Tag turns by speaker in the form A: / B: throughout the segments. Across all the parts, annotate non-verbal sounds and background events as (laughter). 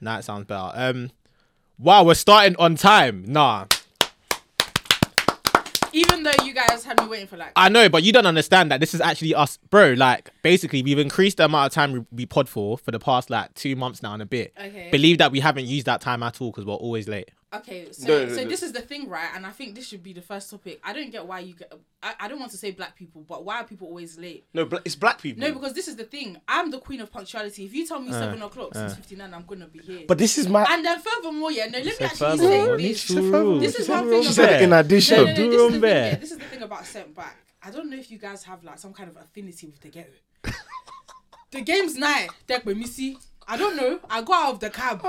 A: Nah, it sounds better. Um, wow, we're starting on time. Nah,
B: Even though you guys had me waiting for like
A: I know, but you don't understand that this is actually us, bro. Like, basically, we've increased the amount of time we, we pod for for the past like two months now and a bit.
B: Okay.
A: Believe that we haven't used that time at all because we're always late.
B: Okay, so
C: No, no,
B: so
C: no.
B: this is the thing, right? And I think this should be the first topic. I don't get why you get. I, I don't want to say black people, but why are people always late?
C: No, bla- it's black people.
B: No, because this is the thing. I'm the queen of punctuality. If you tell me seven o'clock since fifty nine, I'm gonna be here.
C: but this is my.
B: and then furthermore, yeah, no, let me actually
D: furthermore,
B: say this.
D: Nishu. Ooh,
B: This is
D: she
B: one
D: said
B: thing.
D: she
B: about-
D: said in addition.
B: No, no, no, this, is the thing,
D: Durumbe.
B: yeah, this is the thing about sent back. I don't know if you guys have like some kind of affinity with
A: (laughs)
B: the ghetto. the game's night, deck with Missy. I don't know. I got out of the cab.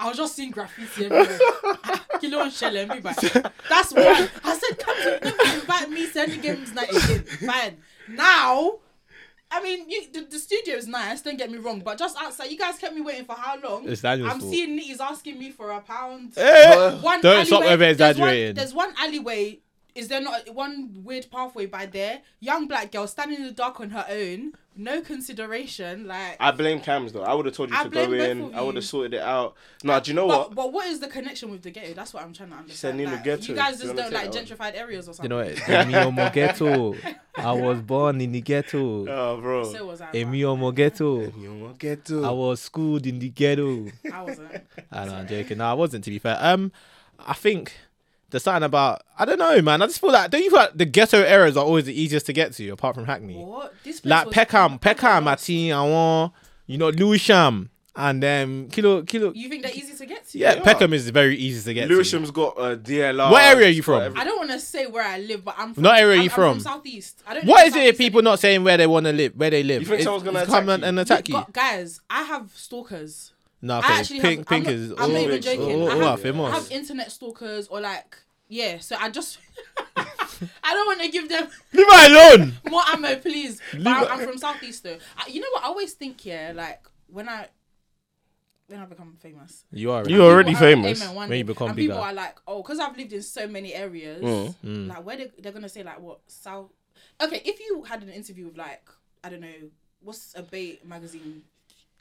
B: I was just seeing graffiti everywhere. (laughs) Kilo and Shell and me back. That's why I said, come to come invite me to any games night again. Fine. Now, I mean, you, the, the studio is nice, don't get me wrong, but just outside, you guys kept me waiting for how long?
A: It's Daniel's
B: I'm
A: fault.
B: seeing he's asking me for a pound
A: (laughs)
B: one
A: Don't stop over
B: alleyway- there's one-
A: exaggerating.
B: There's one, alleyway. Is there not one weird pathway by there? Young black girl standing in the dark on her own, no consideration. Like,
C: I blame Cams though. I would have told you
B: I
C: to
B: blame
C: go
B: both
C: in.
B: of
C: I would
B: you.
C: have sorted it out. Nah, do you know
B: but,
C: what?
B: but what is the connection with the ghetto? That's what I'm trying to
C: said
B: understand.
C: Nino
B: Like,
C: ghetto.
B: you guys
C: Do you
B: just
C: wanna
B: don't like
C: take that
B: gentrified areas or
D: You
B: something.
D: know what? Emiomo ghetto. I was born in the ghetto.
C: Oh, bro.
B: So was I. man.
D: Emiomo ghetto.
C: you won't get to.
D: I was schooled in the ghetto.
A: (laughs)
B: I wasn't.
A: I know, I'm joking. No, I wasn't. To be fair, um, I think the sign about I don't know, man. I just feel like don't you feel like the ghetto areas are always the easiest to get to, apart from Hackney.
B: What? This place
A: Like
B: was-
A: Peckham, Peckham, Martin, I want you know Lewisham, and um, Kilo, Kilo.
B: You think they're easy to get to?
A: Yeah,
C: Yeah.
A: Peckham is very easy to get to.
C: Lewisham's got a DLR.
A: What area are you from?
B: I don't want to say where I live, but I'm from.
A: What area are you
B: I'm, I'm
A: from?
B: Southeast. I don't.
A: What
B: know
A: is it if
B: Southeast
A: people not saying where they want to live, where they live?
C: You think
A: It-
C: someone's gonna
A: it's
C: attack
A: come and-
C: you?
A: and attack you?
B: Gu- Guys, I have stalkers.
A: No,
B: I
A: okay.
B: actually
A: pink,
B: have,
A: pink
B: I'm
A: is.
B: Not, I'm not even
C: always-
B: joking.
A: oh,
B: I,
A: oh,
B: have,
A: famous.
B: I have internet stalkers or like, yeah. So I just, (laughs) I don't want to give them
A: Leave her alone.
B: more ammo, please. But I'm, I'm from Southeast though. I, you know what? I always think, yeah, like when I, when I become famous,
A: You are.
C: You already
B: People are-
C: famous.
B: Amen, one
A: When you
B: day.
A: become
B: and
A: bigger.
B: people are like, oh, because I've lived in so many areas,
C: Mm.
B: like where they, they're gonna say like what South. Okay, if you had an interview with like I don't know what's a bait magazine.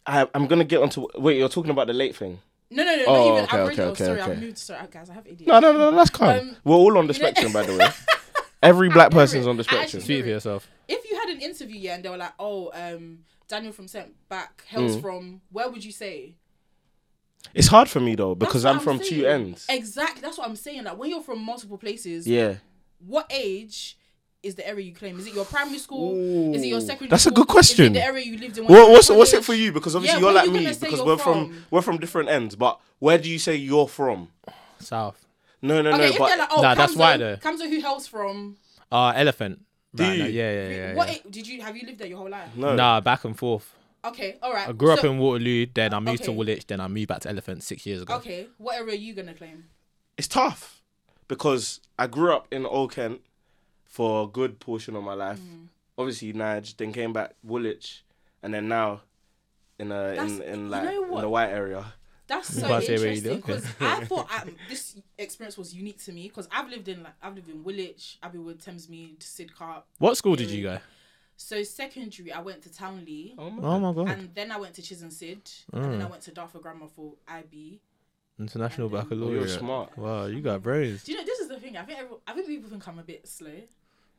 C: I, I'm gonna get onto. Wait, you're talking about the late thing.
B: No, no, no,
C: Oh,
B: not even.
C: okay,
B: I've
C: okay,
B: already, oh,
C: okay,
B: sorry,
C: okay.
B: I've moved. Sorry, guys, I have idiots.
C: No, no, no, that's calm.
B: Um,
C: We're all on the
B: you know-
C: spectrum, by the
B: (laughs)
C: way. Every black person's on the
B: I actually
C: spectrum.
A: Speak for yourself.
B: if you had an interview yeah and they were like oh um daniel from sent back hails
C: Mm.
B: from where would you say
C: It's hard for me though
B: That's
C: because
B: what
C: I'm from two
B: saying.
C: ends.
B: exactly that's what i'm saying like when you're from multiple places
C: Yeah.
B: what age is the area you claim is it your primary school is it your secondary
C: That's a
B: school?
C: good
B: is it
C: question.
B: the area you lived in when you
C: What,
B: were
C: what's
B: in
C: what's it
B: college?
C: for you? Because obviously
B: Yeah,
C: you're
B: where
C: like
B: you
C: me
B: gonna say
C: because
B: you're
C: we're from?
B: from?
C: we're from different ends. But where do you say you're from?
A: South.
C: No, no,
B: okay
C: no.
B: if
C: But
B: they're like oh
A: Nah,
B: nah,
A: that's why though.
B: Kamzo, Kamzo who hails from
A: Uh, elephant. Right,
C: Dude.
A: no, yeah, yeah, yeah.
B: what
A: yeah.
B: a- did you have you lived there your whole life
C: no.
A: Nah, back and forth.
B: okay all right
A: I grew up
B: So-
A: in Waterloo, then I moved to
B: okay.
A: Woolwich, then I moved back to Elephant six years ago.
B: okay what area are you gonna claim
C: it's tough because I grew up in Old Kent for a good portion of my life.
B: Mm.
C: Obviously, Nige, then came back Woolwich, and then now in a
B: That's-
C: in, in
B: you
C: like
B: know
C: in
B: what?
C: the white area.
B: That's so
A: can't say where you
B: interesting
A: live.
B: because
A: (laughs)
B: I thought I, this experience was unique to me because I've lived in like I've lived in Woolwich, Abbeywood, Thamesmead, Sidcup.
A: What school did you go?
B: So secondary, I went to Townley,
A: Oh Mm. my god,
B: and then I went to Chisholm Sid, and then I went to Dartford Grammar for IB.
A: international
C: Oh, you're
A: baccalaureate.
C: smart.
A: Wow, you got brains.
B: Do you know this is the thing? I think everyone, I think people think I'm a bit slow.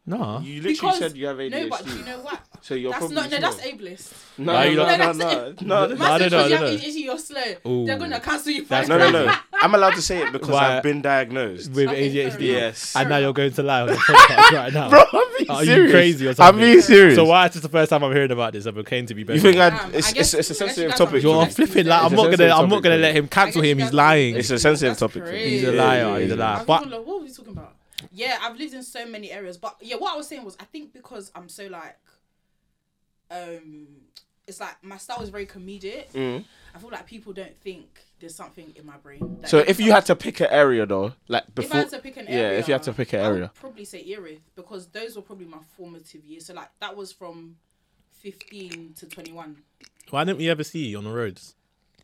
A: Nah,
C: You literally
B: Because-
C: said you have ADHD.
B: No, but do you know what?
C: so you're
B: that's
C: probably
B: not no,
C: slow.
B: that's ableist.
C: no,
A: Nah, you
C: no,
B: don't-
C: no,
B: No,
C: no,
B: that's-
C: no,
A: Nah, I
B: Massive
A: don't know, I
B: because you
A: don't
B: have
A: know.
B: ADHD, you're slow.
A: Ooh.
B: They're gonna cancel you.
C: (laughs)
A: That's
B: That's
C: no, no, no.
B: (laughs)
A: crazy.
C: I'm allowed to say it because
A: Why-
C: I've been diagnosed.
A: with
B: Okay, fair
A: ADHD.
B: enough.
C: yes.
A: And now you're going to
B: (laughs)
A: lie on the podcast right now.
C: Bro, I'm being
A: Are you
C: serious.
A: crazy or
C: I'm
A: something?
C: being serious.
A: So why is this the first time I'm hearing about this? I've been claiming to be better.
C: You think I?
B: Damn, I
C: It's,
B: guess-
C: it's, it's a
B: I guess you
C: sensitive
B: guys
C: topic.
B: are-
A: You're
B: It's
A: flipping like I'm
C: a
A: not gonna
C: sensitive
A: I'm not gonna
C: topic,
A: let him cancel him. He's lying.
C: It's a sensitive
B: That's
C: topic.
B: crazy.
A: He's a liar. He's a
B: I
A: liar.
B: was
A: But
B: gonna- what were we talking about? Yeah, I've lived in so many areas, but yeah, what I was saying was I think because I'm so like, um, it's like my style is very comedic.
C: Mm.
B: I feel like people don't think there's something in my brain. that-
C: So if you had to pick an area though, like
B: if I
C: before,
B: had to pick an
C: yeah,
B: area,
C: if you had to pick an
B: I would
C: area,
B: probably say Erith because those were probably my formative years. So like that was from fifteen to twenty one.
A: Why didn't we ever see you on the roads?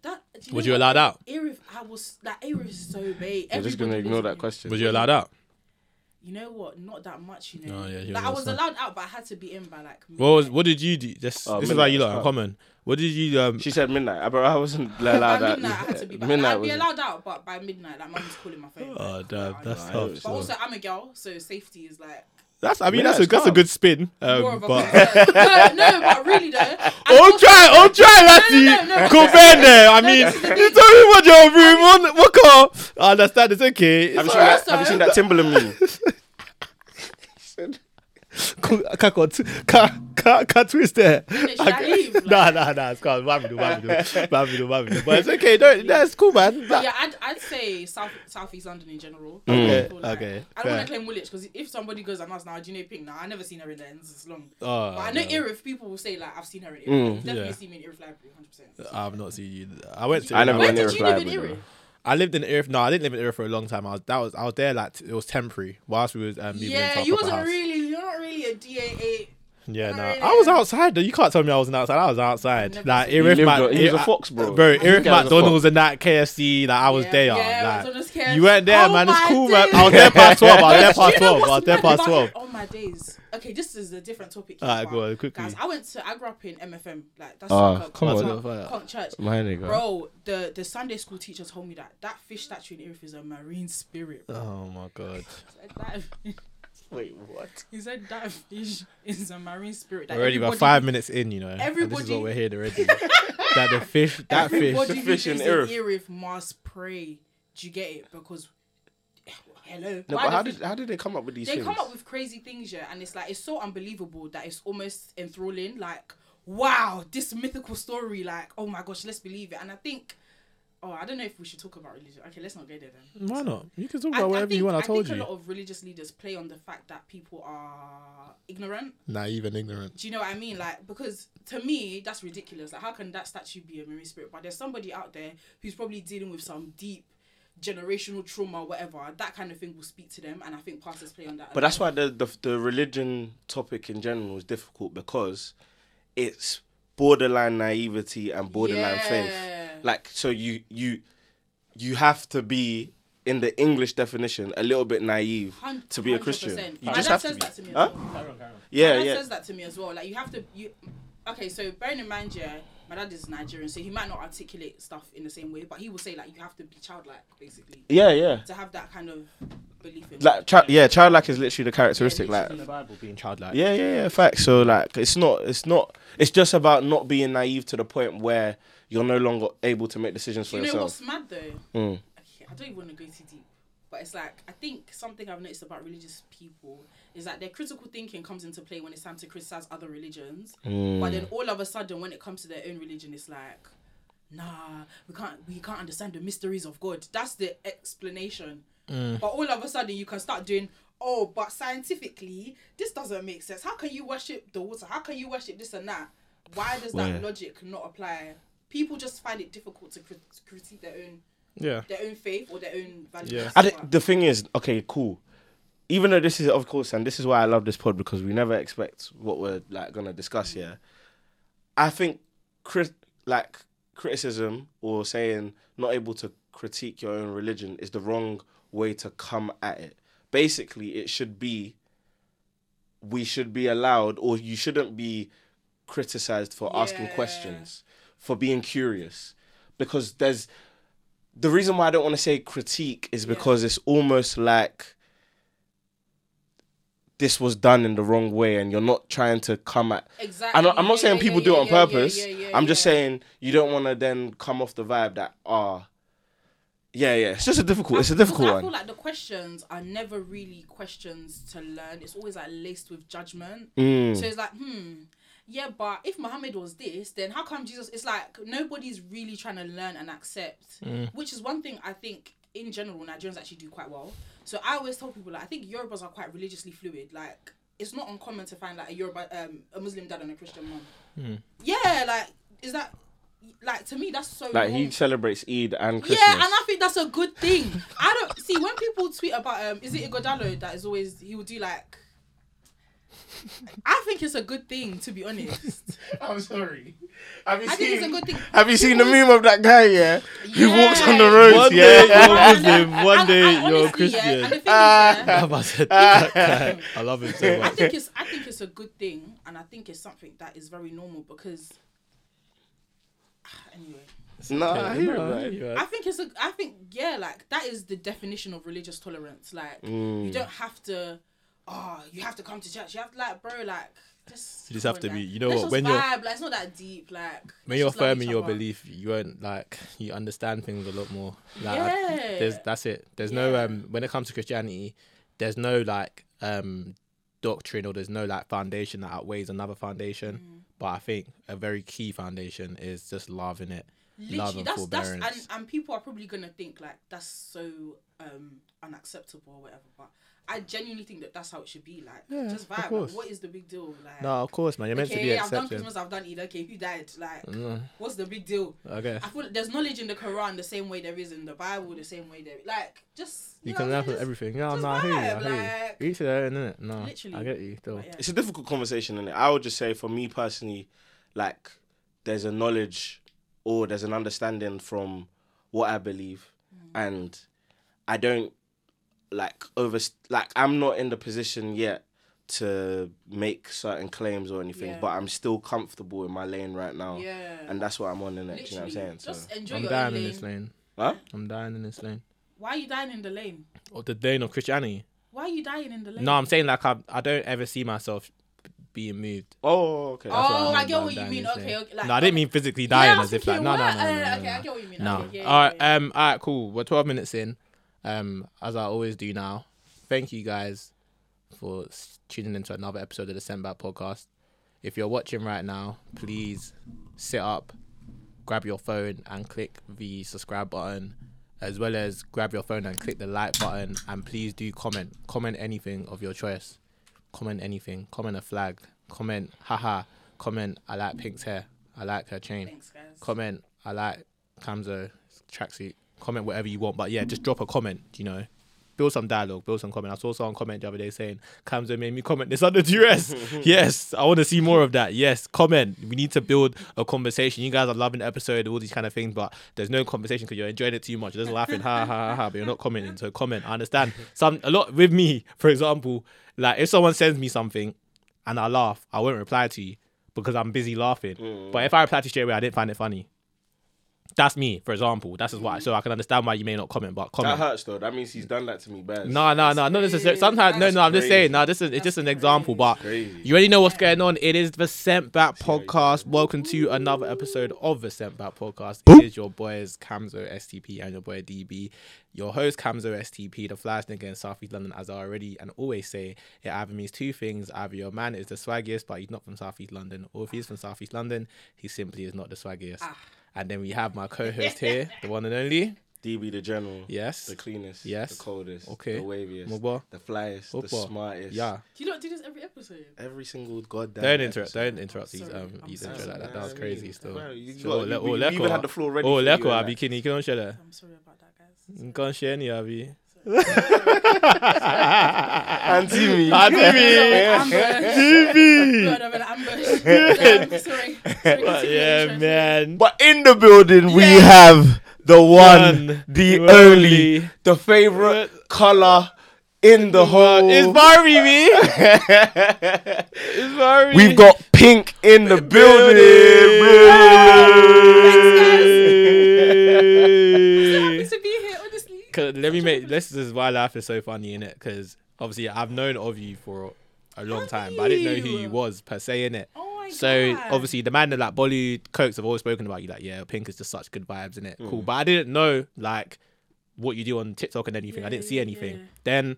B: That do you
A: Was
B: know
A: you
B: what?
A: allowed out?
B: Erith, I was like Erith is so big.
C: I'm just gonna
B: Everybody
C: ignore
B: lives
C: that
B: in-
C: question.
A: Was you allowed out?
B: You know what? Not that much. You know.
A: Oh, yeah, you
B: like I
A: was
B: was
A: outside.
B: allowed out, but I had to be in by like.
A: What was? What did you do? This,
C: Oh,
A: this is like you
C: midnight,
A: lot in
C: huh?
A: common. What did you um?
C: She said midnight, I- but I
B: (laughs)
C: wasn't
B: by
C: allowed that.
B: midnight, I had to be back.
C: Midnight
B: I'd be
C: was-
B: allowed out, but by midnight, like, mum was calling my phone.
A: Oh
B: like,
A: damn,
B: "Oh,
A: that's
B: yeah."
A: tough.
B: But
A: so.
B: also, I'm a girl, so safety is like
A: That's. I mean,
C: Yeah,
A: that's a
C: it's
A: that's a
C: calm.
A: good spin.
B: more
A: Um,
B: of
A: (laughs)
B: a
A: but
B: concern. no, no, but
A: (laughs)
B: really though. and
A: oh
B: also-
A: try, oh
B: No, no,
A: try,
B: no, no.
A: Lati. Go (laughs) back there. I
B: No,
A: mean,
B: this is the
A: you
B: thing.
A: tell me what your room on. What car? I understand. It's okay.
C: Have you
A: It's
C: seen that?
B: Also-
C: Have you
B: (laughs)
C: seen that Timberland meme?
A: Kakot, ka, ka, ka twist there.
B: should I leave?
A: (laughs)
B: Like-
A: Nah, nah, nah. It's calm. Babido, (laughs) babido, babido, babido. But it's okay. Don't. That's cool, man.
B: But
A: That-
B: yeah, I'd, I'd say South Southeast London in general.
A: Okay,
B: I feel like-
A: okay,
B: I don't
A: fair.
B: want to claim Woolwich because if somebody goes and asks now, do you know Pink? Now I never seen her in the ends. It's long.
A: Oh,
B: but I know
A: no.
B: Erith. People will say like I've seen her in Erith. You've definitely
A: yeah.
B: seen me in Erith Library, hundred percent.
A: I've not seen you. I went to.
C: I never
B: Where
C: went
B: did
C: near
B: you live in
C: Flybury,
B: Erith?
A: I lived in Erith. No, I didn't live in Erith for a long time. I was that was I was there like it was temporary whilst we was um, moving into
B: Yeah,
A: our
B: you
A: proper
B: wasn't
A: house.
B: really. You're not really a DAA.
A: Yeah,
B: not
A: no,
B: Oh, really
A: I was
B: there.
A: outside though. You can't tell me I wasn't outside. I was outside.
B: I've never
A: Like
B: seen
A: Erith,
C: He lived
A: Mac-
C: on- he was a
A: I-
C: fox, bro.
A: bro.
C: I think
A: Erith
C: I was a
A: McDonald's and that KFC. Like I was
B: Yeah,
A: there.
B: yeah, it
A: like,
B: was on those
A: you weren't there,
B: KFC.
A: man. It's
B: Oh
A: cool,
B: my
A: man. I was
C: (laughs)
B: days.
A: there past twelve. I was
B: (laughs)
A: there
B: Do
A: past
B: you know
A: twelve. I was
B: what's
A: there
B: mad
A: past
B: about-
A: twelve.
B: Oh my days. Okay, this is a different topic. here,
A: Alright,
B: but
A: go on, quickly.
B: Guys, I went to I grew up in MFM. Like that's
C: Ah,
B: like a
C: come
A: on.
B: conch- conch church.
C: My nigga.
B: Bro, the the Sunday school teacher told me that that fish statue in Erith is a marine spirit. Bro.
A: Oh my god.
B: He said that- (laughs)
C: Wait, what?
B: He said that fish is a marine spirit. That
A: We're already about
B: everybody-
A: five minutes in, you know. and This is
B: everybody-
A: what we're here
B: (laughs)
A: already. that the fish, that fish.
B: Everybody who
C: fish in
B: lives
C: Erith.
B: Erith must pray. Do you get it? Because (sighs) hello.
C: No,
B: why
C: but
B: the
C: how
B: fish-
C: did how did they come up with these
B: they
C: things?
B: come up with crazy things, yeah, and it's like it's so unbelievable that it's almost enthralling. Like, wow, this mythical story. Like, oh my gosh, let's believe it. And I think, oh, I don't know if we should talk about religion. Okay, let's not go there then.
A: Why not? You can talk
B: I,
A: about
B: I
A: whatever
B: think,
A: you want. I
B: I
A: told
B: think a
A: you.
B: lot of religious leaders play on the fact that people are ignorant.
A: Naive and ignorant.
B: Do you know what I mean? Like, because to me, that's ridiculous. Like, how can that statue be a marine spirit? But there's somebody out there who's probably dealing with some deep generational trauma, whatever. That kind of thing will speak to them, and I think pastors play on that. a
C: But
B: lot.
C: that's why the, the the religion topic in general is difficult because it's borderline naivety and borderline
B: Yeah.
C: faith. Like so you you you have to be in the English definition a little bit naive
B: Hun-
C: to be a
B: 100%.
C: Christian. You
B: My
C: just
B: dad
C: have
B: says
C: to be.
B: that to me as
C: Huh?
B: well.
C: Yeah,
B: my dad
C: yeah.
B: says that to me as well. Like you have to you okay, so bearing in mind, yeah, my dad is Nigerian, so he might not articulate stuff in the same way, but he will say like you have to be childlike, basically.
C: Yeah, yeah.
B: To have that kind of belief in
C: Like chi- yeah, childlike is literally the characteristic.
B: Yeah,
C: like
B: literally.
A: Bible being childlike.
C: Yeah, yeah, yeah. Fact. So like, it's not, it's not, it's just about not being naive to the point where you're no longer able to make decisions
B: Do
C: for
B: you know
C: yourself.
B: what's mad though?
C: Mm.
B: okay, I don't even want to go too deep, but it's like I think something I've noticed about religious people is that their critical thinking comes into play when it's time to criticize other religions. But then all of a sudden, when it comes to their own religion, it's like, nah, we can't we can't understand the mysteries of God. That's the explanation. But all of a sudden, you can start doing. Oh, but scientifically, this doesn't make sense. How can you worship the water? How can you worship this and that? Why does that
C: Yeah.
B: logic not apply? People just find it difficult to crit- critique their own
A: Yeah.
B: their own faith or their own values.
A: Yeah.
C: I think the thing is, okay, cool. Even though this is, of course, and this is why I love this pod because we never expect what we're like gonna discuss here. I think, crit- like criticism or saying not able to critique your own religion is the wrong way to come at it. Basically, it should be we should be allowed, or you shouldn't be criticized for asking
B: Yeah.
C: questions, for being curious, because there's the reason why I don't want to say critique is because it's almost like this was done in the wrong way and you're not trying to come at
B: exactly.
C: I'm not, I'm not
B: Yeah,
C: saying
B: yeah,
C: people
B: yeah,
C: do it on
B: yeah, yeah,
C: purpose.
B: yeah, yeah,
C: I'm just
B: yeah.
C: saying you don't want to then come off the vibe that ah yeah yeah it's just a difficult it's a difficult
B: Because I feel
C: one.
B: like the questions are never really questions to learn. It's always like laced with judgment.
C: Mm.
B: So it's like, hmm, yeah, but if Muhammad was this, then how come Jesus? It's like nobody's really trying to learn and accept,
C: Mm.
B: which is one thing I think in general Nigerians actually do quite well. So I always tell people like I think Yorubas are quite religiously fluid.
C: Mm.
B: Like it's not uncommon to find like a Yoruba, um, a Muslim dad and a Christian mom. Yeah, like is that like to me that's so
C: Like he
B: wrong.
C: celebrates Eid and Christmas.
B: Yeah, and I think that's a good thing. I don't see when people tweet about um, is it Igodalo that is always he will do like. I think it's a good thing to be honest.
C: (laughs) I'm sorry. Have you
B: I think it's a good thing.
C: Have you seen the meme of that guy? Yeah, he walks on the
B: Yeah.
C: roads.
A: One
C: yeah,
A: day you're Muslim, one
B: And
A: day
B: I
A: you're
B: honestly, yeah,
A: Christian.
B: and the thing is,
C: Ah.
B: yeah,
A: I must (laughs) say, that guy, I love him so
B: I (laughs)
A: much.
B: think it's I think it's a good thing, and I think it's something that is very normal because. (sighs) Anyway,
C: no, I hear it, man.
B: I think it's a I think yeah, like that is the definition of religious tolerance. Like
A: Mm.
B: you don't have to, oh, you have to come to church. You have to like, bro, like just
A: You just
B: come
A: have
B: on,
A: to be-
B: like,
A: you know
B: let's
A: what,
B: just
A: when
B: vibe.
A: you're-
B: like, it's not that deep. Like
A: When
B: let's
A: you're
B: just love
A: firm in
B: each
A: your
B: other.
A: belief, you won't like you understand things a lot more. Like I-
B: Yeah.
A: there's that's it. There's no
B: Yeah.
A: um when it comes to Christianity, there's no like um doctrine or there's no like foundation that outweighs another foundation.
B: Mm.
A: But I think a very key foundation is just loving it. love
B: Literally,
A: and
B: that's that's and,
A: forbearance.
B: and people are probably gonna think like that's so um unacceptable or whatever. But I genuinely think that that's how it should be. Like
A: Yeah,
B: just
A: of
B: vibe. Like,
A: course.
B: what is the big deal? Like
A: No, of course, man. You're meant to be
B: okay, I've done
A: accepted.
B: Christmas, I've done Eid. Okay, who died? Like
A: Mm,
B: what's the big deal?
A: okay.
B: I feel like there's knowledge in the Quran the same way there is in the Bible, the same way there like just
A: You
B: know
A: can
B: what I'm
A: laugh
B: saying?
A: at everything. No,
B: just
A: no, I hear you. I
B: vibe,
A: hear you.
B: like-
A: Each their own, innit? No, I
B: Literally.
A: get you. Though.
B: Just-
C: It's a difficult conversation, and I would just say, for me personally, like there's a knowledge or there's an understanding from what I believe,
B: Mm.
C: and I don't like over like I'm not in the position yet to make certain claims or anything,
B: Yeah.
C: but I'm still comfortable in my lane right now,
B: Yeah.
C: and that's what I'm on in it. do You know what I'm
B: Literally,
C: saying? So,
B: Just enjoy
A: I'm
B: your
A: dying
B: own
A: in
B: lane.
A: this lane.
C: huh?
A: I'm dying in this lane.
B: Why are you dying in the lane?
A: Or the lane of Christianity.
B: Why are you dying in the lane?
A: No, I'm saying like I, I don't ever see myself being moved.
C: Oh, okay.
B: Oh,
A: That's
B: I
A: meant
B: get
A: by
B: what you
A: dying
B: mean.
A: in this
B: Okay,
A: lane.
B: okay, like-
A: no, I didn't mean physically dying
B: I was
A: as if like
B: thinking,
A: no, no,
B: what?
A: no, no, no,
B: Uh,
A: no,
B: Okay, I
A: no.
B: get what you mean.
A: No.
B: Okay, yeah,
A: all right.
B: yeah,
A: Um. All right. Cool. We're twelve minutes in. Um. As I always do now. Thank you guys for s- tuning into another episode of the Send Back Podcast. If you're watching right now, please sit up, grab your phone, and click the subscribe button, as well as grab your phone and click the like button. And please do comment. Comment anything of your choice. Comment anything. Comment a flag. Comment haha. Comment I like Pink's hair. I like her chain
B: Thanks, guys.
A: comment. I like Camzo tracksuit. Comment whatever you want, but yeah, just drop a comment. You know, build some dialogue, build some comment. I saw someone comment the other day saying Camzo made me comment this under duress. yes, I want to see more of that. Yes, comment. We need to build a conversation. You guys are loving the episode, all these kind of things, but there's no conversation because you're enjoying it too much. You're just laughing, ha ha ha ha, but you're not commenting. So comment. I understand some a lot with me. For example, like if someone sends me something and I laugh, I won't reply to you because I'm busy laughing.
C: Mm.
A: But if I reply to you straight away, I didn't find it funny. That's me, for example. That's just why. So I can understand why you may not comment, but
C: That
A: comment.
C: hurts though. That means he's done that to me bad.
A: No, no, no, not necessarily.
B: crazy.
A: Sometimes, no,
B: That's
A: no. I'm just
C: crazy.
A: saying. No, this is it's just an example, but
C: crazy.
A: you already know what's going on. It is the Sent Back Podcast. Welcome to another episode of the Sent Back Podcast. It is your boys Camzo STP and your boy DB, your host Camzo STP, the flash nigga in South East London. As I already and always say, it either means two things: either your man is the swaggiest, but he's not from South East London, or if he's from South East London, he simply is not the swaggiest.
B: Ah.
A: And then we have my co-host
B: (laughs)
A: here, the one and only.
C: DB the general.
A: Yes.
C: The cleanest.
A: Yes.
C: The coldest.
A: Okay.
C: The waviest.
A: Mugwa.
C: The flyest. The
A: Mugwa.
C: smartest.
A: Yeah.
B: Do you not do this every episode?
C: Every single goddamn.
A: Don't interrupt.
C: episode.
A: Don't interrupt these
B: Sorry,
A: um
B: I'm
A: these
B: sorry.
A: intro like that. That was
C: Yeah, I
A: crazy.
C: mean,
A: Still.
C: well, you- you
A: So,
C: got-
A: le-
C: you-
A: oh,
C: you even
A: Leko.
C: had the floor ready
A: Oh,
C: for you
A: Leko,
C: and
A: abi
C: that.
A: kini kini shela.
B: I'm sorry about that,
A: (laughs)
B: guys.
A: Kan sheni
C: (laughs)
A: abi. (laughs)
C: Auntie me.
A: Ah,
B: No, no, no, I'm
A: (laughs)
B: good. (laughs) Sorry. Sorry, continue your
A: Yeah,
B: intro.
A: man.
C: But in the building, we
B: Yeah.
C: have the one,
A: One,
C: the
A: the
C: only,
A: only,
C: the favorite color in the whole.
A: It's Barbie, me. it's Barbie.
C: We've got pink in the building.
B: Happy to be here, honestly.
A: (laughs) 'Cause let me make this is why life is so funny in it because obviously I've known of you for a long time, but I didn't know who you
B: you?
A: was per se in it.
B: Oh my
A: So
B: God.
A: obviously the man that like Bolly Cokes have always spoken about you like yeah Pink is just such good vibes in it cool but I didn't know like what you do on TikTok and anything I didn't see
B: yeah,
A: anything
B: yeah.
A: then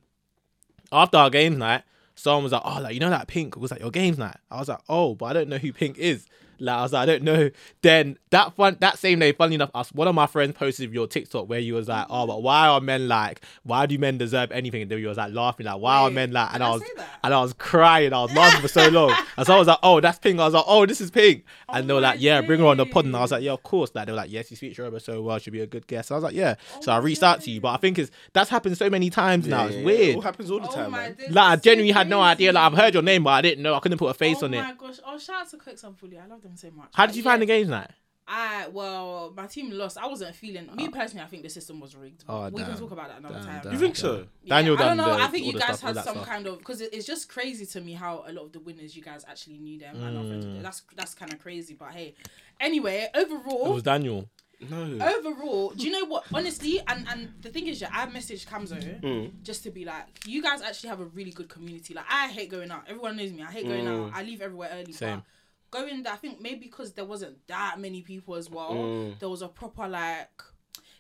A: after our games night someone was like oh like you know that Pink was like your games night I was like oh but I don't know who Pink is Like I was like, I don't know. Then that fun that same day, funnily enough, us one of my friends posted your TikTok where you was like, Oh, but why are men like why do men deserve anything? And then you was like laughing, like, why are
B: Wait,
A: men like and
B: did
A: I
B: I
A: was
B: say that?
A: and I was crying, I was laughing for
B: (laughs)
A: so long. And so I was like, Oh, that's pink. I was like, Oh, this is pink. And they were
B: Oh my
A: like, Yeah, bring her on the pod. And I was like, Yeah, of course. Like they were like, Yes, you speak to her so well, she'd be a good guest. And I was like, Yeah.
B: Oh
A: so I reached out to you. But I think it's that's happened so many
C: (laughs)
A: times now. It's
C: It all
A: weird.
C: happens all the
B: Oh
C: time,
B: my
C: man.
B: days,
A: Like I
B: that's so
A: genuinely had no idea. Like
B: crazy.
A: I've heard your name, but I didn't know. I couldn't put a face
B: oh
A: on
B: my
A: it.
B: gosh! Oh, shout out to Cooks and Fully. I love them so much.
A: How
B: But
A: did you
B: yeah,
A: find the games night?
B: I well, my team lost. I wasn't feeling. Me personally, I think the system was rigged.
A: Oh,
B: we
A: damn.
B: can talk about that another
A: Damn,
B: time.
A: damn.
C: You think so?
B: Yeah,
A: Daniel
B: I don't
A: done
B: know.
A: the-
B: I think
A: all the
B: you guys
A: stuff, all
B: had
A: that
B: some
A: stuff.
B: kind of because it, it's just crazy to me how a lot of the winners you guys actually knew them. and our friends
A: Mm.
B: with them. That's that's kind of crazy. But hey, anyway,
A: It
B: overall,
A: was Daniel.
B: Oh.
C: No.
B: overall, do you know what? Honestly, and and the thing is, yeah, I messaged Kamzo
C: Mm.
B: just to be like, you guys actually have a really good community. Like, I hate going out. Everyone knows me. I hate going
C: Mm.
B: out. I leave everywhere early.
A: Same.
B: But going, I think maybe because there wasn't that many people as well.
C: Mm.
B: There was a proper like.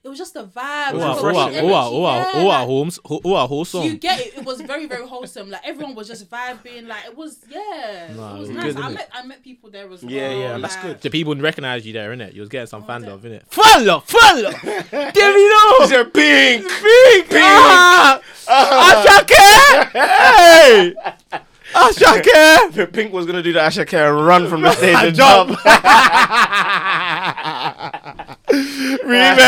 B: It was just a vibe.
C: was
A: All our, all
B: like, a
C: refreshing.
A: our,
B: good
A: all our,
B: energy.
A: all
C: ah,
A: our,
B: Yeah,
A: all
B: like,
A: our homes, all our whole
B: you
A: ah, song.
B: get it. It was very, very wholesome. Like everyone was just vibing. Like it was, yeah,
A: Nah,
B: it was
A: it was
B: nice.
A: good,
B: I
A: innit?
B: met, I met people there as well.
C: Yeah, yeah, and that's
B: like-
C: good.
A: The people didn't recognize you there, innit? You was getting some fan
B: that-
A: love, innit? Fan love, fan
B: (laughs)
A: love. There you know.
C: They're pink.
A: Big, big.
B: (laughs)
A: Ah, Ashake. Hey,
B: (laughs)
A: Ashake.
C: If (laughs) Pink was gonna do that, Asha can run (laughs) from the stage and
A: Jump.
C: jump. (laughs)
A: Remember,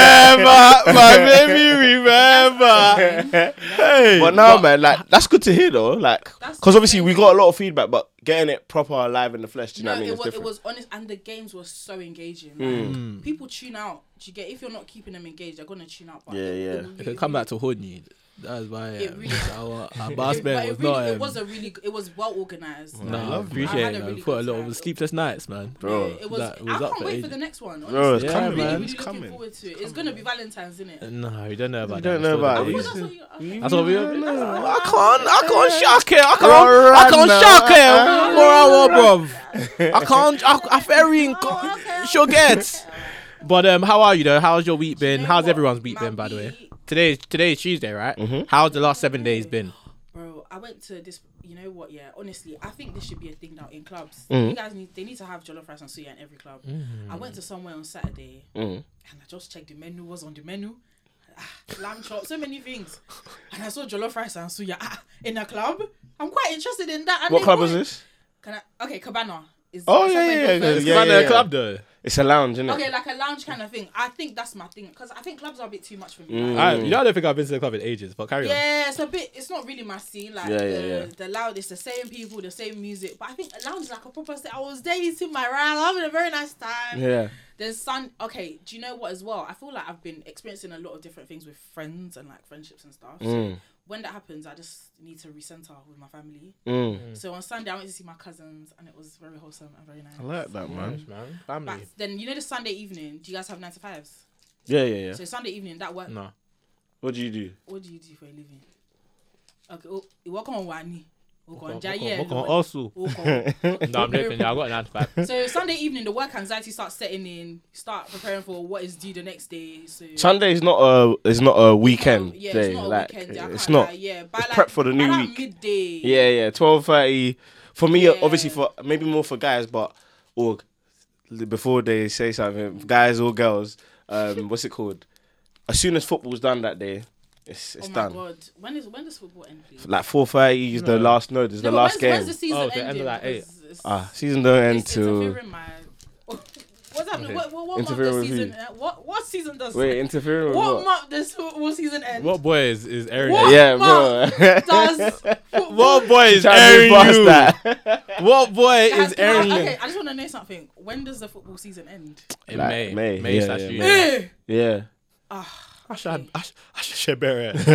A: my baby, remember. Hey.
C: But now, man, like that's good to hear though. Like,
B: That's
C: because obviously we
B: crazy.
C: got a lot of feedback, but getting it proper alive in the flesh, do you
B: No,
C: know what I mean?
B: it,
C: It's
B: was, it
C: different. Hmm.
B: was honest, and the games were so engaging. Like,
A: Hmm.
B: People tune out. Do you get if you're not keeping them engaged, they're gonna tune out. But
C: Yeah,
B: it-
C: yeah.
B: it
C: It
A: If
B: really-
A: it come back to haunt you, that's why
B: It
A: um,
B: really-
A: our, our boss
B: (laughs) it- but
A: man
B: it
A: was
B: really-
A: not.
B: It
A: um,
B: was a really. g- It was well organized.
A: No, I
C: love
A: appreciate
B: I had
A: it.
B: a
A: man.
B: really
A: We put a
B: good
A: lot
B: time.
A: of sleepless nights, man.
C: Bro.
B: It was.
A: That was
B: I
A: up
B: can't
A: for
B: wait
A: ages.
B: for the next one.
C: Bro, it's
B: honestly.
A: coming,
B: I'm really,
A: man.
B: really
C: It's
B: looking
C: coming.
B: forward to it. It's, gonna be Valentine's, isn't it?
A: No, you don't know about
C: You
A: that.
C: don't
A: It's
C: know
A: still
C: about
A: the
C: it.
B: Oh,
A: days.
B: that's what you.
C: Mm-hmm.
B: Okay.
A: That's what we.
C: don't know.
A: I can't. I can't shock it. I
C: Run
A: can't. I can't
C: now.
A: shock it. More hour, bruv. I can't. I, I ferrying.
B: Oh, okay.
A: Sure gets. But um, how are you though? How's your week been?
B: know
A: How's
B: what?
A: everyone's week
B: My
A: been, by the way?
B: week-
A: Today, today is Tuesday, right?
C: Mm-hmm.
A: How's the last seven days been?
B: Bro, I went to this. You know what? Yeah, honestly, I think this should be a thing now in clubs.
C: Mhm.
B: You guys need they need to have jollof rice and suya in every club.
A: Mm.
B: I went to somewhere on Saturday
C: Mm.
B: and I just checked the menu. What's on the menu? Ah, lamb chop, so many things. And I saw jollof rice and suya ah, in a club. I'm quite interested in that. and
C: What
B: they
C: club was
B: went-
C: this?
B: Can I, okay, Cabana. Is
C: Oh,
B: is
C: yeah,
B: somewhere
C: yeah,
B: in
C: yeah,
B: Belfast.
C: yeah.
A: Man, a club though.
C: It's a lounge, isn't it?
B: Okay, like a lounge kind of thing. I think that's my thing because I think clubs are a bit too much for me.
C: Mm.
A: I, you know, I don't think I've been to the club in ages. But carry on.
B: Yeah, it's a bit. It's not really my scene. Like
C: Yeah,
B: the,
C: yeah, yeah.
B: the loud, it's the same people, the same music. But I think a lounge is like a proper. Set. I was there eating my round, having a very nice time.
C: Yeah.
B: Then sun. Okay, do you know what? As well, I feel like I've been experiencing a lot of different things with friends and like friendships and stuff. So
C: Mm.
B: when that happens, I just need to recenter with my family.
C: Mm.
B: So on Sunday, I went to see my cousins, and it was very wholesome and very nice.
C: I like that, man.
A: man.
B: But
A: Family.
B: then you know the Sunday evening, do you guys have nine to fives?
C: Yeah, yeah, yeah.
B: So Sunday evening, that work.
A: No.
C: What do you do?
B: What do you do for a living? Okay, oh, you work on Wani. Work on Jaya.
A: Welcome, also.
B: Work on-
A: No, I'm joking. yeah, I got an
B: (laughs)
A: answer.
B: So Sunday evening, the work anxiety starts setting in. Start preparing for what is due the next day. So
C: Sunday is not a is not a weekend
B: yeah,
C: day.
B: it's not a
C: like
B: weekend. day. I
C: it's
B: can't
C: not.
B: lie, yeah, by
C: it's
B: like,
C: prep for the
B: by
C: new
B: that
C: week.
B: Midday.
C: Yeah, yeah. Twelve thirty. For me, uh,
B: Yeah.
C: obviously, for maybe more for guys, but or before they say something, guys or girls, um, what's it called? As soon as football's done that day, it's
B: Oh
C: it's
B: my
C: done.
B: god, when is when does football end? Please?
C: Like four thirty is the
A: No.
C: last. No, there's
B: No,
C: the
B: but
C: last
B: when's,
C: game.
B: When's the season
A: Oh, the end of
B: ending?
A: that eight.
B: Because it's-
C: Ah, season don't end
B: it's
C: till
B: interfering my. (laughs) What's happening?
A: Okay.
B: What, what, what month
C: Interfering
B: does
C: with
B: season?
C: who?
B: end? What what season does? (laughs)
C: wait interfering with
B: what,
C: what?
B: month does football season end?
A: What boy is is airing?
B: What?
A: you?
C: Yeah,
B: month
C: bro. (laughs)
B: does football
A: What boy is
C: Trying to
A: airing?
C: bust
A: you?
C: that. (laughs)
A: What boy is
B: Guys,
A: airing?
B: can I-
A: you?
B: Okay, I just want to know something. When does the football season end?
A: In
C: Like,
A: May.
C: May,
A: May.
C: yeah,
A: slash
C: yeah,
A: June.
C: May.
B: Eh.
C: yeah.
B: Ah,
A: I should, I should, I should share (laughs) better.
B: wow.
A: (laughs)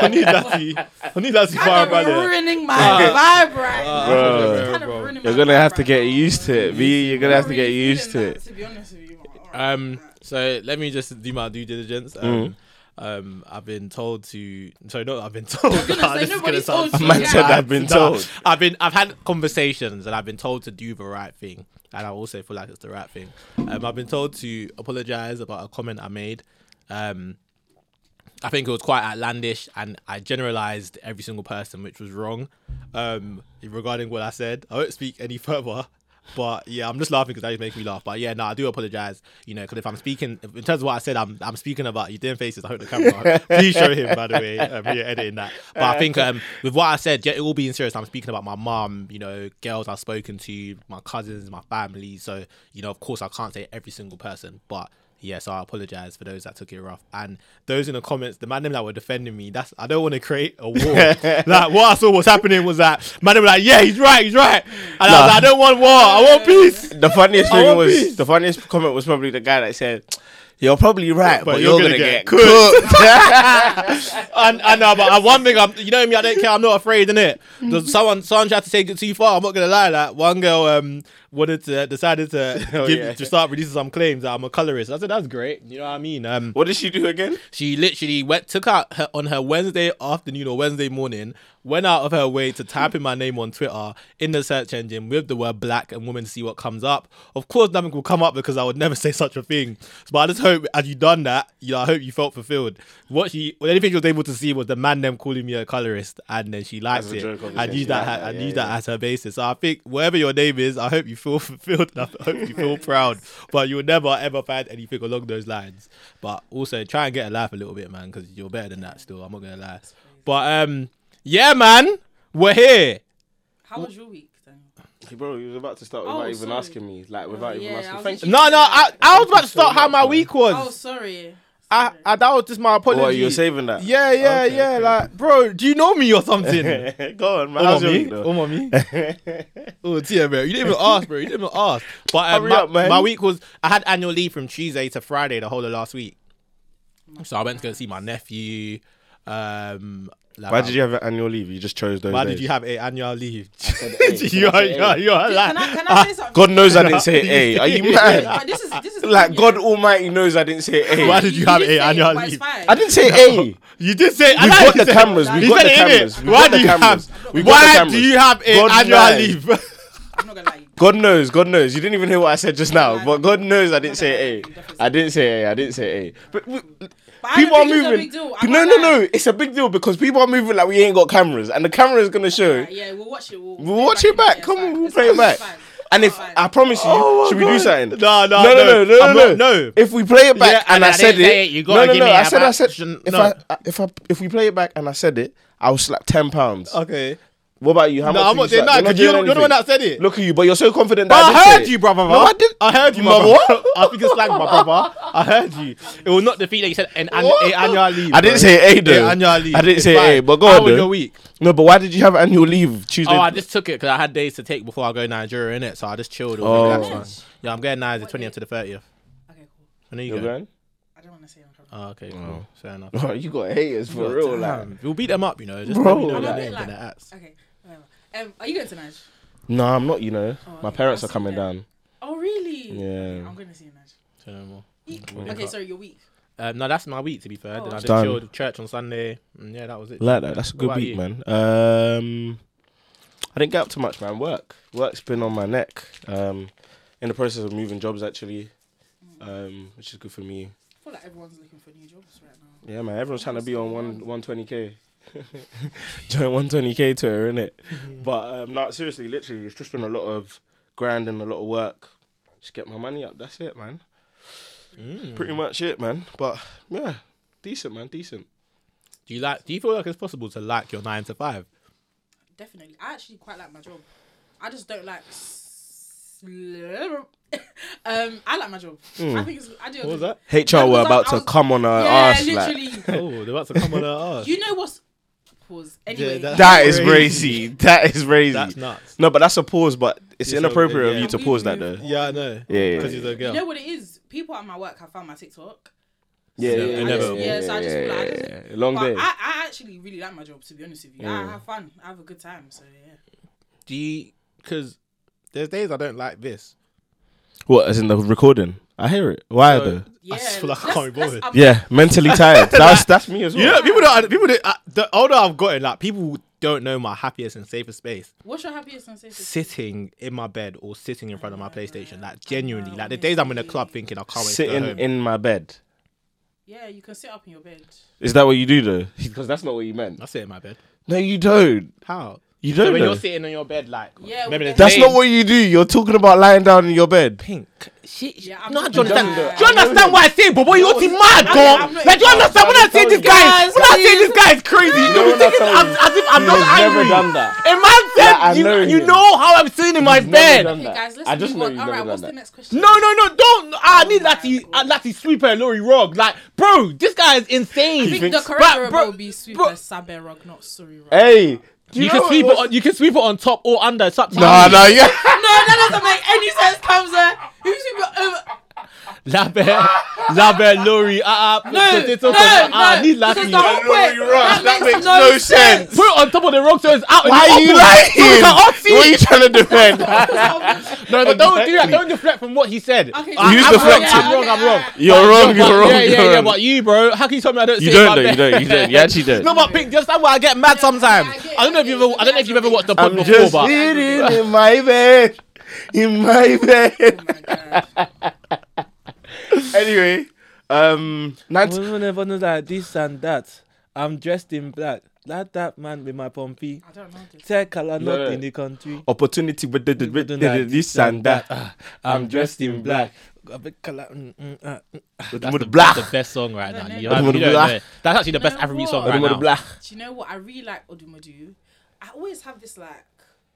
A: I need that. I need that far
B: kind of
A: brother.
B: ruining my
A: Ah.
B: vibe right
A: Ah,
B: now.
C: Bro.
A: I should share
B: Kind of
A: better,
B: ruining my
C: You're gonna
B: vibe
C: have to
B: right
C: get
B: now.
C: used to it, V. You're gonna have to get used to it.
B: To be honest with you, man. Alright.
A: Um, so let me just do my due diligence. Um,
C: Mm.
A: um, I've been told to. So no, I've been (laughs) told.
B: I was gonna say,
A: this is
B: nobody's
A: sound
B: told you.
A: so
B: Man said,
A: bad.
C: "I've been
A: No,
C: told."
A: I've been. I've had conversations, and I've been told to do the right thing, and I also feel like it's the right thing. Um, I've been told to apologize about a comment I made. Um, I think it was quite outlandish, and I generalized every single person, which was wrong. Um, regarding what I said, I won't speak any (laughs) further. But yeah, I'm just laughing because that just makes me laugh. But yeah, no, I do apologize. You know, because if I'm speaking if- in terms of what I said, I'm I'm speaking about you doing faces. I hope the camera. Please show him. By the way, um, we are editing that. But I think um, with what I said, yeah, it all being serious, I'm speaking about my mom. You know, girls I've spoken to, my cousins, my family. So you know, of course, I can't say every single person, but. Yeah, so I apologize for those that took it rough, and those in the comments, the man them that were defending me. That's I don't want to create
C: (laughs)
A: a war. like what I saw was happening was that man them were like, yeah, he's right, he's right, and I was like, I don't want war, I want peace.
C: The funniest
A: I
C: thing
A: want
C: was
A: peace.
C: the funniest comment was probably the guy that said, "You're probably right, but, you're, gonna, get,
A: cooked.
C: (laughs)
A: (laughs) and I know, but I- one thing, I'm, you know me, I don't care. I'm not afraid, innit? Does Someone, someone tried to take it too far. I'm not gonna lie. Like one girl, um, wanted to decided to
C: (laughs) Oh,
A: give
C: yeah.
A: to start releasing some claims that I'm a colorist. I said that's great. You know what I mean? Um,
C: What did she do again?
A: she literally went took out her on her Wednesday afternoon or Wednesday morning, went out of her way to type in my name on Twitter in the search engine with the word black and woman to see what comes up. Of course, nothing will come up because I would never (laughs) say such a thing. But I just hope as you done that, you know, I hope you felt fulfilled. What she well, anything she was able to see was the man them calling me a colorist and then she liked
C: As a
A: it.
C: joke,
A: I
C: obviously,
A: used that
C: yeah,
A: ha- I
C: yeah,
A: used
C: yeah.
A: that as her basis. So I think whatever your name is, I hope you feel (laughs) fulfilled and I hope you feel proud. But you'll never ever find anything along those lines. But also try and get a laugh a little bit, man, because you're better than that still. I'm not gonna lie. But um yeah, man, we're here.
B: How was your week, Daniel?
C: Bro, he was about to start
B: Oh,
C: without even
B: sorry.
C: asking me, like without even
B: yeah, I
C: asking.
B: was
C: Thank you.
A: No,
B: actually-
A: no, I, I was about to start how my week
B: Oh,
A: was.
B: sorry.
A: I,
B: Sorry.
A: I that was just my apology.
C: What you're saving that?
A: Yeah, yeah,
C: Okay,
A: yeah.
C: okay.
A: Like, bro, do you know me
C: (laughs)
A: or something?
C: Go on, man.
A: Oh,
C: How's your
A: mommy.
C: week,
A: Oh,
C: though?
A: mommy. (laughs) Oh, dear, bro. You didn't even ask, bro. You didn't even ask. But um,
C: Hurry
A: my,
C: up, man.
A: my week was, I had annual leave from Tuesday to Friday the whole of last week. So I went to go see my nephew. Um, like,
C: Why did you have an annual leave? You just chose those.
A: why
C: days.
A: did you have a annual leave? (laughs)
C: eight.
A: you
C: I said
A: are, you are,
C: eight.
A: you are
B: Dude,
A: like,
B: can, I, can I say something?
C: God (laughs) knows I didn't say A. Are you mad?
B: But this is this
C: (laughs)
B: is
C: Like
B: opinion.
C: God Almighty knows I didn't say A.
A: Why did you have
B: did
A: a
B: say it,
A: annual
B: but it's
A: leave?
B: fine.
C: I didn't say (laughs) A.
A: (laughs) you did say.
C: We've got the cameras.
B: we
C: We've
A: You
C: got
A: said
C: the
A: it, innit?
C: cameras. We've got
A: Why
C: the
A: do you
C: cameras.
A: have?
C: We've got the
A: Why
C: cameras.
A: do you have a
C: God
A: annual
C: lied.
A: leave? (laughs)
B: I'm not gonna lie.
C: God knows, God knows. You didn't even hear what I said just now,
B: Nah,
C: but God knows I didn't say
B: definitely
C: A. I didn't say A. I didn't say A. But w-
B: But I
C: people are
B: don't think it's a big
C: moving.
B: deal. I
C: No,
B: can't
C: no,
B: lie.
C: no. It's a big deal because people are moving like we ain't got cameras, and the camera is gonna show.
B: Alright, yeah, we'll watch it. We'll,
C: We'll watch it back.
B: Yeah,
C: Come
B: fine.
C: on, we'll
B: It's
C: play it
B: fine,
C: back.
B: it's fine.
C: And if
B: Fine.
C: I promise you,
A: Oh
C: should
A: my
C: we do
A: God.
C: something?
A: No, no,
C: no, no, no,
A: no. I'm
C: no,
A: not- no.
C: If we play it back
A: Yeah,
C: and,
A: and
C: I
A: I
C: said
A: didn't say
C: it,
A: it, you
C: no,
A: gotta
C: no,
A: give
C: no.
A: me
C: I
A: a
C: said, I
A: back.
C: said.
A: Shouldn't-
C: If
A: no.
C: I, I- if I, if we play it back and I said it, I'll slap ten pounds.
A: Okay.
C: What about you? How
A: No,
C: much?
A: I'm
C: did
A: not saying
C: slap?
A: that because
C: doing
A: you're the- you're the one
C: anything.
A: that said it.
C: Look at you, but you're so confident.
A: But
C: that
A: I
C: did
A: heard
C: say it.
A: you, brother.
C: No, I didn't.
A: I heard you,
C: Brother,
A: brother. (laughs) I think it's like my brother. I heard you. It will not defeat that you said an, an,
C: What?
A: a annual leave.
C: I didn't
A: bro.
C: say A though.
A: A annual leave.
C: I didn't
A: It's
C: say
A: fine.
C: A, but go
A: How
C: on,
A: was
C: though.
A: your week?
C: No, but why did you have annual leave Tuesday?
A: Oh, I just took it because I had days to take before I go to Nigeria, innit? So I just chilled. It was
C: Oh.
A: a relaxed one. Yeah, I'm going Nigeria
B: What
A: 20th to the 30th.
B: Okay, cool.
A: I know you
C: you
A: go.
C: going?
B: I don't want to say I'm coming.
A: Oh, okay, cool. Fair enough.
C: Bro, Oh, you got haters (laughs) for real, like.
A: Damn, We'll beat them up, you know. Just
C: Bro.
A: let me know
C: I'm
A: their
C: a
B: bit
A: names
B: like-
A: and their apps.
B: Okay, whatever. Um, are you going to Naj?
C: No, I'm not. You know,
B: Oh,
C: my
B: okay.
C: parents
B: I'll
C: are
B: see
C: coming
B: you then.
C: down.
B: Oh, really?
C: Yeah.
B: Okay, I'm going to see you, Naj.
A: Say no more.
B: Eek.
A: We'll
B: Okay,
A: link
B: sorry, your week.
A: Um, no, that's my week, to be fair. Then I just
C: Done.
A: chilled church on Sunday. And yeah, that was it.
C: Like that. That's a
A: What
C: good
A: about
C: beat,
A: you?
C: man. Um, I didn't get up too much, man. Work, work's been on my neck. Um, in the process of moving jobs, actually, um, which is good for me.
B: I feel like everyone's looking for new jobs right now.
C: Yeah, man. Everyone's trying to be on one one twenty k. (laughs) Join one twenty k tour, innit? But um, no, seriously, literally, it's just been a lot of grind and a lot of work. Just get my money up. That's it, man.
A: Mm.
C: Pretty much it, man. But yeah, decent, man. Decent.
A: Do you like? Do you feel like it's possible to like your nine to five?
B: Definitely. I actually quite like my job. I just don't like. s- (laughs) um, I like my job.
A: Hmm.
B: I think it's, I do. a
A: What was
B: good-
A: that?
C: HR
B: No,
C: were
B: because I-
C: about
B: I
C: to
B: was-
C: come on our
B: Yeah,
C: ass. Like.
B: literally.
A: (laughs) Oh, they're about to come on our ass.
B: (laughs) you know what's pause anyway?
C: (laughs)
A: that-
C: That is
A: Crazy.
C: crazy. That is crazy.
A: That's nuts.
C: no, but that's a pause. But it's
A: It's
C: inappropriate
A: okay,
C: of you
A: yeah.
C: to pause that though.
A: Yeah, I know.
C: Yeah, yeah,
A: Because he's a
B: you
A: girl.
B: know what it is? People at my work have found my TikTok.
C: Yeah,
A: So,
C: yeah,
A: inevitable.
C: yeah,
B: Yeah, so I just feel like I
C: yeah,
B: just-
C: yeah. Long
B: But
C: day.
B: I, I actually really like my job. To be honest with you, I
A: Hmm.
C: Yeah.
B: have fun. I have a good time. So yeah.
A: Do you? Because there's days I don't like this.
C: What? As in the recording? I hear it. Why
A: So-
C: though?
B: Yeah,
A: I just feel like I
B: let's-
A: can't be
B: let's
A: bothered.
C: (laughs)
B: up-
C: Yeah, mentally (laughs) tired. That's that's me as well.
A: You know, people don't. People don't. Uh, the older I've gotten, like people don't know my happiest and safest space.
B: What's your happiest sensation?
A: Sitting in my bed or sitting in front of my PlayStation. Like genuinely, like the days I'm in the club thinking I can't wait to go
C: Sitting
A: home.
C: in my bed.
B: Yeah, you can sit up in your bed.
C: (laughs) Is that what you do though? Because that's not what you meant.
A: I sit in my bed.
C: No, you don't.
A: How?
C: You
A: So
C: don't
A: when
C: know.
A: you're sitting on your bed, like
B: Yeah,
A: maybe the
B: we get-
C: That's
A: day-
C: not what you do. You're talking about lying down in your bed. (laughs)
A: pink. She, she-
B: Yeah, I'm
A: no,
B: not
A: do you
B: doing
A: understand?
B: that.
A: Do you understand what I say, Bobo? You're
C: No,
A: too mad,
B: I'm
A: dog.
B: not-
A: Like, do you
B: I'm
A: understand when I say this guy?
B: telling you.
A: When I say
B: Guys,
A: this guy is crazy, you
C: know what
A: know,
C: I'm
A: think it's
C: telling
A: as,
C: you?
A: as if I'm
C: He
A: not
C: has never
A: angry.
C: done that.
A: A man
C: Yeah, I
A: said,
C: know
A: you, you
C: him.
A: know how I'm sitting in my
C: never
A: bed.
C: done
B: Okay,
C: that.
B: guys, let's
C: I just
B: move
C: know
B: on.
C: you've
B: All
C: never
B: right,
C: done
B: what's the
C: that.
B: next question?
A: No, no, no, don't. I
B: Oh
A: need
B: my
A: Lati, uh,
B: God.
A: Lati Sweeper and Lori Rog. Like, bro, this guy is insane.
B: I think the
A: But,
B: correct verb
A: bro,
B: will be sweep
A: bro-
B: as Saberog, not Suri Rog.
C: Hey,
A: You, can sweep it. On, you can sweep it on top or under.
C: (laughs)
A: Stop
C: Nah, (laughs) nah, yeah.
B: No, that doesn't make any sense, Kamza. Who's
C: (laughs)
B: sweep over?
A: Laber, Laber, Lori. Ah, ah.
B: No,
A: potato,
B: no,
A: potato, ah, I
B: no,
A: need
B: because
A: Lati.
B: the whole point-
C: That,
B: that
C: makes no sense.
A: Put it on top of the rock so it's out. in
C: Why
A: the
C: are you
A: open. No,
C: lying?
A: it's an off
C: What are you
A: season.
C: trying to
A: (laughs)
C: defend?
A: No, but don't do that.
C: Exactly.
A: Don't deflect from what he said.
B: Okay,
A: I-
C: Use
A: I'm
C: the
A: wrong,
C: flex.
A: I'm wrong. I'm wrong.
C: You're wrong.
A: But-
C: You're wrong.
A: Yeah, yeah,
C: you're
A: yeah.
C: wrong.
A: But you, bro, how can you tell me I don't?
C: You
A: sit in
C: don't
A: my
C: though. You
A: bed?
C: don't. You don't. You actually don't.
A: No, but Pink, just that's why I get mad sometimes.
B: I get-
A: I don't know if you've ever, I don't know if you've ever watched the pod
C: I'm
A: before,
C: just
A: but
C: sitting in my bed. In my bed. (laughs)
B: Oh my God.
C: anyway, um, Nant-
D: Women never know that this and that. I'm dressed in black. Like that man with my pompy.
B: I don't know this.
D: Tell color not
C: No.
D: in the country.
C: opportunity with the, the,
D: People do
C: the- the-
D: that,
C: this and that.
D: Ah, I'm dressed in black. A bit colour, mm, mm, ah, mm.
A: that's
C: With
A: the,
C: black.
A: that's the best song right now. You
B: No,
A: have-
C: no.
A: you don't know. That's actually the best
B: No,
A: Afrobeat
B: what?
A: song right
C: With
A: now.
C: black.
B: Do you know what? I really like Odumadu. I always have this like.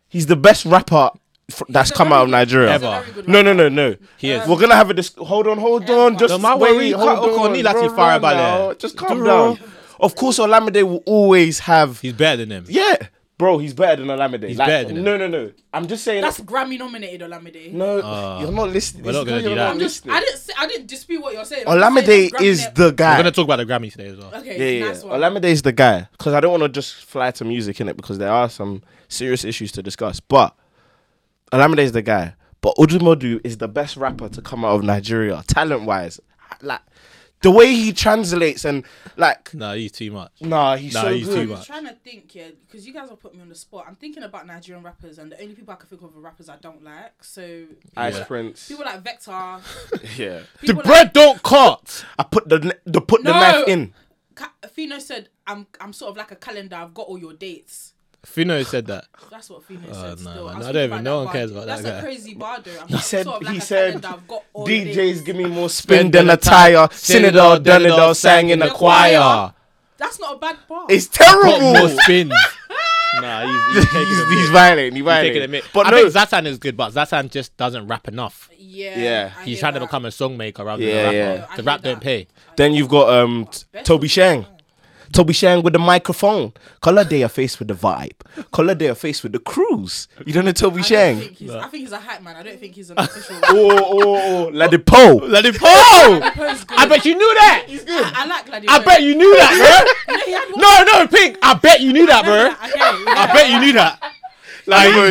C: He's the best rapper fr- that's
B: He's a
C: come
B: very
C: out of
B: good-
C: Nigeria.
B: he's a
A: Ever.
B: very good
C: No, no,
B: rapper.
C: no, no.
A: He is.
C: We're gonna have a dis- hold on, hold on. Just
A: No, ma worry,
C: wait, hold
A: cut
C: on.
A: Okorni lati
C: Run
A: fire back
C: now,
A: there.
C: Just calm
A: Duro.
C: down. Of course, Olamide will always have.
A: He's better than him.
C: Yeah, bro, he's better than Olamide. He's
A: better than him.
C: No, no, no. I'm just saying.
B: That's Grammy nominated Olamide.
C: no,
A: Uh,
C: you're not listening.
A: we're not gonna
C: You're
A: do that.
B: I'm just,
C: listening.
B: I didn't, say, I didn't dispute what you're saying. I'm just saying
C: Olamide
B: that's
C: is
B: Grammy-
C: the guy.
A: We're gonna talk about the Grammys today as well.
C: yeah,
B: Okay,
C: yeah. yeah.
B: nice one.
C: Olamide is the guy because I don't want to just fly to music in it because there are some serious issues to discuss. But Olamide is the guy. But Udumodu is the best rapper to come out of Nigeria, talent wise. Like the way he translates and like,
A: No, he's too much.
C: nah, he's
A: Nah,
C: so
A: he's
C: good.
A: too
B: I
A: much.
B: was trying to think, yeah, because you guys have put me on the spot. I'm thinking about Nigerian rappers, and the only people I can think of are rappers I don't like. So
C: Ice
B: people,
C: Prince.
B: people like Vector.
C: (laughs) Yeah.
A: (laughs) The
B: people
A: bread don't cut.
C: I put the kn- the put the
B: No.
C: knife in.
B: Like, Ka- Fino said, "I'm I'm sort of like a calendar. I've got all your dates."
A: Fino said
C: (laughs)
A: that.
B: That's what Fino
A: Oh,
B: said.
A: no, no,
B: still. I
A: I
B: was
A: don't
B: thinking
A: even-
B: about
A: no
B: that
A: one
B: bar.
A: cares about
B: That's
A: that guy.
B: a crazy bardo. I'm
C: He said
B: sort of like
C: he
B: a
C: said
B: calendar. I've got all your dates.
C: DJs give me more spin than a tire. Sin it all, done it all, sang in the choir.
B: That's not a bad bar.
C: It's
A: Got more
C: terrible. (laughs)
A: spins. nah, he's, he's taking
C: he's,
A: a
C: he's
A: minute.
C: violent. He's
A: He's
C: violent.
A: taking a minute.
C: But
A: I
C: no,
A: think Zatan is good, but Zatan just doesn't rap enough.
B: yeah.
C: Yeah.
B: I
A: He's
B: hear
A: trying to
B: that.
A: become a song maker rather
C: Yeah,
A: than a
C: yeah.
A: rapper.
B: I
A: The
B: hear
A: rap don't
B: that.
A: pay.
C: Then you've got um t- Toby Shang. Toby Shang with the microphone. Color day are faced with the vibe. Color day are faced with the cruise. You don't know Toby
B: I,
C: Shang?
B: don't think he's, I think he's a hype man. I don't think
A: (laughs)
B: he's an official. rapper.
C: Oh, oh, oh. La de Poe.
A: Let him go.
B: Poe's good.
A: I bet you knew that.
B: I, I like Laddie.
A: I
B: Poe.
A: bet you
C: (laughs)
A: knew that, bro.
B: He had one-
C: Oh,
A: No, no, Pink. I bet you knew that, (laughs) bro.
B: Okay, yeah.
A: I bet you knew that. Like, nah,
B: He
A: nah,
B: had,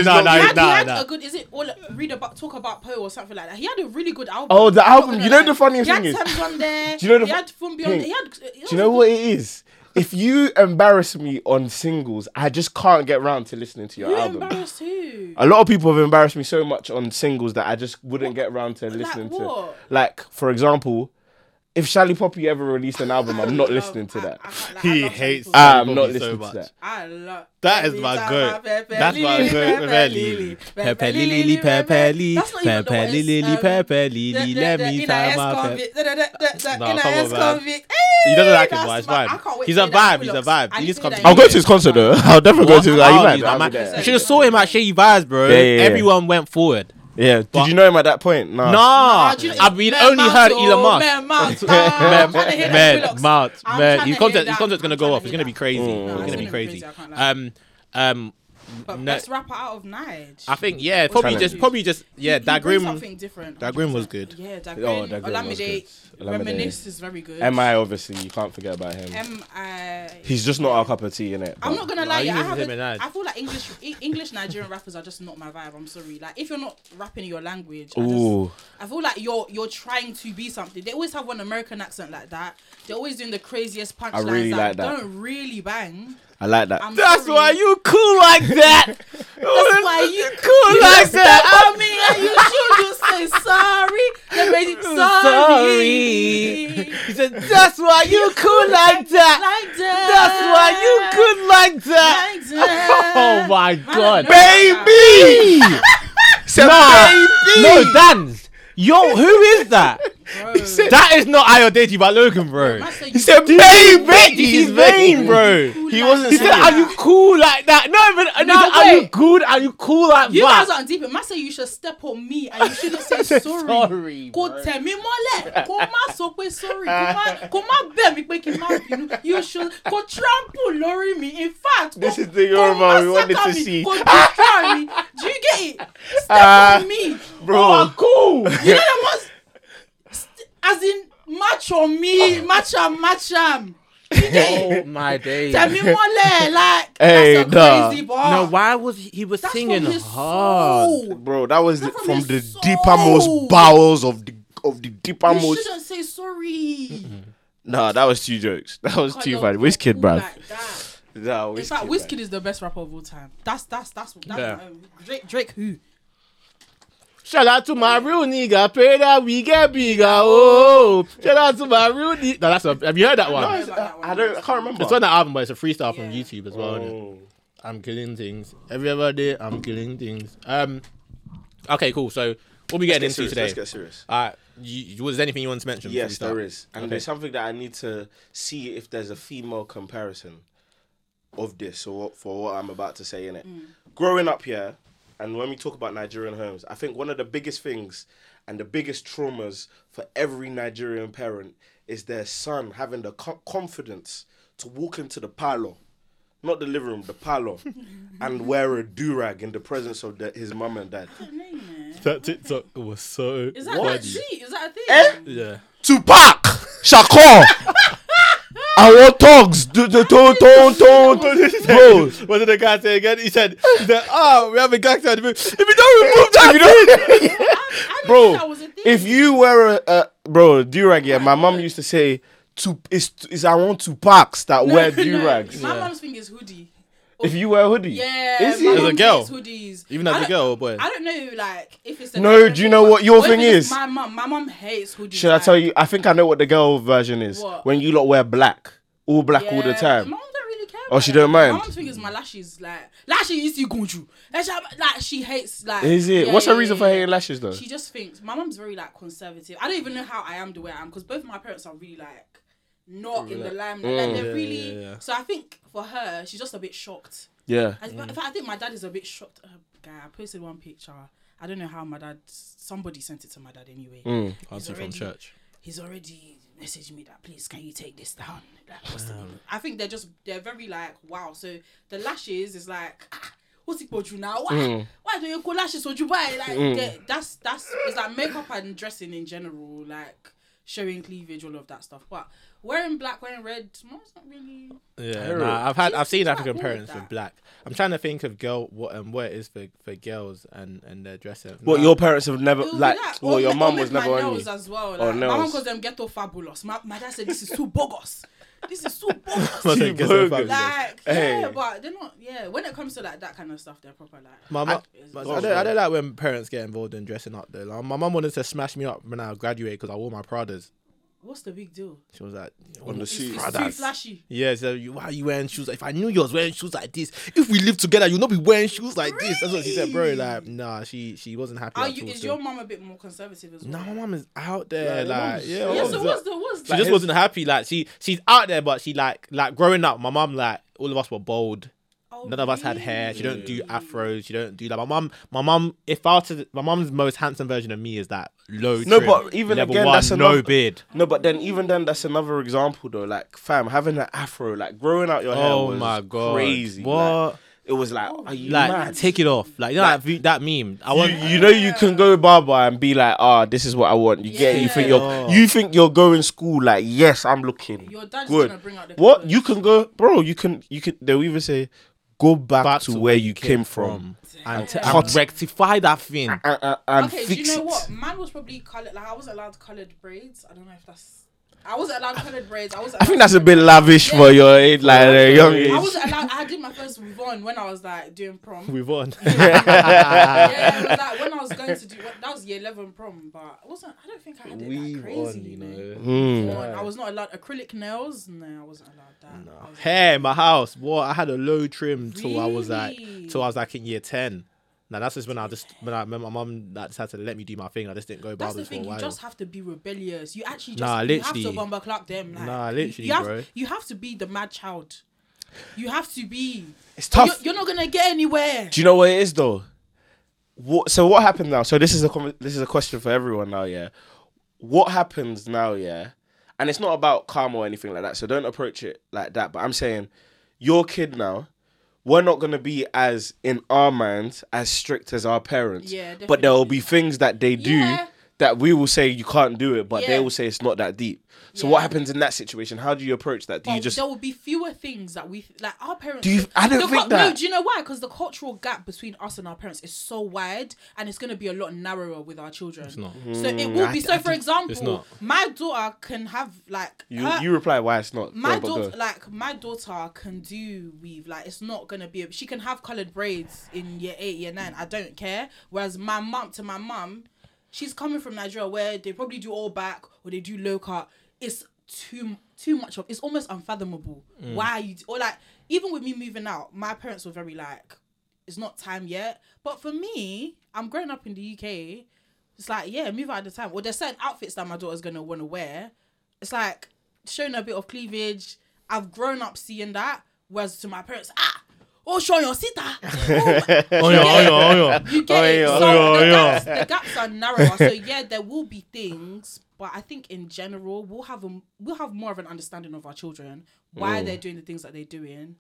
B: he
A: nah,
B: had
A: nah.
B: a good. Is it all read about talk about Poe or something like that? He had a really good album.
C: Oh, the
B: I'm not
C: album.
B: gonna
C: You know
B: lie.
C: the funniest
B: he
C: thing
B: had
C: is-
B: Sam's on there.
C: Do you know the
B: he
C: fu-
B: had From Beyond.
C: Hey,
B: He had.
C: Do you know what it is? If you embarrass me on singles, I just can't get round to listening to your
B: You
C: album.
B: embarrassed who?
C: A lot of people have embarrassed me so much on singles that I just wouldn't get round to listening to.
B: what?
C: Like, for example, if Shally Poppy ever released an album, I'm
B: (laughs)
C: not listening to
B: Oh, I-
C: that.
B: I can't- like, I
A: He
B: love
A: hates Shally
B: Sam's on-
C: Ah, I'm
A: Poppy
C: not
A: so
C: listening
A: much.
C: to that.
B: I love.
A: That is
B: Every
A: my
B: time
A: goat.
B: I Pepe
A: That's my
B: Lili,
A: goat,
B: Pepe
A: Pepe
B: Lili,
A: Lili.
B: Pepe Lili, Pepe Lili. That's not even the
D: Pepe
B: worst,
D: Lili,
B: um,
D: Pepe
B: the-
D: Lili,
B: the-
D: let
B: the
D: me
B: inner
D: tie my Pepe-
B: ex-convict, the- the- the- the- the
A: Nah,
B: inner
A: come on, man.
B: ex-convict.
A: He doesn't like it,
B: That's
A: but it's
B: my- I
A: fine.
B: can't wait
A: He's
B: to
A: a
B: hear that
A: vibe. He's
B: Goldilocks.
A: a vibe.
B: I
A: He
B: need
A: needs to
B: to hear
A: come
B: that
C: I'll
A: to
C: go to his concert though. (laughs) I'll definitely go to. Are you mad? I'll be there.
A: I should have saw him at Shady Vibes, bro.
C: Yeah, yeah, yeah.
A: Everyone went forward.
C: Yeah. Did
A: But-
C: you know him at that point? No.
A: Nah,
B: Ah, do you know-
A: I've been
B: Man
A: only
B: Mount,
A: heard
B: oh,
A: Elon Musk. (laughs)
B: Man Mount, ah, I'm trying to hear that
A: man,
B: Goldilocks.
A: Mount, man,
B: I'm trying
A: his
B: to hear
A: concept, his
B: that.
A: concept's gonna
B: I'm
A: go
B: trying
A: off. It's gonna be
B: hear that.
A: crazy.
B: No,
A: It's
B: it's
A: gonna be
B: gonna be
A: crazy.
B: crazy, I can't lie.
A: Um, um,
B: But
A: No.
B: best rapper out of Nige.
A: I think yeah, probably
C: Challenge.
A: just, probably just yeah.
B: He- he brings
A: Dagrim,
B: something different.
A: Dagrim was good.
B: Yeah, Dagrim.
C: Oh, Dagrim was
B: Olamide.
C: good. Olamide.
B: Reminisce is very good.
C: Mi obviously you can't forget about him.
B: M I.
C: He's just not our cup of tea in it.
B: I'm not gonna lie,
A: he
B: yeah, I
A: uses
B: have.
A: him and I.
B: A, I feel like English, E- English Nigerian rappers are just not my vibe. I'm sorry. Like if you're not rapping in your language, I,
C: Ooh.
B: just, I feel like you're you're trying to be something. They always have one American accent like that. They're always doing the craziest punchlines
C: really
B: that,
C: like that.
B: don't really bang.
C: I like that.
B: I'm
A: That's
B: sorry.
A: why you cool like that. That's
B: why
C: (laughs)
B: you (laughs)
A: cool
B: You
A: like
B: step
A: that.
B: on me and you should just say sorry. They
A: (laughs)
B: made it sorry.
A: Sorry. (laughs) He said, "That's why you cool like that.
B: Like that.
A: That's why you cool like that." (laughs)
B: Like
A: Oh my god.
B: no.
C: Baby! Said
A: Nah.
C: baby!
A: No, Dan's. Yo, who is that? that is not Ayodeji by Logan, bro.
B: Man said
C: He
B: you-
C: said baby!
A: He's vain, bro.
C: He wasn't
A: He said,
C: saying
A: "Are you cool like that?" No, but no,
B: Neither
A: are you
B: way.
A: good? Are you cool like
B: You guys
A: that?
B: aren't deep. Man said you should step on me and you shouldn't
C: (laughs)
B: say sorry.
A: Sorry,
B: Kò tẹ̀ mí mọ́lẹ̀. Kò má sọ pé sorry. Kò má kò má bẹ̀ mí pé kí n má bínú. You should kò trample lórí mi. In fact,
C: This
B: kò-
C: is the
B: kò
C: Yoruba
B: má
C: we wanted
B: sẹ́ka
C: to
B: mi,
C: see.
B: Kò destroy me. Do you get it? Step
C: Ah.
B: on me.
C: Bro.
A: Oh,
C: (laughs)
A: cool.
B: You know the most. St- as in match on me. Match am. Match am.
D: Oh my days.
B: Tẹ̀ mí
C: (laughs)
B: mọ́lẹ̀. Like
C: Hey,
B: that's a
C: nah.
B: crazy bar.
D: No, why was he, he was
B: That's
D: singing
B: from his
D: hard?
B: soul.
C: Bro, that was
B: Not
C: the-
B: from
C: from, the
B: his
C: deeper most
B: soul.
C: bowels of the of the deeper
B: You
C: most.
B: shouldn't say sorry.
C: Nah, that was two jokes. That was
B: God,
C: too
B: no,
C: bad.
B: don't
C: Wizkid,
B: do
C: bruv.
B: like that.
C: Nah,
B: In fact,
C: Wizkid,
B: Wizkid is the best rapper of all time. That's that's that's, that's
A: Yeah.
B: um, Drake. Drake who?
A: Shout out to my real nigga. Pray that we get bigger. Oh, shout out to my real nigga. No, that's a, have you heard that one?
B: No,
C: bruv.
B: it's- I-
C: I don't. I can't remember. Mm.
A: It's on the album, but it's a freestyle from
B: Yeah.
A: YouTube as well. innit? Oh. I'm killing things every other day. I'm killing things. Um, okay, cool. So what we getting into today?
C: Let's get serious.
A: Uh, you, you- was there anything you want to mention? before we
C: Yes,
A: start?
C: there is, and
A: Okay.
C: there's something that I need to see if there's a female comparison of this or what, for what I'm about to say in it. Growing up here, and when we talk about Nigerian homes, I think one of the biggest things and the biggest traumas for every Nigerian parent is their son having the co- confidence to walk into the parlor, not the living room, the parlor, and wear a do rag in the presence of the, his mum and dad.
A: That TikTok was so.
B: Is that
A: funny.
B: that cheat? Is that a thing?
C: Eh?
A: Yeah. (laughs)
C: Tupac, Shakur, our dogs, do the ton
B: (laughs)
C: ton ton. Bro,
A: What did the guy say again? He said, he said "Oh, we have a gangster. If you don't remove that,
B: I didn't
C: bro,
B: know that was a thing. (laughs)
C: if you were a, a bro durag, yeah, my mum used to say, "Tu is is I want Tupacs that
B: (laughs)
C: wear durags."
B: My mom's thing is hoodie.
C: If you wear a hoodie,
B: Yeah,
C: is
B: my
A: As a
C: it?
B: mum's
A: girl?
B: thing is hoodies.
A: even as
B: I
A: a
B: don't-
A: girl or boy.
B: I don't know, like if it's a
C: No, do you know what your
B: or if
C: thing
B: it's
C: is?
B: My mom, my mom hates hoodies.
C: Should I
B: like-
C: tell you? I think I know what the girl version is.
B: What?
C: When you lot wear black, all black all the
B: Yeah,
C: time.
B: My mom don't really care.
C: Oh,
B: about
C: she
B: that.
C: don't mind?
B: My mom's thing is my lashes. Like lashes used to gunju. Like she, like, she hates like.
C: Is it?
B: Yeah,
C: What's
B: yeah,
C: the reason
B: yeah,
C: for
B: yeah.
C: hating lashes though?
B: She just thinks my mom's very like conservative. I don't even know how I am the way I am because both my parents are really like not in the limelight. like, they're really.
A: yeah, yeah.
B: So I think for her, she's just a bit shocked.
C: Yeah.
B: I, In fact, I think my dad is a bit shocked. Uh, guy, I posted one picture. I don't know how my dad. Somebody sent it to my dad anyway.
A: Auntie from
B: already-
A: church.
B: He's already messaged me that please can you take this down? Like, what's the name? I think they're just they're very like wow. So the lashes is like. Ah, What's it called you now? Why,
C: Mm.
B: why do you call lashes what you buy? Like they're- that's that's it's like makeup and dressing in general, like showing cleavage, all of that stuff. But wearing black, wearing red, mom's not really
A: Yeah,
C: Harold.
A: nah, I've had I've seen
B: She's
A: African
B: quite cool with
A: parents with
B: that.
A: black. I'm trying to think of girl what and what it is for, for girls and and their dressing.
C: What
A: Nah.
C: your parents have never
B: It would be
C: like?
B: that,
C: Well,
B: or
C: your
B: ma-
C: mum
B: or
C: was
B: make
C: never
B: my
C: on
B: nails
C: you. Oh,
B: as well. Like,
C: Or
B: My mum
C: nails.
B: calls them ghetto fabulous. My, my dad said this is too bogus. This is too
A: (laughs)
B: bogus.
A: Must (laughs) have guessed her
C: Bogus.
A: family.
B: like
C: Hey.
B: yeah, but they're not. Yeah, when it comes to like that kind of stuff, they're proper like.
A: My mum,
B: is-
A: I,
B: is-
A: don't, I don't like when parents get involved in dressing up though. Like, my mum wanted to smash me up when I graduated because I wore my Pradas.
B: What's the big deal?
A: She was like,
C: On the
B: It's,
C: seat.
B: it's too flashy.
A: Yeah, so you, why are you wearing shoes? Like, if I knew you was wearing shoes like this, if we live together, you'll not be wearing shoes like this. That's what she said, bro. Like, nah, she she wasn't happy.
B: Are
A: at
B: you?
A: all
B: Is
A: still.
B: your mum a bit more conservative as
A: No,
B: well?
A: my mum is out there.
C: Like,
A: like,
C: mum's-
A: yeah,
C: my
A: mum's
B: Yeah, so
C: mum's
A: out-
B: what's the what's
A: she
B: the?
A: just wasn't happy. Like she she's out there, but she like like growing up. My mum like all of us were bold.
B: Oh,
A: None of us had hair. She don't
B: really?
A: do afros. She don't do like my mum. My mum, if I was to, my mum's most handsome version of me is that low.
C: No,
A: trim,
C: but even
A: level
C: again,
A: one,
C: that's
A: no
C: another-
A: beard.
C: No, but then even then, that's another example though. Like, fam, having an afro, like growing out your hair
A: Oh
C: was
A: my god,
C: crazy.
A: What?
C: Like, it was like, are you
A: like
C: mad?
A: take it off. Like you know that, v- that meme. I
C: you,
A: want.
C: you know you can go barber and be like, ah, this is what I want. You get it. You think
B: Yeah.
C: you're you think you're going school like, yes, I'm looking
B: Your dad's
C: good.
B: gonna bring out the.
C: What
B: colours.
C: you can go, bro? You can you can. They'll even say, go back, to, where you came from,
A: and,
B: Damn.
A: and rectify that thing.
C: (laughs) and, and, and
B: Okay, do
C: fix
B: you know
C: it.
B: what? Mine was probably colored. Like I was allowed colored braids. I don't know if that's. I wasn't allowed colored braids. I was.
C: I think that's a bit lavish for your age, like uh, young
B: I
C: age.
B: wasn't allowed. I did my first Vivon when I was like doing prom.
A: We've on. (laughs)
B: yeah, it was like when I was going to do that was year eleven prom, but I wasn't. I don't think I had it that crazy. you know.
C: Mm.
B: One, I was not allowed acrylic nails. No, I wasn't allowed that.
C: Mm.
B: I was-
A: Hair, my house. Boy, I had a low trim till I was like
B: Really?
A: till I was like in year ten. Now that's just when I just when I remember my mum like, decided to let me do my thing. I just didn't go
B: That's the
A: barbers for a
B: thing. You
A: while.
B: just have to be rebellious. You actually just
A: Nah,
B: you have
A: literally.
B: to bumper clock them. Like,
A: Nah,
B: you-
A: literally,
B: you have,
A: bro.
B: You have to be the mad child. You have to be.
C: It's
B: You're,
C: tough.
B: you're not gonna get anywhere.
C: Do you know what it is though? What, so what happened now? So this is a conver- this is a question for everyone now. Yeah, what happens now? Yeah, and it's not about karma or anything like that. So don't approach it like that. But I'm saying, your kid now, we're not gonna be as in our minds as strict as our parents.
B: Yeah,
C: But there will be things that they do.
B: Yeah.
C: That we will say you can't do it, but they
B: Yeah.
C: will say it's not that deep. So
B: Yeah.
C: what happens in that situation? How do you approach that? Do
B: But
C: you just
B: there will be fewer things that we like our parents.
C: Do you- I don't
B: the
C: think
B: No,
C: that.
B: do you know why? Because the cultural gap between us and our parents is so wide, and it's going to be a lot narrower with our children. It's
A: not.
B: So it will be. So for example,
A: not.
B: my daughter can have like
C: you,
B: her-
C: you reply why it's not?
B: my
C: Go, but
B: daughter,
C: go.
B: like my daughter, can do weave. Like it's not gonna be. A, she can have colored braids in year eight, year nine. I don't care. Whereas my mum, to my mum, she's coming from Nigeria where they probably do all back or they do low cut. It's too too much of. It's almost unfathomable. Why you d- or like even with me moving out, my parents were very like, it's not time yet. But for me, I'm growing up in the UK. It's like yeah, move out at the time. Or there's certain outfits that my daughter's gonna want to wear it's like showing a bit of cleavage. I've grown up seeing that. Whereas to my parents, ah, oh, show
A: (laughs)
B: your sister. Oh, my-
A: Oh yeah, oh yeah, oh yeah.
B: you get it.
C: yeah.
B: So
A: Oh,
B: the,
A: yeah.
B: Gaps, the gaps are narrower. So yeah, there will be things, but I think in general we'll have a, we'll have more of an understanding of our children
A: Mm.
B: why they're doing the things that they're doing,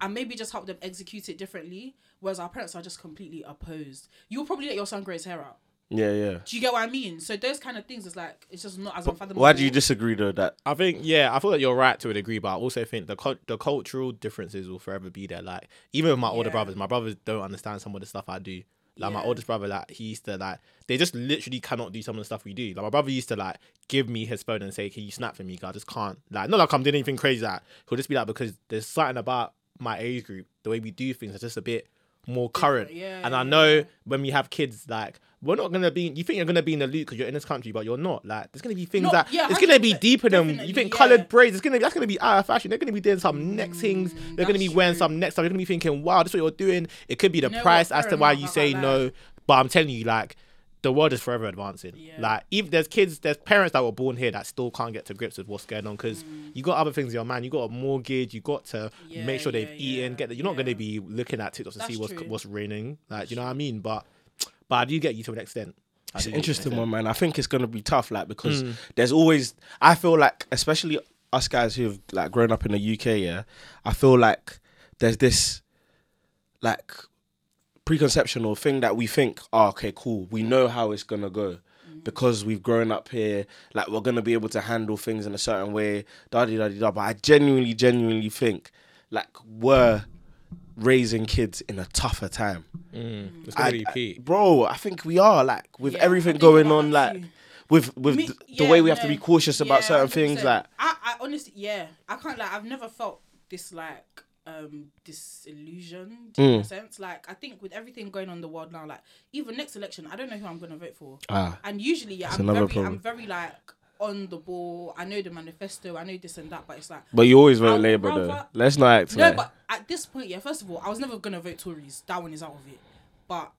B: and maybe just help them execute it differently. Whereas our parents are just completely opposed. You'll probably let your son grow his hair out.
C: yeah, yeah.
B: Do you get what I mean? So those kind of things is like it's just not as unfathomable.
C: Why do you disagree though? That
A: I think yeah, I feel that you're right to a degree, but I also think the cul the cultural differences will forever be there. Like even with my older
B: Yeah.
A: brothers, my brothers don't understand some of the stuff I do. Like my
B: Yeah.
A: oldest brother, like he used to like they just literally cannot do some of the stuff we do. Like my brother used to like give me his phone and say, "Can you snap for me?" 'Cause I just can't. Like not like I'm doing anything crazy. Like he'll just be like because there's something about my age group, the way we do things, is just a bit more current.
B: yeah,
A: and I
B: yeah,
A: know when we have kids, like. We're not gonna be. You think you're gonna be in the loop because you're in this country, but you're not. Like, there's gonna be things
B: No,
A: that
B: yeah,
A: it's gonna be
B: 100%,
A: deeper than you
B: definitely,
A: think.
B: yeah. Mm,
A: Colored braids. It's gonna that's gonna be out of fashion. They're gonna be doing some next things. They're gonna be
B: that's
A: wearing
B: true.
A: some next stuff. They're gonna be thinking, wow, this is what you're doing. It could be the
B: know what?
A: price as
B: Fair
A: to why
B: enough,
A: you
B: I
A: say
B: can't
A: no. But I'm telling you, like, the world is forever advancing. Like, if there's kids, there's parents that were born here that still can't get to grips with what's going on because you got other things in your mind. You got a mortgage. You got to
B: Mm. Yeah,
A: make sure they've
B: yeah,
A: eaten.
B: yeah,
A: Get that. You're not gonna be looking at TikToks to see
B: That's
A: what's
B: true.
A: what's raining. Like, you know what I mean? But but I do get you to an extent. I
C: It's an
A: do get you to an
C: interesting
A: extent.
C: one, man. I think it's gonna be tough, like because there's always. I feel like, especially us guys who've like grown up in the UK, yeah. I feel like there's this, like, preconception or thing that we think, oh, okay, cool. We know how it's gonna go because we've grown up here. Like we're gonna be able to handle things in a certain way. Da da da da. But I genuinely, genuinely think, like, we're raising kids in a tougher time.
A: It's gonna be
C: I- I-
A: peak.
C: bro. I think we are like with
B: Yeah, I
C: everything
B: think
C: going
B: about
C: on,
B: that
C: like
B: too.
C: with with
B: Me-
C: th-
B: yeah,
C: the way we have to
B: no.
C: be cautious about
B: Yeah,
C: certain things,
B: 100%.
C: like
B: I, I honestly, yeah, I can't like I've never felt this like um disillusioned
C: Mm.
B: in a sense. Like I think with everything going on in the world now, like even next election, I don't know who I'm gonna vote for.
C: ah,
B: And usually, yeah, I'm
C: another
B: very,
C: problem.
B: I'm very like on the ball. I know the manifesto. I know this and that, but it's like.
C: but you always vote
B: I would
C: Labour though.
B: rather-
C: Let's not act
B: No,
C: like
B: but at this point, yeah. First of all, I was never gonna vote Tories. That one is out of it.
C: (laughs)
B: But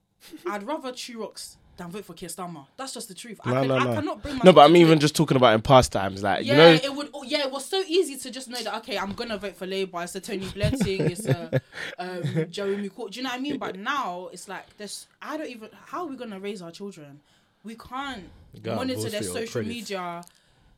B: I'd rather Trurox than vote for Keir Starmer. That's just the truth. I,
C: no,
B: can,
C: no,
B: I
C: no.
B: cannot bring my
C: no, but I'm even just talking about in past times, like
B: Yeah,
C: you know,
B: it would. oh, Yeah, it was so easy to just know that. Okay, I'm gonna vote for Labour. It's a Tony Blair thing.
A: (laughs)
B: It's a um, Jeremy Corbyn. Do you know what I mean? But now it's like this. I don't even. How are we gonna raise our children? We can't
A: gotta
B: monitor
A: vote
B: their
A: for your
B: social
A: credits.
B: media.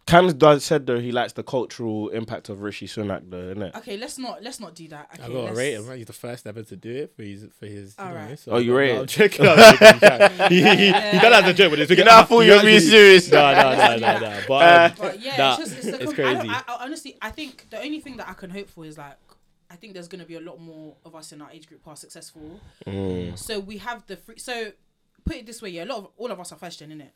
C: Cam does said though he likes the cultural impact of Rishi Sunak though, innit?
B: Okay, let's not let's not do that. Okay,
A: I gotta
B: let's-
A: rate
B: (laughs)
A: him. Right? He's the first ever to do it for his for his. you
B: All
A: know,
B: right.
A: so-
C: Oh, you rate
A: I'm
C: it? (laughs)
A: joking. I'm joking, I'm joking. (laughs) he, he, he done as a joke, but it's
C: You know, I thought you were being serious.
A: No, no, no, no, no.
C: Uh,
A: (laughs) But um,
B: But yeah,
A: Nah,
B: it's just it's, the
A: it's
B: com- I don't-
A: crazy.
B: I, I, honestly, I think the only thing that I can hope for is like, I think
A: Mm.
B: there's gonna be a lot more of us in our age group who are successful. So we have the free. So put it this way, yeah, a lot of all of us are first gen, innit?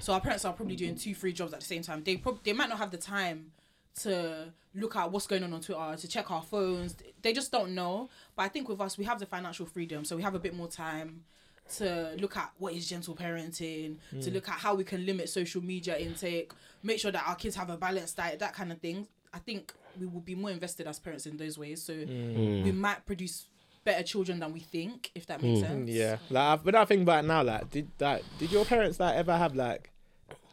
B: So our parents are probably doing two, three jobs at the same time. They prob- they might not have the time to look at what's going on on Twitter, to check our phones. They just don't know. But I think with us, we have the financial freedom, so we have a bit more time to look at what is gentle parenting, to look at how we can limit social media intake, make sure that our kids have a balanced diet, that kind of thing. I think we will be more invested as parents in those ways, so we might produce better children than we think, if that makes sense.
A: Yeah, like I've, when I think back now, like did that did your parents like ever have like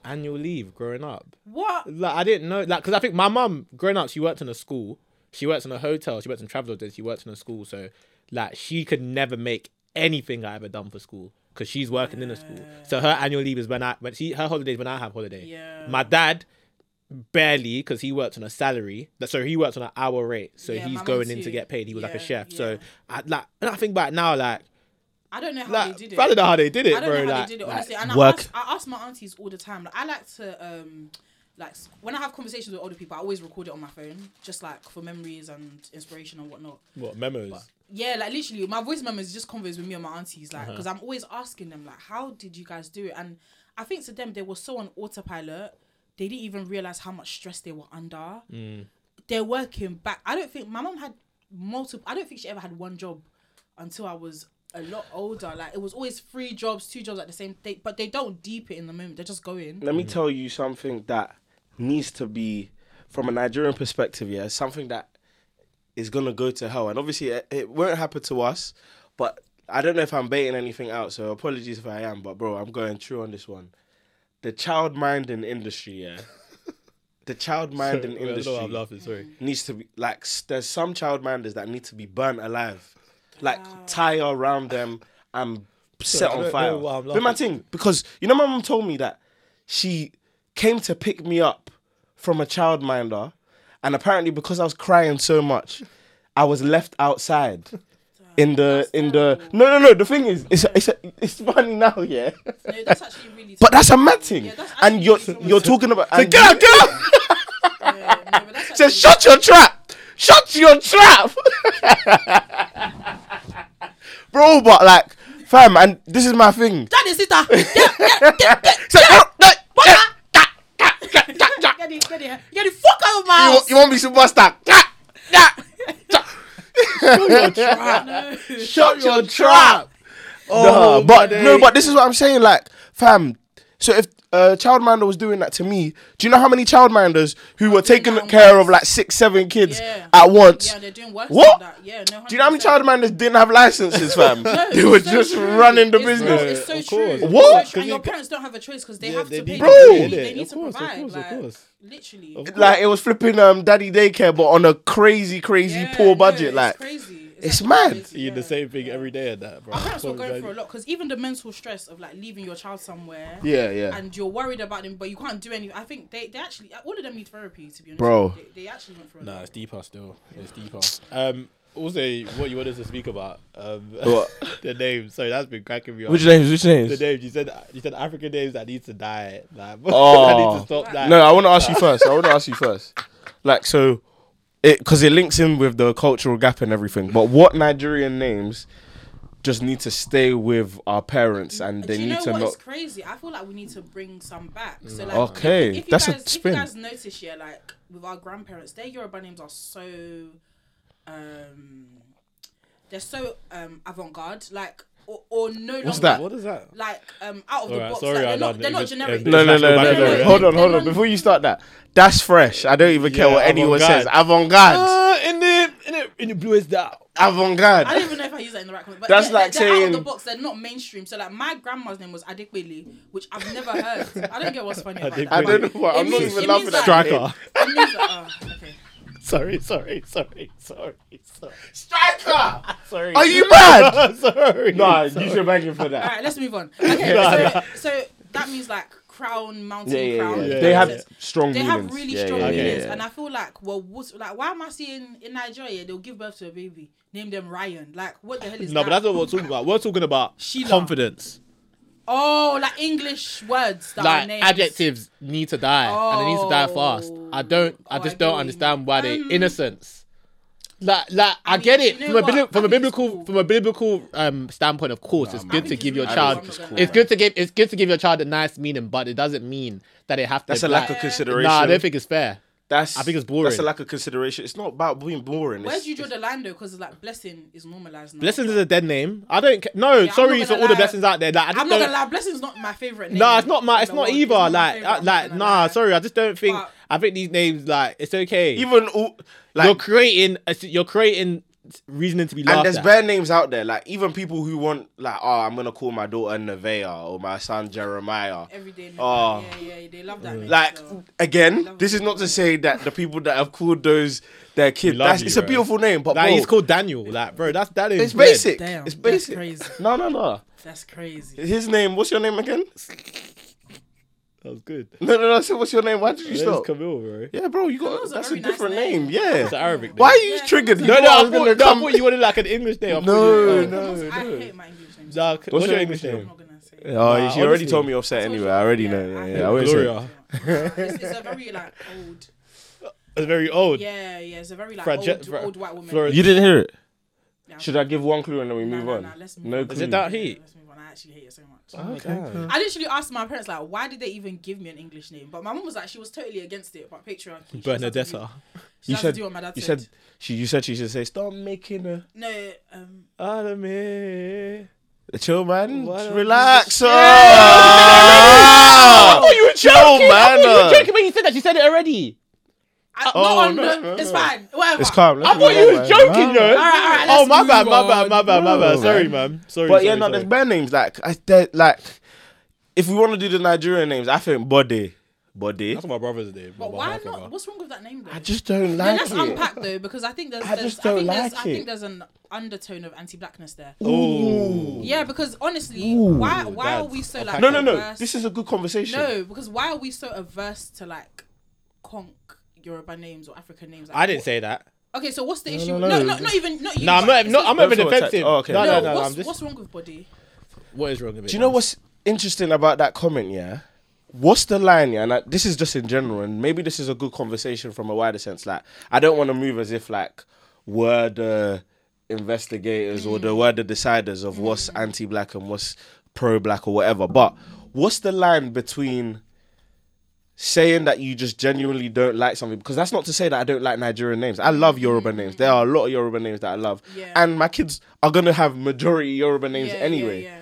A: annual leave growing up?
B: What?
A: Like I didn't know, like because I think my mum growing up, she worked in a school, she worked in a hotel, she worked in travel hotels, she worked in a school, so like she could never make anything I ever done for school because she's working in a school. So her annual leave is when I when she her holidays when I have holiday.
B: Yeah.
A: My dad barely because he worked on a salary that so he worked on an hour rate so
B: Yeah, my
A: he's
B: mum
A: going in
B: too.
A: to get paid he was like
B: Yeah,
A: a chef
B: yeah.
A: so I, like and i think back now like
B: I don't know how
A: like,
B: they did it.
A: I don't know how they did it,
B: I don't
A: bro.
B: know how
A: like,
B: they did it
A: like,
B: honestly. and
C: work.
B: I ask, I ask my aunties all the time. Like I like to um like s- when I have conversations with older people, I always record it on my phone, just like for memories and inspiration and whatnot.
A: what memos?
B: Yeah, like literally, my voice memos just convos with me and my aunties, like
A: Uh-huh.
B: because I'm always asking them like, how did you guys do it? And I think to them they were so on autopilot, they didn't even realize how much stress they were under.
A: Mm.
B: They're working back. I don't think my mom had multiple. I don't think she ever had one job until I was a lot older. Like it was always three jobs, two jobs at the same day, but they don't deep it in the moment. They're just going.
C: Let me tell you something that needs to be, from a Nigerian perspective, yeah, something that is gonna go to hell. And obviously, it, it won't happen to us. But I don't know if I'm baiting anything out, so apologies if I am. But bro, I'm going true on this one. The child minding industry,
A: (laughs)
C: yeah. the child minding
A: Wait, I don't know
C: industry
A: why I'm laughing. Sorry.
C: needs to be like s- there's some child minders that need to be burnt alive, like tie around them and set
A: I
C: on
A: don't
C: fire.
A: know why I'm
C: But my
A: laughing.
C: thing because you know my mum told me that she came to pick me up from a childminder, and apparently because I was crying so much, I was left outside. In the in the no no no the thing is it's it's it's funny now
B: (laughs)
C: yeah
B: No, that's actually really.
C: but that's a mad thing
B: Yeah, that's
C: and
B: actually
C: you're
B: really
C: you're
B: traumatic.
C: talking about and
A: Get
C: you-
A: out, get out!
B: Yeah, no, but
C: (laughs)
B: that's
C: Says,
B: actually-
C: shut your trap! Shut your trap! (laughs) Bro, but like, fam, and this is my thing. (laughs)
B: Daddy, sister. Get,
C: So,
B: get it, get it, get it. Fuck out of my
C: you,
B: house.
C: want- you want me to bust that? (laughs) Shut your trap!
A: Oh,
C: no, but
A: my
C: no,
A: day.
C: but this is what I'm saying. Like, fam, so if uh, childminder was doing that to me, do you know how many childminders who were taking
B: that on
C: care of
B: once.
C: like six, seven kids
B: Yeah.
C: at once?
B: Yeah, they're doing worse
C: What?
B: than that. Yeah, no.
C: Do you know how many
B: 100%.
C: childminders didn't have licenses,
B: (laughs)
C: fam? they were
B: It's so
C: just
B: true.
C: running the
B: It's
C: business.
B: So, it's so
A: Of
B: true.
A: course.
B: It's
C: What?
B: So true.
A: Because
B: And your
A: you-
B: parents don't have a choice because they
A: Yeah,
B: have
A: they
B: to pay.
A: need-
B: the bills.
C: Bro!
B: They need, they
A: Of
B: need to
A: course, of
B: provide.
A: course, of
B: like,
A: course.
B: Literally.
A: Of
C: like it was flipping um daddy daycare but on a crazy crazy
B: Yeah,
C: poor
B: no,
C: budget
B: it's
C: like
B: crazy.
C: it's
B: actually
C: mad.
B: crazy,
A: Eating the
B: yeah.
A: same thing every day at that, bro.
B: Our parents were
A: Sorry,
B: going
A: man.
B: through a lot because even the mental stress of like leaving your child somewhere.
C: yeah yeah
B: And you're worried about them, but you can't do anything. I think they, they actually all of them need therapy. To be honest,
C: Bro.
B: they, they actually went for a
A: Nah,
B: lot.
A: it's deeper still. It's deeper. Um, also, what you wanted to speak about? Um, (laughs)
C: What?
A: the name. Sorry, that's been cracking me up.
C: which names which
A: the
C: names
A: names you said you said African names that need to die. Like, (laughs) I need
C: Oh.
A: to stop that.
C: no i want to ask you first i want to ask you first like so it because it links in with the cultural gap and everything but what nigerian names just need to stay with our parents and they
B: Do you
C: need
B: know
C: to
B: what
C: not
B: is crazy? I feel like we need to bring some back. So like,
C: Okay,
B: if you
C: that's a
B: guys,
C: spin.
B: If you guys notice, yeah, like with our grandparents, their Yoruba names are so, um, they're so um avant-garde, like or, or no longer.
C: What's that?
A: What is that?
B: Like um, out of the
A: Alright,
B: box.
A: sorry,
B: like, they're
A: I
B: not.
A: done
B: They're
A: it.
B: not
A: Just-
B: generic.
A: uh,
C: no, no, no,
A: Back
C: no,
A: to
C: no,
A: back.
C: no. Hold on,
B: They
C: hold on.
B: don't-
C: Before you start that, that's fresh. I don't even care
A: Yeah,
C: what anyone
A: avant-garde.
C: says. Avant garde.
A: Uh, in the in the in the bluest that.
C: Avant
B: Ah, I
C: garde.
B: don't even know if I use that in the right comment. But
C: That's
B: yeah,
C: like
B: they're, they're out of the
C: saying-
B: box. They're not mainstream. So like my grandma's name was Adequele, which I've never heard. I don't get what's funny about that.
A: Adequele.
C: I don't know what.
B: It
C: I'm not
B: means-
C: even
B: it
C: laughing
B: means
C: at
B: like-
C: that name.
A: Striker.
B: It means that- oh, okay.
A: (laughs) sorry, sorry, sorry, sorry, sorry. (laughs)
C: (laughs) Striker.
A: Sorry.
C: Are you mad?
A: sorry.
C: Nah, (laughs) you should thank him for
B: All
C: that.
B: right, let's move on.
A: (laughs)
B: Okay, so, so that means like crown, mountain,
C: Yeah, yeah,
B: crown.
C: yeah.
A: Yeah,
C: They
A: yeah,
C: have
A: yeah.
C: strong
B: They
C: meanings.
B: have really
C: yeah,
B: strong
C: yeah,
B: meanings,
C: Yeah,
B: and I feel like well, what's, like why am I seeing in Nigeria they'll give birth to a baby, name them Ryan? Like what the hell is
A: No,
B: that?
A: but that's not what we're talking about. We're talking about
B: Sheila.
A: confidence.
B: oh, like English words that are
A: Like
B: names.
A: adjectives need to die, and they need to die fast. I don't. I
B: Oh, I
A: just
B: get what
A: don't
B: you Um,
A: understand why they innocence. Like, like I,
B: I mean,
A: get
B: you
A: it
B: know
A: from a
B: what?
A: bibli- from a
B: I think it's
A: biblical
B: cool.
A: from a biblical um standpoint. Of course, it's
C: man.
A: good
B: I
A: to
B: think
A: give
B: it's
A: your
B: really
A: child.
B: cool.
A: It's,
B: I'm not
C: gonna lie.
A: good to give. It's good to give your child a nice meaning, but it doesn't mean that it have to.
C: That's a
A: like-
C: lack of consideration.
A: Nah, I don't think it's fair.
C: that's.
A: I think it's
C: That's
A: boring.
C: a lack of consideration. It's not about being boring.
B: Where
C: It's-
B: do you draw
C: it's-
B: the line though? Because like blessing is normalized now.
A: Blessings is a dead name. I don't. Ca- no,
B: I'm
A: sorry
B: not
A: for
B: gonna
A: all the
B: lie.
A: blessings out there. Like, I just
B: I'm not
A: don't-
B: gonna lie, blessing's not my favorite. Name
A: Nah, it's not my.
B: in
A: It's
B: the
A: not
B: world.
A: either.
B: not my
A: like,
B: favourite,
A: I,
B: I'm not
A: like,
B: gonna
A: nah.
B: lie.
A: Sorry, I just don't think.
B: But-
A: I think these names, like, it's okay.
C: Even all like
A: you're creating. a s- You're creating reasoning to be laughed
C: And there's
A: at.
C: bare names out there, like even people who want, like, oh, I'm gonna call my daughter Nevaeh or my son Jeremiah.
B: Every day. no,
C: Oh.
B: Yeah, yeah, they love that. name,
C: Like
B: so.
C: again, this is not to say that the people that have called those their kids,
A: love
C: that's,
A: you,
C: it's a
A: bro.
C: beautiful name, but
A: Like,
C: bro,
A: he's called Daniel. Like, bro, that's that is.
C: it's basic.
B: Damn,
C: it's
B: that's
C: basic.
B: crazy.
C: (laughs) No, no, no.
B: That's crazy.
C: His name. What's your name again?
A: That was good.
C: No, no, no. So what's your name? Why did you
A: That's
C: stop?
A: Camille, bro.
C: Yeah, bro, you got.
B: Kamalu's a
C: That's a
B: very nice
C: different
B: name.
C: name. Yeah.
A: It's an Arabic name.
C: Why are you
B: Yeah,
C: triggered?
B: Kamalu's
A: No,
C: You
A: no,
C: know
A: I
C: I'm
A: was gonna. No, I thought you wanted like an English name. I thought
C: No,
A: you- oh.
C: no, no.
B: I hate my English names.
A: Nah, c- what's your English
B: I'm
A: name?
B: not gonna say. it.
C: Oh,
A: Nah,
C: she already
A: honestly.
C: told me offset anyway. I already know. Yeah, yeah, I won't say it.
A: Gloria.
B: it's, it's a very like old.
A: It's very old.
B: Yeah, yeah. It's a very like
A: Frage-
B: old,
A: fra-
B: old white woman.
A: Flores-
C: You didn't hear it.
B: Yeah.
C: Should I give one clue and then we
B: Nah,
C: move
B: nah,
C: on?
B: nah, let's move
C: no
B: on.
C: clue.
A: Is it that heat? Oh,
B: Let's move on. I actually hate it so much.
C: Okay.
B: I literally asked my parents like, why did they even give me an English name? But my mum was like, she was totally against it. But patriarchy. she just had to do-
A: Bernadetta.
B: She
C: You
B: has to
C: said-
B: do what my dad
C: You
B: said.
C: said she. You said she should say stop making a,
B: No, um,
A: Out of me.
C: a chill man.
A: Why don't
C: Relax. Oh,
A: I thought you were joking. I thought you were
C: man.
A: joking when you said that. You said it already.
B: I,
C: Oh,
B: not on
C: no,
B: the,
C: no,
B: it's
C: no.
B: fine. Whatever.
C: It's calm.
A: I thought you was joking, yo.
B: alright,
A: oh
B: let's
A: my
B: move
A: bad, my
B: on.
A: bad, my bad, my bad.
C: No,
A: Sorry,
C: man.
A: man. Sorry.
C: But yeah,
A: sorry,
C: no,
A: sorry.
C: there's band names like I they like. If we want to do the Nigerian names, I think Body, Body.
A: That's what my brother's name.
B: But why not? What's wrong with that name though?
C: I just don't
B: Then
C: like
B: let's
C: it.
B: unpack though, because I think there's,
C: I
B: there's,
C: just don't
B: I think there's,
C: like
B: I think
C: it.
B: there's an undertone of anti-blackness there.
A: Oh.
B: Yeah, because honestly, why why are
A: that's-
B: we so
A: okay.
B: like
C: No, no, no.
B: averse-
C: This is a good conversation.
B: no, because why are we so averse to like conk Yoruba names or African names? Like,
A: I didn't
B: what-
A: say that.
B: Okay, so what's the issue?
C: no,
B: No,
C: no,
B: no, no,
C: this-
B: not even. Not you,
A: Nah, I'm
B: but
A: not.
B: it's
A: No, I'm
B: just-
A: not
C: Don't
A: even
C: feel
A: defensive.
C: attacked. Oh, okay.
A: No,
B: No,
A: no, no.
B: what's,
A: I'm just.
B: what's wrong with body?
A: What is wrong with it?
C: Do you know what's interesting about that comment? Yeah, what's the line? Yeah, and I, this is just in general, and maybe this is a good conversation from a wider sense. Like, I don't want to move as if like we're the investigators or the we're the deciders of what's
B: Mm.
C: anti-black and what's pro-black or whatever. But what's the line between saying that you just genuinely don't like something? Because that's not to say that I don't like Nigerian names. I love Yoruba names. There are a lot of Yoruba names that I love,
B: Yeah.
C: and my kids are gonna have majority Yoruba names
B: Yeah, yeah,
C: anyway.
B: yeah.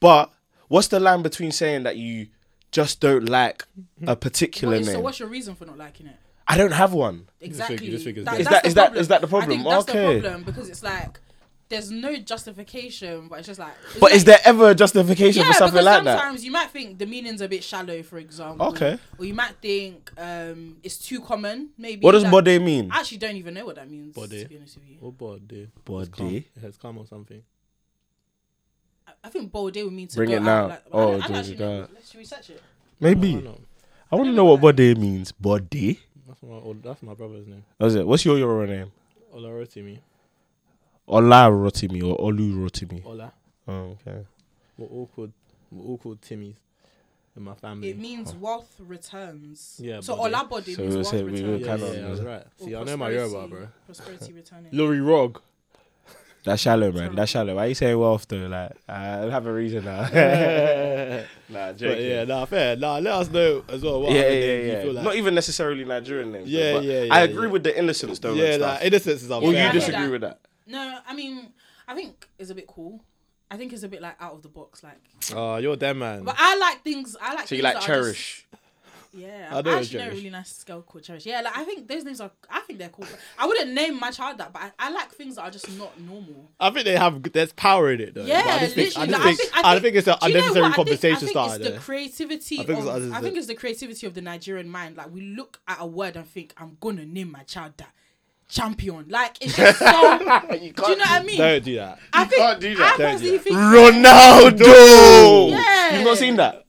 C: But what's the line between saying that you just don't like a particular
B: What is-
C: name?
B: so what's your reason for not liking it?
C: I don't have one.
B: Exactly.
A: this figure's
B: That-
A: dead.
C: Is
B: that's
C: that-
B: the
C: is that- is that the
B: problem? I think
C: problem?
B: that's
C: Okay.
B: the problem because it's like there's no justification, but it's just like. it's
C: But
B: like-
C: is there ever a justification
B: yeah,
C: for something
B: because
C: like that?
B: sometimes you might think the meaning's a bit shallow, for example.
C: Okay.
B: Or you might think um, it's too common. Maybe.
C: What does
B: like-
C: body mean?
B: I actually don't even know what that means.
A: Body.
B: To be honest with you,
A: What board, dude?
C: Body.
A: It's calm or something.
B: I, I think body would mean to
C: Bring
B: go
C: it
B: out,
C: now.
B: Like,
C: Oh,
B: I, don't- I don't
C: Jesus
B: actually know.
C: God.
B: Let's- Should we search it?
A: Why
C: Maybe.
A: not?
C: I want to know what body means. Body.
A: That's my old, that's my brother's name.
C: That's it. What's your Euro name?
A: Olorotimi.
C: Ola Rotimi or Olu Rotimi.
A: Ola.
C: Oh, okay.
A: We're all called we're all called Timmy's in my family.
B: It means wealth returns.
A: Yeah,
B: So
A: body.
B: Ola body
C: So
B: means
C: we'll
B: wealth
C: say we will
B: returns.
A: yeah,
C: kind
A: yeah,
C: of-
A: yeah, I was right.
B: Or
A: See, I know my Yoruba,
B: prosperity-
A: bro.
B: Prosperity returning.
A: Lori Rog.
C: That's shallow, man. That's shallow. Why you saying wealth though? Like, I don't have a reason now. (laughs) nah,
A: But
C: joking.
A: yeah, nah, fair. Nah, let us know as well. What
C: yeah,
A: other
C: yeah,
A: names you
C: yeah.
A: feel like.
C: Not even necessarily Nigerian names.
A: Yeah,
C: though, but
A: yeah,
C: I
A: yeah,
C: agree
A: yeah.
C: with the innocence though.
A: yeah,
C: and
A: like
C: stuff.
A: innocence is up.
C: Or
B: Yeah, I
C: you
B: hear
C: disagree
B: that.
C: with that?
B: No, I mean, I think it's a bit cool. I think it's a bit like out of the box, like.
A: Oh, you're dead man.
B: But I like things. I like.
C: Mm. So you
B: things
C: like
B: that are just-
C: cherish?
B: yeah,
A: I
B: I,
A: know it's
B: actually know a
A: cherish.
B: really nice girl called Cherish. Yeah, like I think those names are. I think they're cool. I wouldn't name my child that, but I, I like things that are just not normal.
A: I think they have there's power in it though.
B: Yeah,
A: But I just think, I
B: literally,
A: just
B: like,
A: think, I think it's an
B: do you know
A: unnecessary
B: what? I think-
A: conversation
B: I think
A: starter.
B: It's the
A: there.
B: creativity.
A: I
B: I
A: think
B: think,
A: it's
B: of,
A: unnecessary.
B: I think it's the creativity of the Nigerian mind. Like we look at a word and think, I'm gonna name my child that champion. Like it's
A: (laughs)
B: just so. (laughs) do you know what I mean?
A: Don't do that.
B: I think
C: can't do that.
B: I
A: Don't do
B: personally
A: that.
B: think
C: Ronaldo.
B: Yeah.
C: You've not seen that?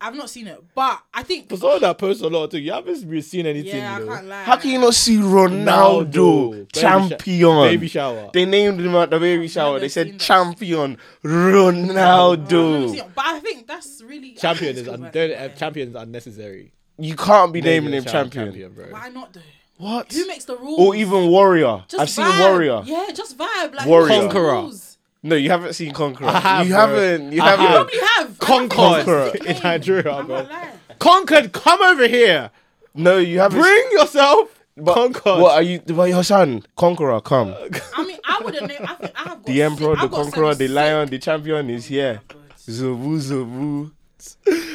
B: I've not seen it, but I think.
A: Because all that post a lot too. You haven't really seen anything.
B: Yeah, I
A: you know.
B: can't lie.
C: How can you not see Ronaldo,
A: Ronaldo, baby sho-
C: champion?
A: baby shower.
C: They named him at the baby shower. They
B: never
C: said
B: seen that.
C: champion
B: I've never seen
C: Ronaldo.
B: it, But I think that's really
A: Champion
B: I
A: is
B: (laughs) think
A: un-
C: eh,
B: it's cool,
A: don't,
B: man.
A: uh, champion is unnecessary.
C: You can't be naming
A: Yeah,
C: him
A: cha-
C: champion.
A: bro.
B: Why not though?
C: What?
B: Who makes the rules?
C: or even Warrior.
B: Just
C: I've seen
B: vibe.
C: Warrior.
B: Yeah, just vibe. Like
C: Warrior.
B: what's the
A: Conqueror.
B: rules?
C: No, you haven't seen Conqueror.
A: I have,
C: you
A: bro.
C: haven't. You
A: I
C: haven't.
A: have.
B: Probably have. (laughs)
A: Conqueror in Nigeria, bro. Concord, come over here.
C: No, you haven't.
A: Bring yourself.
C: But-
A: Concord.
C: What are you? What your son? Conqueror, come. (laughs)
B: I mean, I would have. I think I have. Got
C: The Emperor,
B: sick,
C: the
B: I've got
C: Conqueror, the
B: seven
C: Lion, the Champion is here. Zobu, (laughs) Zobu.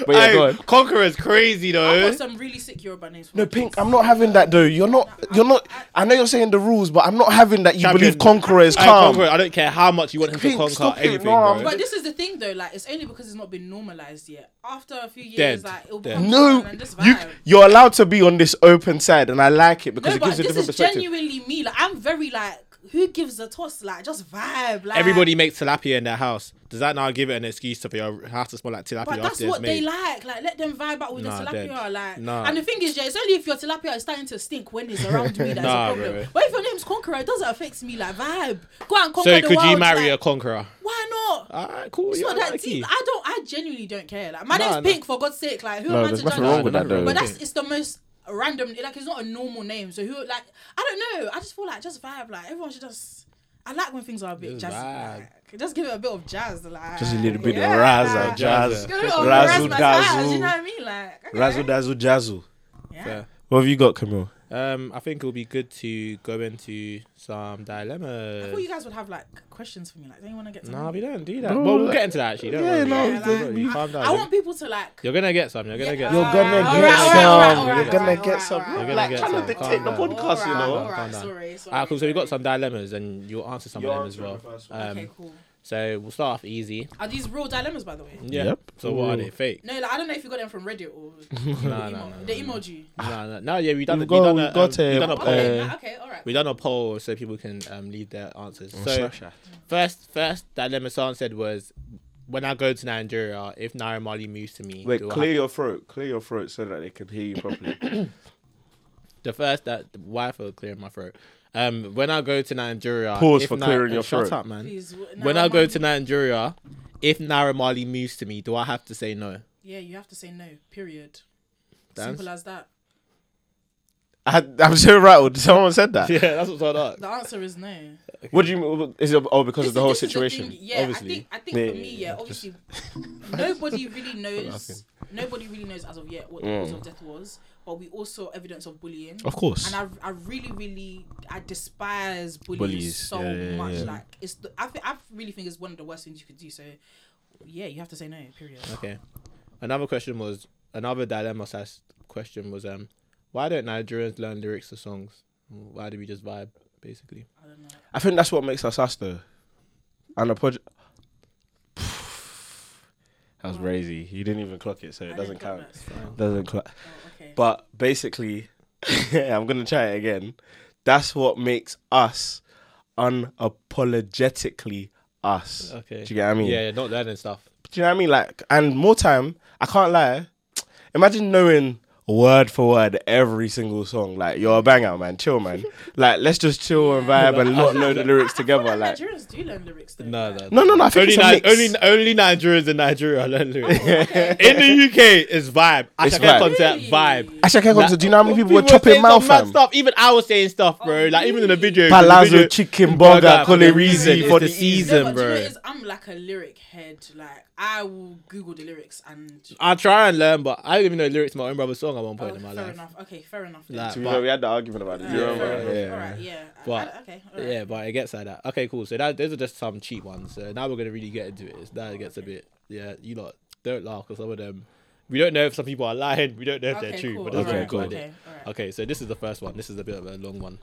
C: But yeah,
A: Hey,
C: go on.
A: Conqueror is crazy
B: I've
A: though.
B: got some really sick Yoruba names.
C: No, Pink, I'm not having that though. You're not. You're not. I know you're saying the rules, but I'm not having that. You
A: Champion.
C: believe Conqueror is
A: Hey,
C: calm.
A: Conqueror, I don't care how much you want him to
C: Pink,
A: conquer
C: stop it,
A: anything,
C: no,
A: bro.
B: But this is the thing though, like it's only because it's not been normalized yet. After a few
A: Dead.
B: years, like it'll
A: Dead.
B: become
C: No,
B: common and just
C: you
B: vibe.
C: you're allowed to be on this open side, and I like it because
B: No,
C: it
B: but
C: gives a
B: this
C: different
B: is
C: perspective.
B: genuinely me. Like I'm very like, who gives a toss? Like just vibe. Like
A: Everybody makes tilapia in their house. Does that now give it an excuse to for your house to smell like tilapia
B: But
A: after
B: that's
A: it's
B: what they
A: made?
B: like. Like let them vibe out with
A: Nah,
B: the tilapia.
A: dead.
B: Like
A: Nah.
B: and the thing is, yeah, it's only if your tilapia is starting to stink when it's around
A: (laughs)
B: me that's
A: Nah,
B: a problem.
A: bro.
B: But if your name's Conqueror, it doesn't affect me. Like vibe. Go out and conquer
A: So
B: the
A: could
B: world.
A: you marry
B: like,
A: a conqueror?
B: Why not?
A: Alright, cool.
B: It's
A: yeah,
B: not that
A: lucky.
B: deep. I don't. I genuinely don't care. Like my
A: Nah,
B: name's
A: nah.
B: Pink for God's sake. Like who
C: No,
B: am I
C: there's
B: to
C: nothing
B: judge?
C: wrong
B: Like,
C: with that though.
B: But that's it's the most random. Like it's not a normal name. So who like I don't know. I just feel like just vibe. Like everyone should just. I like when things are a bit
A: Just
B: jazzy.
A: vibe.
B: Like, just give it a bit of jazz. Like
C: Just a little bit
B: yeah.
C: of razzle,
A: Jazz.
C: jazz,
B: Give it a bit of
C: razzle
B: razzle dazzle.
C: dazzle,
B: You know what I mean? Like okay.
C: razzle dazzle, jazzle.
B: Yeah.
C: What have you got, Camille?
A: Um, I think it would be good to go into some
B: I
A: dilemmas.
B: thought you guys would have like questions for me. Like don't you want to get? to
A: Nah,
B: know me?
A: we don't do that.
C: Bro,
A: but we'll
C: like-
A: get into that actually. Don't
C: Yeah,
A: worry.
C: no,
A: Don't
B: the-
A: worry. calm down.
B: I want people to like.
A: You're gonna get some. You're gonna get.
B: Yeah.
A: some.
C: You're gonna
B: Alright,
C: get
B: alright,
C: some.
B: alright, alright,
C: You're gonna
B: alright,
C: get
B: alright,
C: some.
B: alright,
A: You're
C: You're
A: gonna
C: like
A: get
C: trying
A: some.
C: to dictate the
A: Calm down.
C: podcast, you
B: Alright,
C: know.
B: alright,
A: Calm down.
B: sorry, sorry.
A: Ah, cool. So we got some dilemmas, and you'll answer some
C: You're
A: of them as
C: answering
A: well.
C: the first one.
A: Um,
B: Okay, cool.
A: So we'll start off easy.
B: Are these real dilemmas, by the way?
A: Yeah.
C: Yep.
A: So what are
C: Ooh. (laughs)
A: they? Fake?
B: No, like, I don't know if you got them from Reddit or
A: no,
B: emo-
A: no, no,
B: the emoji.
A: No, no, no. Yeah, we done.
C: We've
A: We've we done,
C: got-
A: a,
C: we've got a-
A: um, we done a
C: Uh,
A: poll.
B: Okay, nah, okay, all right.
A: We done a poll so people can um, leave their answers.
C: Oh,
A: So first, first dilemma someone said was, when I go to Nigeria, if Naira Marley moves to me,
C: Wait,
A: do I
C: clear your throat. Clear your throat so that they can hear you properly.
A: The first that why for clearing my throat. Um, when I go to Nigeria,
C: Pause
A: if
C: for
A: Ni-
C: clearing your
A: shut
C: throat.
A: up, man.
B: Please, w-
A: when
B: Naira
A: I go
B: Marley-
A: to Nigeria, if Naira Marley moves to me, do I have to say (laughs) no?
B: yeah, you have to say no. Period.
A: Dance?
B: Simple as that.
C: (laughs) I, I'm so rattled. Someone said (laughs) that.
A: Yeah, that's what's all up.
B: The answer is no.
C: What do you mean? Is it oh because
B: This
C: of the
B: is-
C: whole
B: this is
C: situation?
B: thing, Yeah,
C: obviously.
B: I think, I think
C: Yeah,
B: for
C: yeah,
B: me,
C: yeah,
B: yeah,
C: (laughs)
B: obviously, nobody really knows. Nobody really knows as of yet what the cause of death was, but we also evidence of bullying.
C: Mm. Of course.
B: And I, I really, really, I despise bullies,
C: Bullies.
B: so
C: Yeah, yeah,
B: much.
C: yeah.
B: Like it's, the, I, thi- I really think it's one of the worst things you could do. So, yeah, you have to say no. Period.
A: Okay. Another question was another dilemma slash question was um, why don't Nigerians learn lyrics to songs? Why do we just vibe basically?
B: I don't know.
C: I think that's what makes us us though. And the project. (sighs) That was crazy. You didn't even clock it, so
B: I
C: it
B: didn't
C: doesn't
B: clock
C: count.
B: that, so-
C: Doesn't clock.
B: oh, okay.
C: But basically, (laughs) I'm gonna try it again. That's what makes us unapologetically us.
A: Okay.
C: Do you get what I mean?
A: Yeah, yeah not learning stuff.
C: Do you know what I mean? Like, and more time, I can't lie. Imagine knowing word for word every single song. Like, you're a banger, man. Chill,
B: (laughs)
C: man. like, let's just chill and vibe and not know the lyrics together.
B: Like,
C: Like,
B: Nigerians do learn lyrics though.
A: No,
B: like-
A: no.
C: no, no, no. I think
A: Only,
C: it's a
A: Ni-
C: mix.
A: only only Nigerians in Nigeria learn lyrics. In the UK, it's vibe.
C: It's
A: Ashake
C: vibe.
A: concept
B: Really?
A: vibe.
C: Actually, I can't go to. Do you know how many people were
A: People
C: chopping
A: saying some
C: mouth,
A: mad
C: fam?
A: stuff. Even I was saying stuff, bro. Like even in the video, the video-
C: Palazzo, chicken, burger,
A: Burger,
C: colerizi
A: it's
C: for
A: the
C: the
A: season.
C: season.
B: No,
A: Them,
B: but do you know
A: bro.
B: what it is? I'm like a lyric head. Like I will Google the lyrics and.
A: I try and learn, but I don't even know lyrics to my own brother's song at one point
B: Oh,
A: in my
B: fair
A: life.
B: enough. Okay, fair enough. then.
A: Like,
C: To be
A: but-
C: fair, we had the argument about it.
B: Alright,
C: Do you
A: Yeah,
B: fair
C: remember?
B: enough.
C: Yeah.
B: Alright, yeah.
A: But-
B: I- okay. alright.
A: Yeah, but it gets like that. Okay, cool. So that those are just some cheap ones. So now we're gonna really get into it. Now it gets a bit. Yeah, you lot don't laugh because some of them. We don't know if some people are lying. (laughs) We don't know if they're
B: Okay,
A: true.
B: cool.
A: But that's
C: Okay,
A: okay,
C: cool.
A: cool.
B: Okay, alright.
A: okay, so this is the first one. This is a bit of a long one.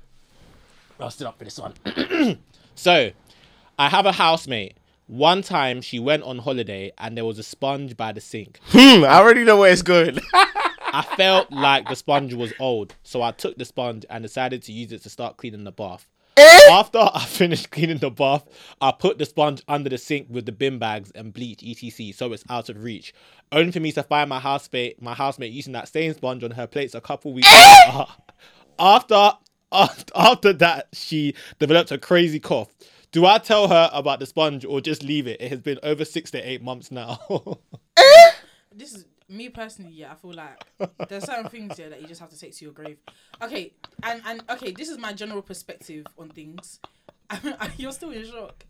A: I'll still up for this one. so, I have a housemate. One time she went on holiday and there was a sponge by the sink. (laughs)
C: Hmm, I already know where it's going.
A: I felt like the sponge was old, so I took the sponge and decided to use it to start cleaning the bath. After I (laughs) finished cleaning the bath, I put the sponge under the sink with the bin bags and bleach, etc. So it's out of reach. Only for me to find my housemate, my housemate using that same sponge on her plates a couple weeks later. (laughs) After, after after that, she developed a crazy cough. Do I tell her about the sponge or just leave it? It has been over six to eight months now.
B: This is me personally, yeah, I feel like there's certain things yeah that you just have to take to your grave. Okay, and and okay, this is my general perspective on things. (laughs) You're still in shock.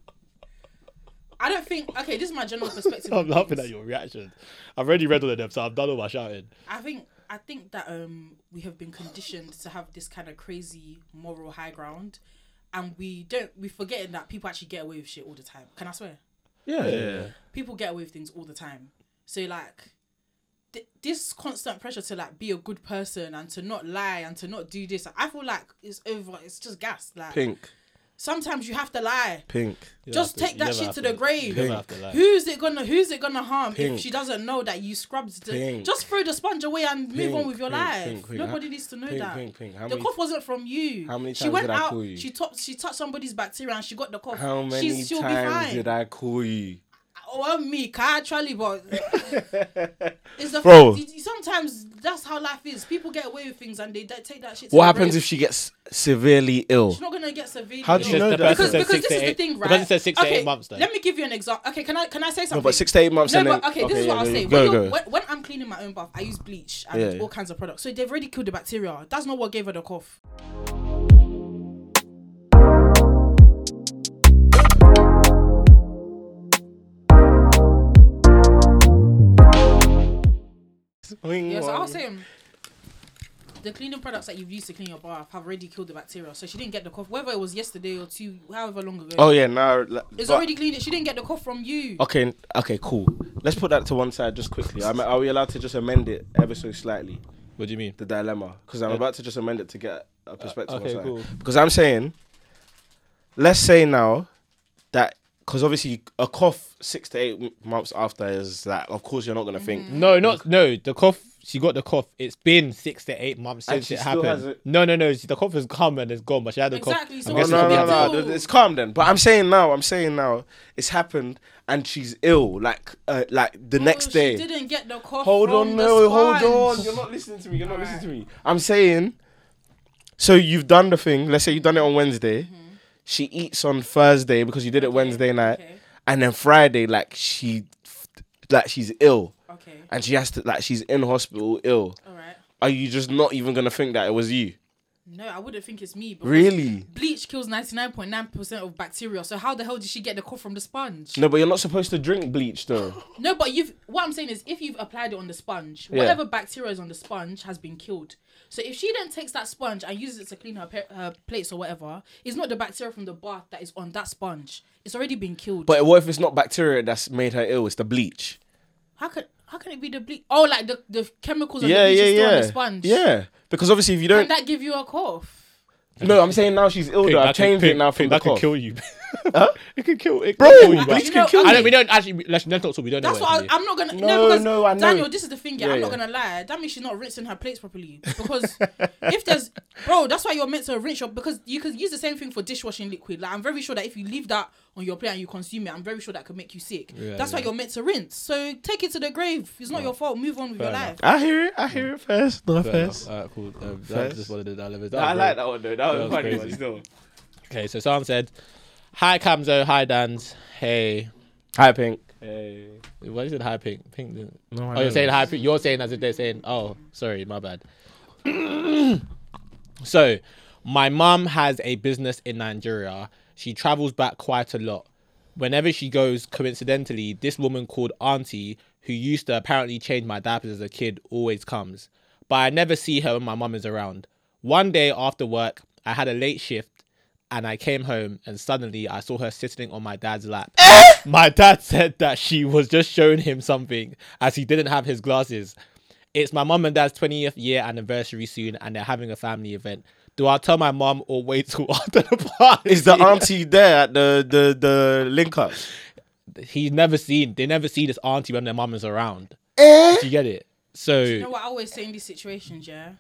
B: I don't think. Okay, this is my general
A: (laughs)
B: perspective.
A: I'm
B: on
A: laughing
B: things.
A: at your reaction. I've already read all of them, so I've done all my shouting.
B: I think I think that um we have been conditioned to have this kind of crazy moral high ground, and we don't we forgetting that people actually get away with shit all the time. Can I swear?
C: Yeah, yeah.
B: People get away with things all the time. So like, th- this constant pressure to like be a good person and to not lie and to not do this. I feel like it's over. It's just gas. Like
C: Pink,
B: sometimes you have to lie.
C: pink.
A: You
B: Just
A: don't have
B: take
A: you
B: that
A: never
B: shit
A: have
B: to the grave.
A: You never have to lie.
B: Who's it gonna Who's it gonna harm
C: Pink.
B: if she doesn't know that you scrubbed? The,
C: Pink.
B: just throw the sponge away and move
C: Pink,
B: on with your
C: pink,
B: life.
C: pink, pink.
B: Nobody
C: How-
B: needs to know
C: pink,
B: that.
C: pink, pink. How
B: the
C: many-
B: cough wasn't from you.
C: How many
B: she
C: times
B: went
C: did I
B: out.
C: call you?
B: She topped. She touched somebody's bacteria and she got the cough.
C: How many
B: She's, she'll be
C: times
B: fine.
C: did I call you?
B: Oh, well, me, car,
C: (laughs)
B: trolley, but it's the
C: Bro.
B: fact. you- Sometimes that's how life is. People get away with things and they don't take that shit. to
C: What
B: the
C: happens
B: grave.
C: if she gets severely ill?
B: She's not gonna get severely.
C: How do you
B: ill.
C: know
A: the
C: that?
A: person
B: Because,
A: said
B: because
A: six
B: this
A: to
B: is the
A: eight-
B: thing, right?
A: The person said six
B: okay,
A: to eight months. Though.
B: Let me give you an example. Okay, can I can I say something?
C: No, but six to eight months.
B: No,
C: and
B: but
C: then,
B: okay, this is what
C: yeah,
B: I'll
C: yeah,
B: say.
C: Go,
B: when, you're-
C: go.
B: When, when I'm cleaning my own bath, I use bleach and
C: Yeah, yeah.
B: all kinds of products. So they've already killed the bacteria. That's not what gave her the cough. Yeah, so I'll say um, the cleaning products that you've used to clean your bath have already killed the bacteria. So she didn't get the cough, whether it was yesterday or two, however long ago.
C: Oh yeah, now
B: it's already cleaned. It. She didn't get the cough from you.
C: Okay, okay, cool. Let's put that to one side just quickly. I'm, are we allowed to just amend it ever so slightly?
A: What do you mean?
C: The dilemma, because I'm about to just amend it to get a perspective. on
A: okay,
C: something.
A: cool.
C: Because I'm saying, let's say now that because obviously a cough six to eight m- months after is that. Of course, you're not gonna think.
B: Mm-hmm.
A: No, not no. The cough. She got the cough. It's been six to eight months
C: And
A: since
C: she
A: it
C: still has
A: happened.
C: it.
A: No, no, no. The cough has come and it's gone, but she had the
B: Exactly,
A: cough.
B: so
A: I'm
C: No,
A: guessing
B: what
C: Oh, no,
A: she
B: do you
A: had
C: no,
A: the-
C: no.
B: do?
C: th- It's calm then. But I'm saying now, I'm saying now, it's happened, and she's ill. Like, uh, like the next
B: Oh,
C: day.
B: She didn't get the cough.
C: Hold
B: from
C: on,
B: the
C: no,
B: sponge.
C: hold on. You're not listening to me. You're not listening to me. I'm saying, so you've done the thing. Let's say you've done it on Wednesday. She eats on Thursday because you did it Wednesday night,
B: Mm-hmm. okay.
C: and then Friday, like she, like she's ill,
B: Okay,
C: and she has to, like she's in hospital ill.
B: all right.
C: Are you just not even gonna think that it was you?
B: No, I wouldn't think it's me. But
C: Really?
B: Bleach kills ninety nine point nine percent of bacteria. So how the hell did she get the cough from the sponge?
C: No, but you're not supposed to drink bleach though.
B: No, but you've what I'm saying is if you've applied it on the sponge, whatever bacteria is on the sponge has been killed. So if she then takes that sponge and uses it to clean her, pa- her plates or whatever, it's not the bacteria from the bath that is on that sponge. It's already been killed.
C: But what if it's not bacteria that's made her ill? It's the bleach.
B: how can how can it be the bleach? Oh, like the, the chemicals on
C: yeah,
B: the bleach
C: yeah,
B: is still
C: yeah.
B: on the sponge.
C: Yeah, because obviously if you don't,
B: Can that give you a cough?
C: no, I'm saying now she's ill.
A: Pink,
C: though.
A: that
C: I've
A: could-
C: changed it
A: pink,
C: now from
A: pink,
C: the
A: that could
C: cough.
A: kill you. (laughs) It could kill. It
C: Bro,
A: could kill you.
C: bleach
A: bruv.
B: You
C: can
B: know,
C: kill
A: I
B: okay.
A: don't. We don't actually. Let's, let's not talk. We don't know.
B: That's
A: what
B: what
A: it
B: I,
A: is.
B: I'm not gonna. No,
C: No,
B: because
C: no, I know.
B: Daniel, this is the thing. Yeah,
C: Yeah,
B: I'm not
C: yeah.
B: gonna lie. That means she's not rinsing her plates properly. Because if there's, (laughs) bro, that's why you're meant to rinse your. Because you could use the same thing for dishwashing liquid. Like I'm very sure that if you leave that on your plate and you consume it, I'm very sure that could make you sick. that's why you're meant to rinse. So take it to the grave. It's not your fault. Move on with your
A: enough.
B: life.
C: I hear it. I hear it first. Not
A: Fair enough. Alright, cool. Um, that's
C: First.
A: just one of the dilemmas.
C: I like
A: was great.
C: that one though. That, was
A: was
C: funny
A: crazy.
C: one still.
A: Okay, so Sam said, "Hi Camzo, hi Dan's, hey."
C: Hi, Pink.
A: What is it? Hi Pink. Pink. Didn't...
C: No,
A: Oh, you're saying hi. Pink. You're saying as if they're saying, "Oh, sorry, my bad." so, my mum has a business in Nigeria. She travels back quite a lot. Whenever she goes, coincidentally, this woman called Auntie, who used to apparently change my diapers as a kid, always comes. But I never see her when my mum is around. One day after work, I had a late shift and I came home and suddenly I saw her sitting on my dad's lap.
C: Eh?
A: my dad said that she was just showing him something as he didn't have his glasses. It's my mum and dad's 20th year anniversary soon and they're having a family event. Do I tell my mum or wait till (laughs) after the party?
C: Is the auntie there at the the the link up?
A: He's never seen, they never see this auntie when their mum is around.
C: Eh?
A: Do you get it? So,
B: You know what I always say in these situations, yeah.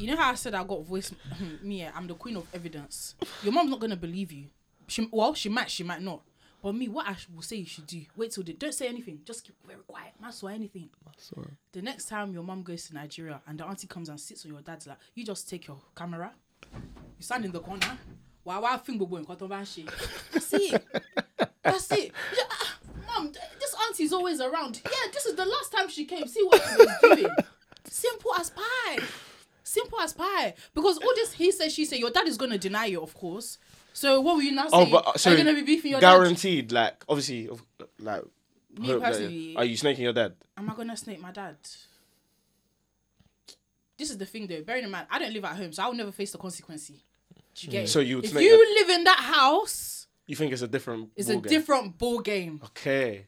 B: you know how I said I got voice. hmm, me, yeah, I'm the queen of evidence. Your mom's not gonna believe you. She well, she might, she might not. But me, what I sh- will say you should do. Wait till they don't say anything. Just keep very quiet. Not swear anything. The next time your mom goes to Nigeria and the auntie comes and sits on your dad's lap, you just take your camera. You stand in the corner. Wow, wow, thing bobo in That's it. That's it. You just, ah, mom, th- this auntie's always around. Yeah, this is the last time she came. See what she was doing. Simple as pie. Simple as pie. Because all this he said, she said, your dad is gonna deny you, of course. So what were you now
C: Oh,
B: saying?
C: but uh,
B: Are
C: so
B: you gonna be beefing your
C: guaranteed, like obviously, of- like
B: dad? Me
C: hope that-
B: personally,
C: are you snaking your dad?
B: am I gonna snake my dad? This is the thing though, bearing in mind, I don't live at home, so I'll never face the consequence. Do you get it?
C: Mm. So you would
B: if
C: snake
B: you
C: your-
B: live in that house,
C: You think it's a different?
B: it's a
C: ballgame?
B: different ball game.
C: Okay.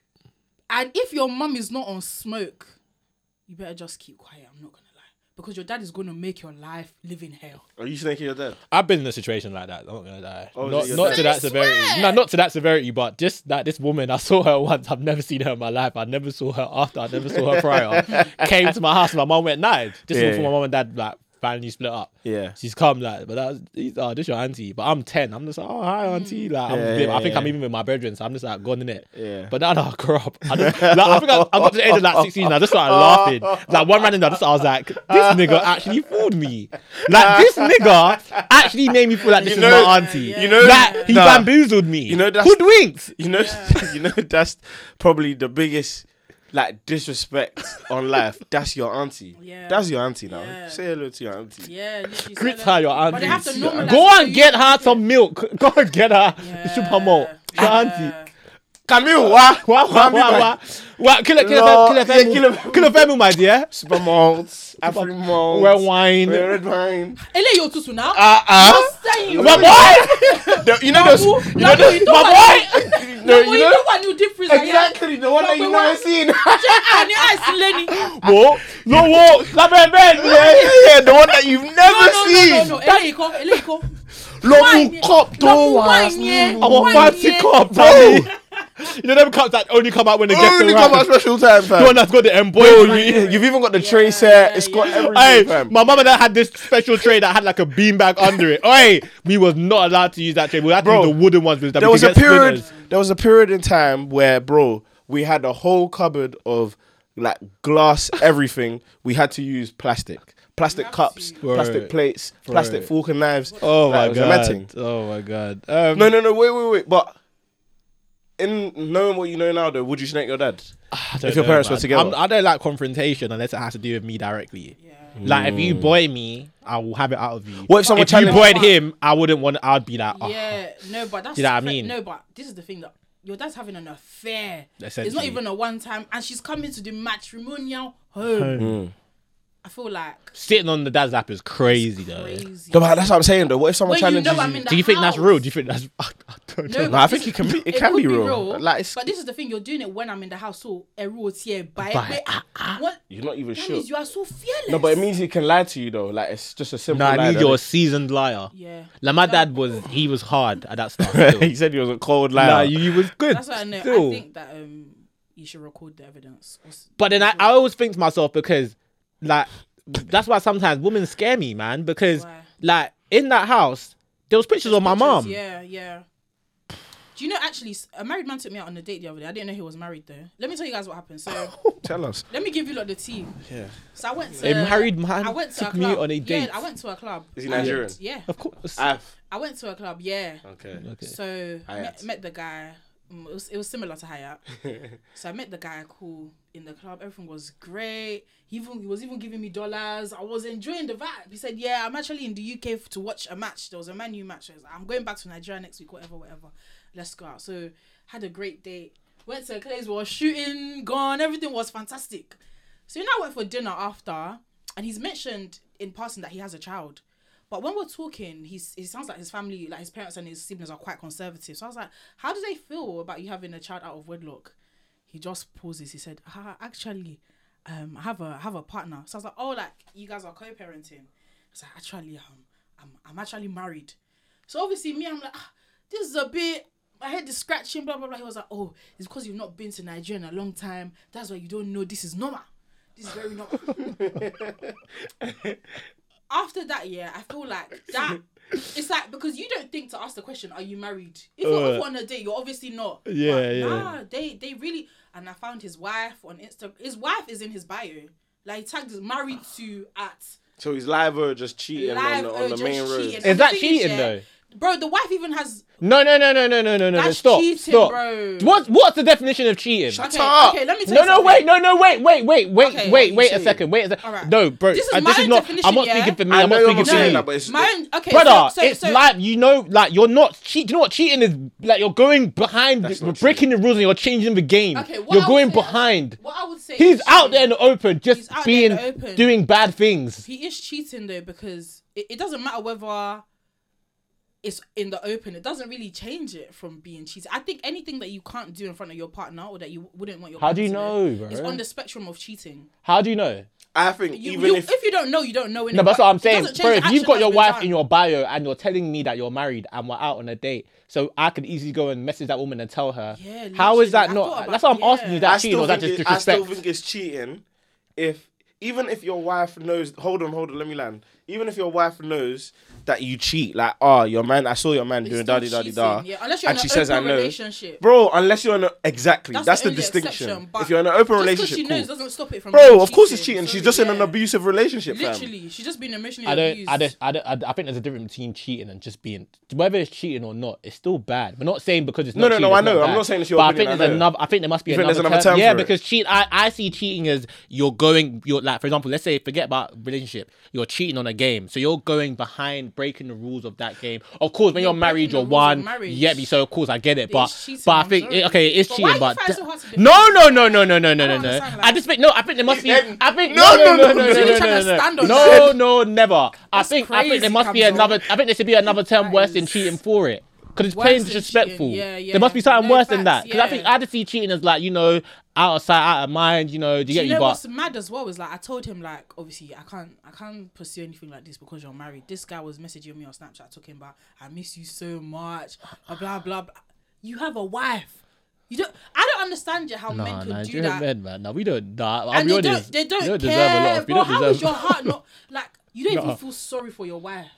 B: And if your mum is not on smoke, you better just keep quiet. I'm not gonna lie, because your dad is gonna make your life live in hell.
C: Are you snaking your dad?
A: I've been in a situation like that. I'm not gonna lie.
C: Oh, is
A: not
C: it your
A: not
C: dad?
A: to that
B: Really
A: severity.
B: swear?
A: No, not to that severity, but just that this woman, I saw her (laughs) once. I've never seen her in my life. I never saw her after. I never saw
C: (laughs)
A: her prior. Came to my house. My mom went nine. Just
C: Yeah,
A: before my
C: yeah.
A: mom and dad like finally split up.
C: Yeah.
A: She's come like, but that's these- oh, this your auntie. But I'm ten. I'm just like, oh hi auntie. Like I'm
C: Yeah,
A: bit-
C: yeah,
A: I think I'm
C: yeah.
A: even with my brethren, so I'm just like gone in it.
C: Yeah.
A: But now that I grew up, I, just, like, I think I, I got to the age of like sixteen. and I just started laughing. Like one random day, I just I was like, this nigga actually fooled me. Like this nigga actually made me feel like this
C: You
A: is
C: know-
A: my auntie.
B: yeah,
C: you know-
A: like he
C: Nah.
A: bamboozled me. You
C: know,
A: know,
C: that's-
A: hoodwinked.
C: You know, (laughs) you know that's probably the biggest like disrespect on life. That's your auntie.
B: Yeah.
C: That's your auntie now.
B: Yeah.
C: Say hello to your auntie.
B: Yeah, literally,
A: Greet
B: so
A: her, your
B: that- But they have to
A: auntie.
B: normalize
A: Go
B: it so
A: and
B: you-
A: get her some milk. Go and get her.
B: Yeah,
A: Super malt. Your
B: yeah.
A: auntie.
C: Camille, wah,
A: Wah, wah,
C: Mummy,
A: wah,
C: man.
A: wah. Wah, kill it, kill
C: No,
A: it,
C: yeah,
A: fam, kill
C: kill
A: it,
C: it,
A: fam.
C: fam.
A: Kill it, fam, my dear.
C: Super malt, Afri malt,
A: Red wine.
C: red red wine.
B: Ele yo tutu now.
C: Uh uh.
B: Just saying.
A: My boy!
C: The- you know those.
B: Babu,
C: You know
B: Babu,
C: those.
B: you don't
C: My
B: want-
C: boy. No,
B: Well,
C: you
B: you
C: know
B: know what new difference?
C: (laughs) exactly the one that
B: Babu,
C: you never
B: why-
C: seen.
B: And your eyes Lenny.
A: Whoa. No, whoa. La,
C: (laughs)
A: man,
C: (laughs)
A: man.
C: yeah, yeah, yeah, the one that you've
B: No,
C: never
B: no, no,
C: seen.
B: no, no. Ele ko, ele ko. Wine,
C: Local
B: yeah.
C: cop,
B: Babu,
C: don't ask
B: wine,
C: me.
B: yeah.
A: I'm a
B: Wine,
A: fancy
B: yeah.
A: cop,
C: Bro.
A: daddy. You know them cops that only come out when they get
C: Oh, Only
A: the
C: come at
A: right.
C: special time,
A: The one
C: fam.
A: that's got the
C: Bro,
A: embroidery.
C: you, you've even got the
B: Yeah,
C: tray set.
B: yeah,
C: It's got
B: yeah.
A: Hey,
C: everything, fam.
A: my mum and dad had this special tray that had like a beanbag under it. Hey, we was not allowed to use that tray. We had to
C: Bro,
A: use the wooden ones. With that
C: There
A: we
C: was
A: could
C: a
A: get
C: period.
A: spinners.
C: There was a period in time where, bro, we had a whole cupboard of like glass (laughs) everything. We had to use plastic, plastic cups,
B: Nasty.
C: plastic
A: Right.
C: plates, plastic
A: Right.
C: fork and knives.
A: Oh
C: Like, it
A: my
C: was
A: god.
C: Amazing.
A: Oh my god. Um,
C: No, no, no. Wait, wait, wait. But in knowing what you know now, though, would you snake your dad? (sighs)
A: I don't
C: If your
A: know,
C: parents were together.
A: I'm, I do not like confrontation unless it has to do with me directly.
B: Yeah.
A: Like if you boy me, I will have it out of you.
C: What if someone
A: you
C: challenged-
A: boyed him? I wouldn't want. I'd be like, oh,
B: Yeah, no, but that's
A: You know what I
B: fa-
A: mean?
B: No, but this is the thing that your dad's having an affair. It's not
A: Essentially.
B: even a one time, and she's coming to the matrimonial home.
C: Hmm.
B: I feel like
A: sitting on the dad's lap is crazy, though.
B: crazy.
C: No, but that's what I'm saying though. What if someone
B: When you
C: challenges
B: know
C: you?
B: I'm in the
A: Do you think that's
B: house.
A: real? Do you think that's? (laughs) I don't know.
B: No,
C: No, I
B: this
C: think
B: is-
C: it can be. It, can
B: could
C: be real. Like, it's,
B: but this is the thing you're doing it when I'm in the house. So ero tier by
A: By- ah,
B: what?
C: you're not even
B: That
C: sure.
B: means you are so fearless.
C: No, but it means he can lie to you though. Like, it's just a simple.
A: No,
C: lie,
A: I need
C: though.
A: you're a seasoned liar.
B: Yeah.
A: Like my dad was, he was hard at that (laughs)
C: (laughs)
A: stuff. still.
C: he said he was a cold liar.
A: Nah, you, you was good.
B: That's what I know.
A: still.
B: I think that um you should record the evidence.
A: But then I, I always think to myself because, like, that's why sometimes women scare me, man. Because
B: Why?
A: like in that house, there was pictures of my mom.
B: Yeah, yeah. Do you know actually s- a married man took me out on a date the other day? I didn't know he was married though. Let me tell you guys what
A: (laughs)
B: happened. So
C: Tell us.
B: let me give you like the tea.
C: Yeah.
B: So I went to
A: A married man
B: Uh, I went to
A: took
B: a
A: me
B: club.
A: on a date.
B: Yeah, I went to a club.
C: Is he
B: And-
C: Nigerian?
B: Yeah.
A: Of course.
C: Af.
B: I went to a club, yeah.
C: Okay.
B: So met,
C: Hayat.
B: met the guy. Mm, It was, it was similar to Hayat. so I met the guy cool in the club. Everything was great. He even he was even giving me dollars. I was enjoying the vibe. He said, "Yeah, I'm actually in the UK f- to watch a match. There was a Man U match. I was like, I'm going back to Nigeria next week. Whatever, whatever. Let's go out." So had a great date. Went to a place. We were shooting, gone. Everything was fantastic. So you know, I went for dinner after, and he's mentioned in passing that he has a child. But when we're talking, he's it sounds like his family, like his parents and his siblings, are quite conservative. So I was like, "How do they feel about you having a child out of wedlock?" He just pauses. He said, ah, "Actually, um, I have a I have a partner." So I was like, "Oh, like you guys are co-parenting?" He's like, "Actually, um, I'm I'm actually married." So obviously, me, I'm like, ah, "This is a bit." My head is scratching, blah blah blah. He was like, "Oh, it's because you've not been to Nigeria in a long time. That's why you don't know. This is normal. This is very normal." (laughs) after that year, I feel like that it's like because you don't think to ask the question, "Are you married?" If you're
A: Uh,
B: off on a date, you're obviously not.
A: Yeah,
B: But
A: yeah.
B: Nah, they they really and I found his wife on Insta. His wife is in his bio. Like he tagged as married to at
C: So he's live or just cheating
B: live
C: on the, on
B: oh,
C: the
B: just
C: main road.
B: cheating.
A: Is
B: And the
A: that
B: thing
A: cheating,
B: yeah,
A: though?
B: bro, the wife even has.
A: No, no, no, no, no, no, no, no.
B: That's
A: stop,
B: cheating,
A: stop.
B: bro.
A: What, what's the definition of cheating?
B: okay,
C: up.
B: okay, let me tell
A: no,
B: you
A: no,
B: something.
A: wait, no, no, wait, wait, wait, wait,
B: Okay,
A: wait,
B: you
A: wait a
C: cheating.
A: second, wait a second.
B: Alright.
A: No, bro,
B: This is
A: I-
B: my
A: this is not. I'm
B: definition,
A: not
B: yeah?
A: speaking for me.
C: I
A: I'm
C: know
A: not
C: you're not
A: speaking for
C: saying
A: you.
C: that, but it's
B: Mine, okay,
A: brother,
B: so, so,
A: it's
B: so,
A: like you know, like you're not cheating. You know what cheating is? Like you're going behind,
C: That's
A: you're
C: not
A: breaking the rules, and you're changing the game.
B: Okay, what
A: you're
B: I would
A: going
B: say-
A: behind.
B: What I would say,
A: He's
B: is
A: out there in
B: cheating.
A: the open, just
B: He's out there in
A: being
B: the open.
A: doing bad things.
B: He is cheating though because it, it doesn't matter whether it's in the open. It doesn't really change it from being cheating. I think anything that you can't do in front of your partner or that you wouldn't want your
A: How
B: partner
A: do you
B: to
A: know, bro?
B: It's on the spectrum of cheating.
A: How do you know?
C: I think
B: You,
C: even
B: you,
C: if,
B: if, you don't know, you don't know. innit?
A: No, but that's
B: But
A: what I'm
B: it
A: saying.
B: doesn't change
A: Bro,
B: the
A: if
B: action
A: you've got
B: that's
A: your
B: been
A: wife
B: done.
A: in your bio and you're telling me that you're married and we're out on a date, so I could easily go and message that woman and tell her.
B: Yeah,
A: how is
B: literally.
A: that not?
B: I thought about-
A: that's what I'm asking you.
B: yeah.
A: Is
C: I
A: that cheating or
C: still,
A: is that
C: think
A: just
C: it, I still
A: disrespect?
C: think it's cheating. If even if your wife knows, hold on, hold on, let me land. Even if your wife knows that you cheat, like oh your man, I saw your man
B: It's
C: doing
B: still
C: daddy daddy da,
B: cheating, yeah, unless you're
C: and
B: in
C: she
B: an
C: says I
B: open
C: know,
B: relationship.
C: bro. Unless you're in a exactly, that's,
B: That's
C: the,
B: the only
C: distinction.
B: exception, but
C: If you're in an open
B: Just 'cause
C: relationship,
B: she
C: cool.
B: knows doesn't stop it from
C: bro,
B: being
C: of course it's
B: cheating,
C: cheating. She's
B: so
C: just in an
B: yeah.
C: abusive relationship, fam.
B: Literally, she's just been emotionally
A: I don't,
B: abused.
A: I don't, I don't, I I think there's a difference between cheating and just being, whether it's cheating or not, it's still bad. We're not saying because it's
C: No,
A: not
C: no,
A: cheating,
C: no, I
A: it's
C: know. I'm
A: bad.
C: not saying it's your
A: But I
C: opinion,
A: think
C: I
A: there's
C: know.
A: another, I think there must be
C: You think
A: another,
C: there's another term
A: Yeah,
C: for it?
A: because cheat, I, I see cheating as you're going, you're like, for example, let's say, forget about relationship, you're cheating on a game. So you're going behind, breaking the rules of that game. Of course, when you're,
B: You're
A: married,
B: breaking the
A: you're
B: rules of
A: one.
B: marriage.
A: Yeah, so of course I get it. But,
B: is cheating,
A: but I
B: I'm
A: think,
B: sorry.
A: okay, it's
B: But
A: cheating,
B: why you
A: but.
B: find it so hard to
A: no, no, no, no, no, no, no, no, no.
B: understand, like-
A: I just think, no, I think there must be,
C: Then-
A: I think,
C: No,
A: no,
C: no,
A: no, no,
C: no, no,
A: no, no,
C: no,
A: no,
B: no, no.
A: no,
B: That's
A: no, Oh, no, never. I
B: That's
A: think I think there
B: crazy,
A: must be
B: Kamzo.
A: another. I think there should be another term
B: That
A: worse than
B: is
A: cheating for it. Because it's
B: worse
A: plain
B: than cheating,
A: disrespectful.
B: yeah, yeah.
A: There must be something
B: No,
A: worse than that.
B: facts,
A: Because I think
B: yeah.
A: I just see cheating as like you know out of sight, out of mind. You know, do you
B: Do
A: get
B: you
A: me?
B: know
A: But
B: what's mad as well is like I told him like obviously I can't I can't pursue anything like this because you're married. This guy was messaging me on Snapchat talking about I miss you so much, blah blah blah. blah. You have a wife. You don't. I don't understand you how men
A: nah,
B: could
A: nah,
B: do
A: Nigerian
B: that.
A: men, man. Nah, we don't. Nah, I'll
B: and
A: be
B: they
A: honest.
B: don't. They don't,
A: you don't
B: care.
A: deserve a lot. Of, you
B: bro,
A: don't
B: how
A: (laughs)
B: is
A: deserve.
B: your heart not like? You don't
A: Nah.
B: even feel sorry for your
C: (laughs)
B: wife.
C: (laughs)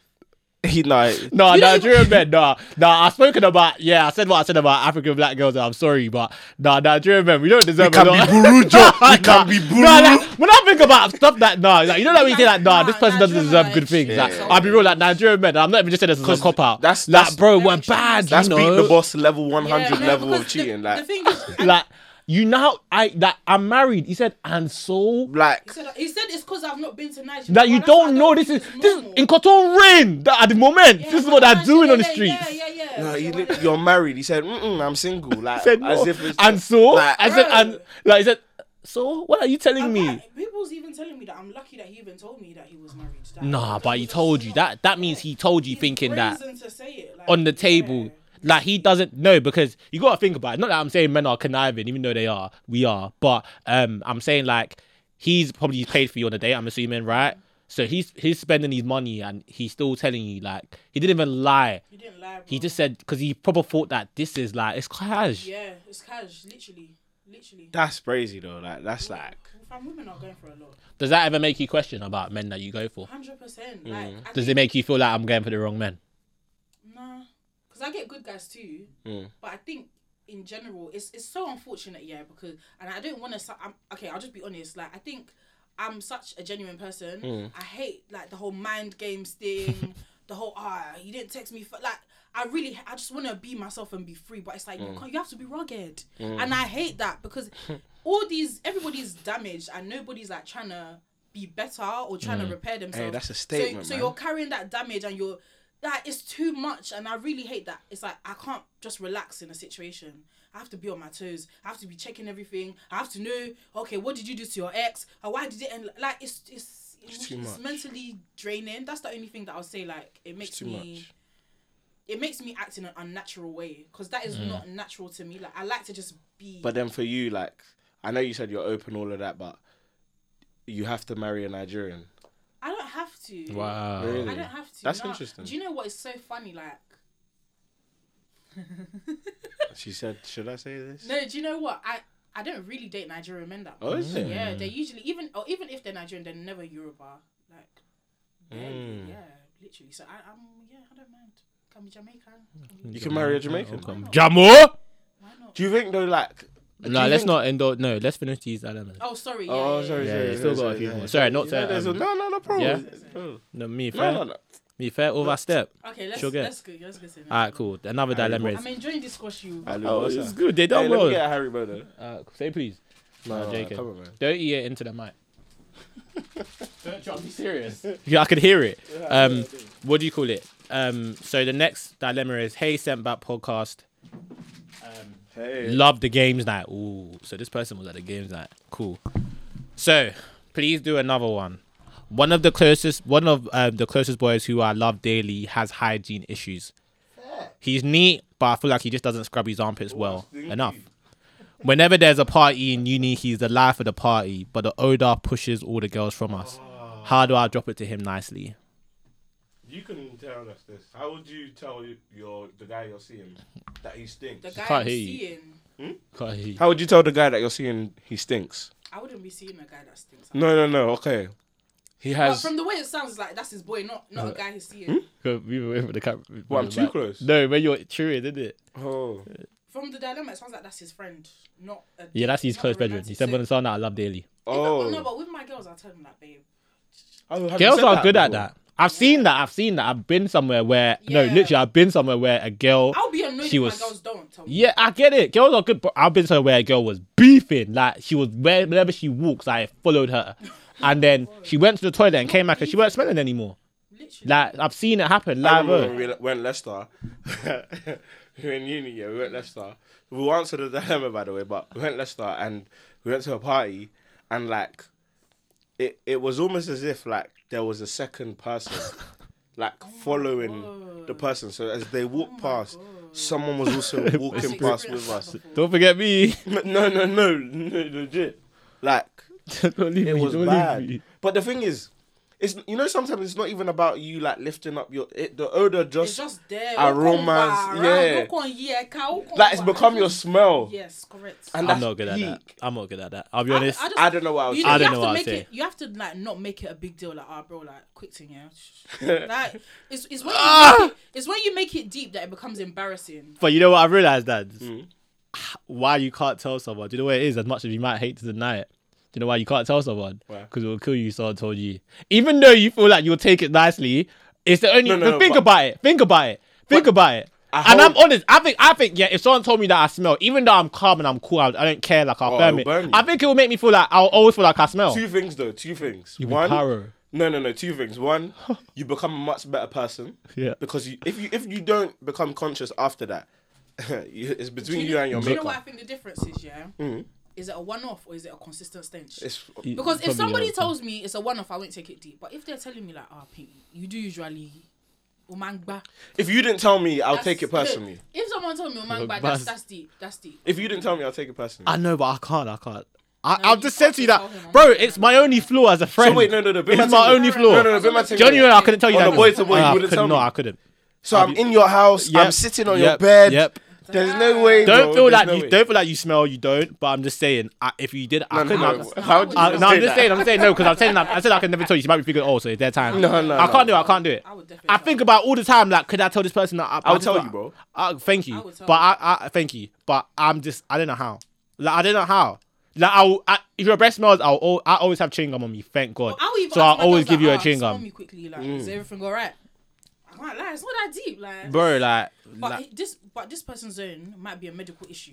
C: He
A: (laughs)
C: nah.
A: Nah,
B: You don't
A: Nigerian men, nah, nah. I've spoken about, yeah, I said what I said about African black girls. I'm sorry, but nah, Nigerian men, we don't deserve.
C: can
A: a lot. (laughs)
C: be buru, Joe. We
A: Nah,
C: can be buru.
A: Nah, like, when I think about stuff that, nah, like, you know, like when you say like, nah,
B: Nah,
A: this person doesn't
B: Nigerian
A: deserve
B: men
A: good
B: are
A: things. Like,
B: shit.
A: I'll be real, like Nigerian men. I'm not even just saying this as a cop out.
C: that's-
A: like,
C: that's-
A: bro, we're
B: Very true.
A: bad.
C: That's
A: you know?
C: beat the boss level 100
B: no,
C: level of
B: because the-
C: cheating.
B: the,
C: like,
B: thing is, I-
A: Like, you know, how I that I'm married. He said, and so
C: like
B: he said, he said it's because I've not been to Nigeria.
A: that you
B: Well, that's why I
A: don't know this is
B: think it's
A: this is
B: normal.
A: in Cotton rain that at the moment.
B: Yeah,
A: this is what they're
B: yeah,
A: doing
B: yeah,
A: on the
B: yeah,
A: streets.
B: Yeah, yeah, yeah.
C: No,
B: That's
C: uh, he
B: what I
C: didn't,
B: think.
C: you're married. He said, Mm-mm, I'm single. Like,
A: said no.
C: as if it's,
A: and so
C: like-
A: I said, and
B: Bro.
A: like I said, so what are you telling
B: And
A: me?
B: what- People's even telling me that I'm lucky that he even told me that he was married. That
A: Nah,
B: that
A: but he
B: was a
A: told you
B: shock.
A: that. That means he told you
B: He's
A: thinking that
B: brazen to say it, like,
A: on the
B: yeah.
A: table. Like he doesn't know because you gotta think about it. Not that I'm saying men are conniving, even though they are, we are. But um, I'm saying like he's probably paid for you on a date. I'm assuming, right? So he's he's spending his money and he's still telling you like he didn't even lie.
B: He didn't lie. Bro.
A: He just said because he probably thought that this is like it's cash.
B: Yeah, it's cash, literally, literally.
C: that's crazy though. Like, that's like,
B: Fam, women are going for a lot.
A: Does that ever make you question about men that you go for?
B: Hundred percent. Like, I
A: Does
B: think-
A: it make you feel like I'm going for the wrong men?
B: Nah, because I get good guys too,
C: Mm.
B: but I think in general it's it's so unfortunate, yeah. Because and I don't want to. I'm okay. I'll just be honest. Like I think I'm such a genuine person.
C: Hmm.
B: I hate like the whole mind games
C: (laughs)
B: thing, the whole ah you didn't text me for like. I really, I just want to be myself and be free, but it's like
C: Hmm.
B: you can't. You have to be rugged, and I hate that
C: (laughs)
B: because all these everybody's damaged and nobody's like trying to be better or trying to repair themselves.
C: Hmm. that's a
B: So-
C: statement,
B: So,
C: man.
B: you're you're carrying that damage and you're that is too much and I really hate that. It's like I can't just relax in a situation. I have to be on my toes. I have to be checking everything. I have to know, okay, what did you do to your ex? Or why did it end like it's it's it's,
C: too much.
B: mentally draining. That's the only thing that I'll say like it makes
C: it's too
B: me
C: much.
B: it makes me act in an unnatural way because that is not natural to me. Like I like to just be
C: Mm. But then for you, like, I know you said you're open, all of that, but you have to marry a Nigerian.
B: I don't have to.
A: Wow.
C: Really?
B: I don't have to.
C: That's
B: nah.
C: interesting.
B: Do you know what is so funny like
C: She said, should I say this?
B: No, do you know what? I I don't really date Nigerian men that
C: Oh,
B: much.
C: is it?
A: Mm.
B: Yeah, they're usually even or even if they're Nigerian, they're never Yoruba. Like, barely,
A: Hmm.
B: yeah, literally. So I, I'm yeah, I don't mind. Can be Jamaican.
A: Hmm.
C: You can marry a Jamaican.
A: Jamo?
B: Why not?
C: Do you think though, like, do
A: No,
C: you
A: let's
C: think-
A: not end up. No, let's finish these elements.
B: Oh, sorry. Yeah,
C: Oh,
B: yeah,
C: sorry,
B: yeah.
A: Yeah,
C: sorry.
A: you still
C: sorry,
A: got a few
C: yeah.
A: more. Sorry, not
C: You
A: to,
C: know, there's a-
A: um,
C: No, no, no problem.
A: yeah? No, me,
C: No,
A: friend.
C: no, no.
A: Me um, fair overstep.
B: Okay, let's
A: She'll get.
B: let's go. Let's go. to the next
A: All right,
B: one.
A: cool. Another
C: Harry
A: dilemma
B: I'm
A: is.
B: enjoying this question.
C: Ali
A: Oh,
C: Bosa.
A: it's good. They
C: Hey,
A: done
C: let me
A: well.
C: get a Harry Boda.
A: Uh, say please. No, Jacob.
C: Come on, man.
A: Don't eat it into the mic. Don't you be serious. Yeah, I could hear it. Um, what do you call it? Um, so the next dilemma is Hey Sent Back podcast.
C: Hey.
A: Love the games night. Ooh, so this person was at the games night. Cool. So please do another one. One of the closest, one of um, the closest boys who I love daily has hygiene issues. He's neat, but I feel like he just doesn't scrub his armpits well enough. Whenever there's a party in uni, he's the life of the party, but the odor pushes all the girls from us. How do I drop it to him nicely?
C: You can tell us this. How would you tell your the guy you're seeing that he stinks?
B: The guy
A: can't
B: I'm
A: hear you.
B: seeing,
C: How would you tell the guy that you're seeing he stinks?
B: I wouldn't be seeing a guy that stinks.
C: No, no, no. Okay. He
B: But
C: has.
B: from the way it sounds, it's like that's his boy, not
A: Uh,
B: not a guy he's seeing.
A: hmm? Move away from the camera.
C: Well, I'm too close.
A: No, when you're true, isn't it?
C: Oh.
B: From the dilemma, it sounds like that's his friend, not a.
A: Yeah, that's his
B: not a
A: close bedroom. He
B: romantic
A: said,
B: thing.
A: "But the song that I love daily."
C: Oh.
B: no, but with my girls, I tell them that, babe.
A: Girls are good at that. I've seen that. I've seen that. I've been somewhere where no,
B: Yeah.
A: literally, I've been somewhere where a girl.
B: I'll be annoyed
A: She
B: if
A: was-
B: my girls don't tell me.
A: Yeah, I get it. Girls are good, but I've been somewhere where a girl was beefing. Like she was where- wherever she walks, I followed her, and then she went to the toilet and came back and she weren't smelling anymore.
B: Literally.
A: Like I've seen it happen
C: I
A: live.
C: remember when
A: uh.
C: we le- went Leicester. (laughs) we were in uni, yeah, we went Leicester. We'll answer the dilemma, by the way, but we went Leicester and we went to a party and, like, it, it was almost as if, like, there was a second person, like, following the person. So as they walked past, someone was also walking past with us.
A: Don't forget me. (laughs)
C: No, no, no, no, legit. Like,
A: don't leave
C: it
A: me.
C: was
A: don't
C: bad.
A: leave me.
C: But the thing is, it's you know sometimes it's not even about you like lifting up your it, the odor
B: It's
C: just,
B: just there.
C: Aromas, yeah. like
B: Like
C: it's become your smell.
B: Yes, correct.
C: And
A: I'm
C: that's
A: not good at that.
C: peak.
A: I'm not good at that. I'll be
B: I-
A: honest.
B: I just-
C: I don't know what I was.
B: You,
C: saying.
A: I
B: you
A: don't
B: have
A: know
B: to
A: what I
B: make
A: say.
B: it. You have to like not make it a big deal. Like, ah, bro, like quick thing,
C: (laughs)
B: yeah. like it's it's when
C: Ah!
B: you make it, it's when you make it deep that it becomes embarrassing.
A: But you know what? I realized that
C: Mm.
A: why you can't tell someone. Do you know what it is? As much as you might hate to deny it, do you know why you can't tell someone?
C: Why?
A: Because it will kill you. if Someone told you, even though you feel like you'll take it nicely. It's the only.
C: No, no,
A: but
C: no,
A: think
C: but-
A: about it. Think about it. Think about it.
C: I
A: and I'm
C: hold-
A: honest. I think. I think. Yeah. If someone told me that I smell, even though I'm calm and I'm cool, I, I don't care. Like I'll
C: Oh,
A: firm
C: it'll
A: it.
C: burn you.
A: I think it will make me feel like I'll always feel like I smell.
C: Two things though. Two things.
A: You
C: One.
A: paro.
C: No, no, no. Two things.
A: (laughs)
C: One, you become a much better person.
A: Yeah.
C: Because you, if you if you don't become conscious after that, (laughs) you, it's
B: Do
C: between
B: you,
C: you and your
B: do you
C: maker.
B: know
C: Mm.
B: what I think the difference is? Yeah, is it a one-off or is it a consistent stench?
C: It's
A: (laughs)
B: because if
A: Probably
B: somebody
A: not.
B: tells me it's a one-off, I won't take it deep. But if they're telling me like, ah, Pink, you do usually, umangba.
C: if you didn't tell me, I'll take it personally.
B: If someone told me umangba,
A: Bas.
B: that's that's deep. That's deep.
C: If you didn't tell me, I'll take it personally.
A: I know, but I can't. I can't. I,
B: No,
A: I've
B: you
A: just said
B: can't
A: to you
B: tell
A: that,
B: him, I'm
A: bro.
B: not
A: It's
B: gonna-
A: my only flaw as a friend.
C: So Oh, wait, no, no, no. but
A: It's my
C: thing-
A: only flaw.
C: No, no, no. but my thing-
A: Genuinely, I couldn't tell you
C: On
A: that.
C: a boy to boy,
A: Uh,
C: you
A: I
C: wouldn't
A: couldn't-
C: tell
A: No,
C: me.
A: I couldn't.
C: So I'm in your house.
A: Yep.
C: I'm sitting on your
A: Yep.
C: bed.
A: Yep.
C: There's no way.
A: Don't
C: bro.
A: feel
C: There's
A: like
C: no
A: you
C: way.
A: don't feel like you smell. You don't. But I'm just saying, I, if you did, I
C: No,
A: couldn't.
C: no,
A: I-
C: no.
A: I-
C: How would you
A: I, no,
C: say
A: I'm just
C: that?
A: saying. I'm saying no because I'm saying that, I said I could never tell you. She might be thinking, oh, so it's their time.
C: No, no,
A: I
C: no.
A: can't do it. I can't do it.
B: I would definitely.
A: I think about all the time. Like, could I tell this person? That I,
C: I'll
A: just
C: tell
A: got-
C: you, bro.
A: Uh, thank you,
B: I would tell
A: but
B: you.
A: I, I thank you, but I'm just I don't know how. Like I don't know how. Like I'll, I, if your breath smells, I'll al- I always have chewing gum on me. Thank God.
B: I'll even
A: so
B: ask
A: I'll
B: my
A: always
B: girls,
A: give
B: like,
A: you
B: "Ah,
A: a chewing
B: smell
A: gum, Mm.
B: me quickly, like, is everything alright? I can't lie, it's not that deep, like. (laughs)
A: bro. Like,
B: but
A: like
B: it- this, but this person's own might be a medical issue.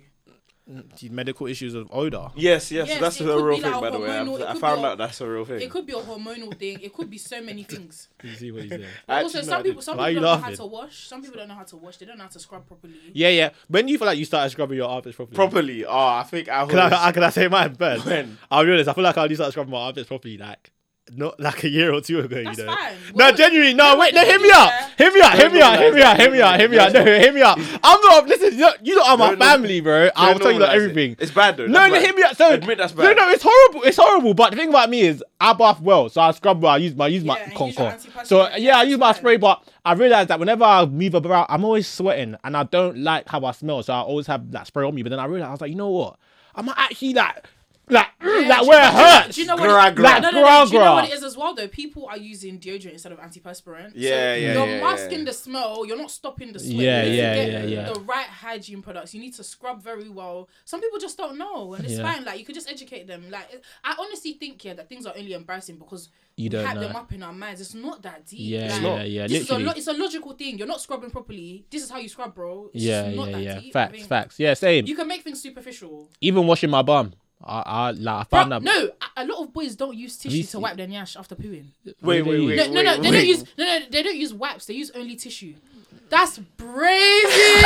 A: medical issues of odor.
C: Yes, yes,
B: Yes,
C: that's
B: it
C: a
B: could
C: real
B: be
C: thing,
B: like
C: by the way.
B: hormonal,
C: I've-
B: it
C: I
B: could
C: found
B: be-
C: out that's a real thing.
B: It could be a hormonal thing. It could be
A: (laughs)
B: so many things.
A: You see what he's doing.
C: I
B: also,
C: actually know I
B: some people,
C: did.
B: some
A: Why
B: people
A: are you
B: don't know how
A: laughing?
B: to wash. Some people don't know how to wash. They don't know how to scrub properly.
A: (laughs) Yeah, yeah. When you feel like you started scrubbing your armpits properly.
C: properly. Oh, I think I was.
A: Can I, I- can I say mine first?
C: When?
A: I'll be honest, I feel like I only started scrubbing my armpits properly like not like a year or two ago,
B: That's
A: you know.
B: fine.
A: No,
B: Well,
A: genuinely, no,
B: no,
A: wait, no,
B: but
A: hear
B: the
A: me
B: thing
A: out.
B: is,
A: Hear me out, hear me out, hear me out, hear me out, hear me out, no,
C: Don't
A: hear me out. I'm not listen, you know, you lot are my
C: Don't norm-
A: family, bro. I'll tell you like everything.
C: It's bad though.
A: No,
C: that's
A: no,
C: bad.
A: hit me up. So
C: admit that's bad.
A: No, no, it's horrible. It's horrible. But the thing about me is, I bath well, so I scrub well. I use my, I use my
B: Yeah, and use your
A: concord.
B: antiperspirant.
A: So yeah, I use my spray. But I realized that whenever I move about, I'm always sweating, and I don't like how I smell. So I always have that spray on me. But then I realized I was like, you know what? I'm actually like, like, mm,
B: Yeah,
A: like
B: do
A: where
B: you
A: it
B: know-
A: hurts.
B: Do you know
C: Gra-
B: what? it-
C: gra.
B: No, no, no, no, Do you know
A: Gra-
B: what it is as well though, people are using deodorant instead of antiperspirant.
C: Yeah, yeah,
B: You're
C: yeah,
B: masking
C: yeah.
B: the smell. You're not stopping the sweat.
A: Yeah,
B: You need to
A: yeah,
B: get
A: yeah, yeah.
B: The right hygiene products. You need to scrub very well. Some people just don't know, and it's
A: Yeah.
B: fine. Like you could just educate them. Like it- I honestly think yeah that things are only embarrassing because
A: You don't
B: we hype
A: know.
B: them up in our minds. It's not that deep.
A: Yeah,
B: Like,
A: yeah, yeah,
B: This is a
A: literally.
B: lo- it's a logical thing. You're not scrubbing properly. This is how you scrub, bro. It's
A: yeah,
B: just not
A: yeah,
B: that
A: yeah.
B: deep. I
A: Facts,
B: think
A: facts. Yeah, same.
B: You can make things superficial.
A: Even washing my bum, I, I like I
B: Bro,
A: found out.
B: no, a- a lot of boys don't use tissue
A: These-
B: to wipe their nyash after pooing.
C: Wait, wait,
A: Really?
C: wait.
B: No, no, no,
C: wait,
B: they
C: wait.
B: don't use no, no, they don't use wipes. They use only tissue. That's
A: (laughs)
B: brazy.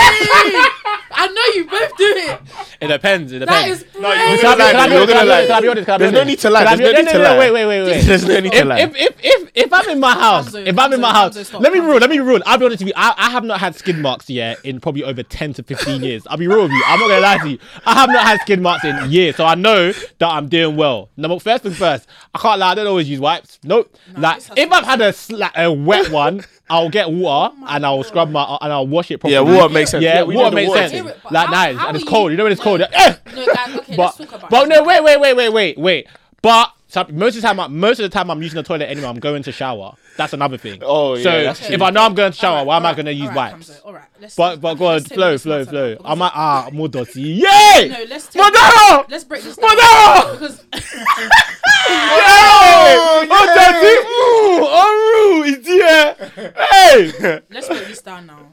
B: I know you both do it.
A: It depends. It
B: That
A: depends.
B: is
C: No, you can't
A: Can
B: brazy.
A: I
C: lie,
A: be- can I be
C: you're
A: honest?
C: gonna
A: Can I
C: lie.
A: be- can I be honest? Can I be
C: There's no
A: honest?
C: need to lie.
A: Can I
C: There's
A: be-
C: no
A: no,
C: need
A: no,
C: to
A: no,
C: lie.
A: Wait, wait, wait, wait.
C: There's no need to lie.
A: If, if if if I'm in my house,
B: Hamza,
A: if I'm in my
B: Hamza,
A: house,
B: Hamza, stop,
A: let me be
B: Hamza.
A: real. Let me be real. I'll be honest with you. I, I have not had skin marks yet in probably over ten to fifteen years. I'll be real with you. I'm not gonna lie to you. I have not had skin marks in years, so I know that I'm doing well. Number first thing first, I can't lie. I don't always use wipes. Nope. like
B: this has
A: if
B: to
A: I've had a sl- like, a wet one, I'll get water and I'll scrub my and I'll wash it properly.
C: Yeah, water makes sense.
A: Yeah,
C: we
A: water
C: did the
A: makes
C: water
A: sense.
C: thing.
B: Yeah, but
A: Like
B: how-
A: nice,
B: how
A: and it's
B: are
A: cold.
B: you-
A: You know when it's
B: no.
A: cold. you're like, eh!
B: No, guys, okay,
A: but,
B: let's talk about
A: but
B: it.
A: no, wait, wait, wait, wait, wait, wait. But so, most of the time, I, most of the time, I'm using the toilet anyway. I'm going to shower. That's another thing.
C: Oh, yeah,
A: So
C: that's
A: if
C: true.
A: I know I'm going to shower,
B: Alright,
A: why am I
B: alright,
A: going to use
B: alright,
A: wipes?
B: Hamza, Alright, let's.
A: But but go on,
B: let's take
A: flow,
B: this
A: flow,
B: matter
A: flow.
B: now, because
A: I'm like ah, more dirty.
B: No,
A: Yay!
B: let's. take-
A: Madara!
B: Let's break this down.
A: Madara!
B: Because
A: (laughs) Yay! More
C: yeah.
A: dirty. Ooh, Oru is here. Hey.
B: let's break this down
C: (laughs)
B: now.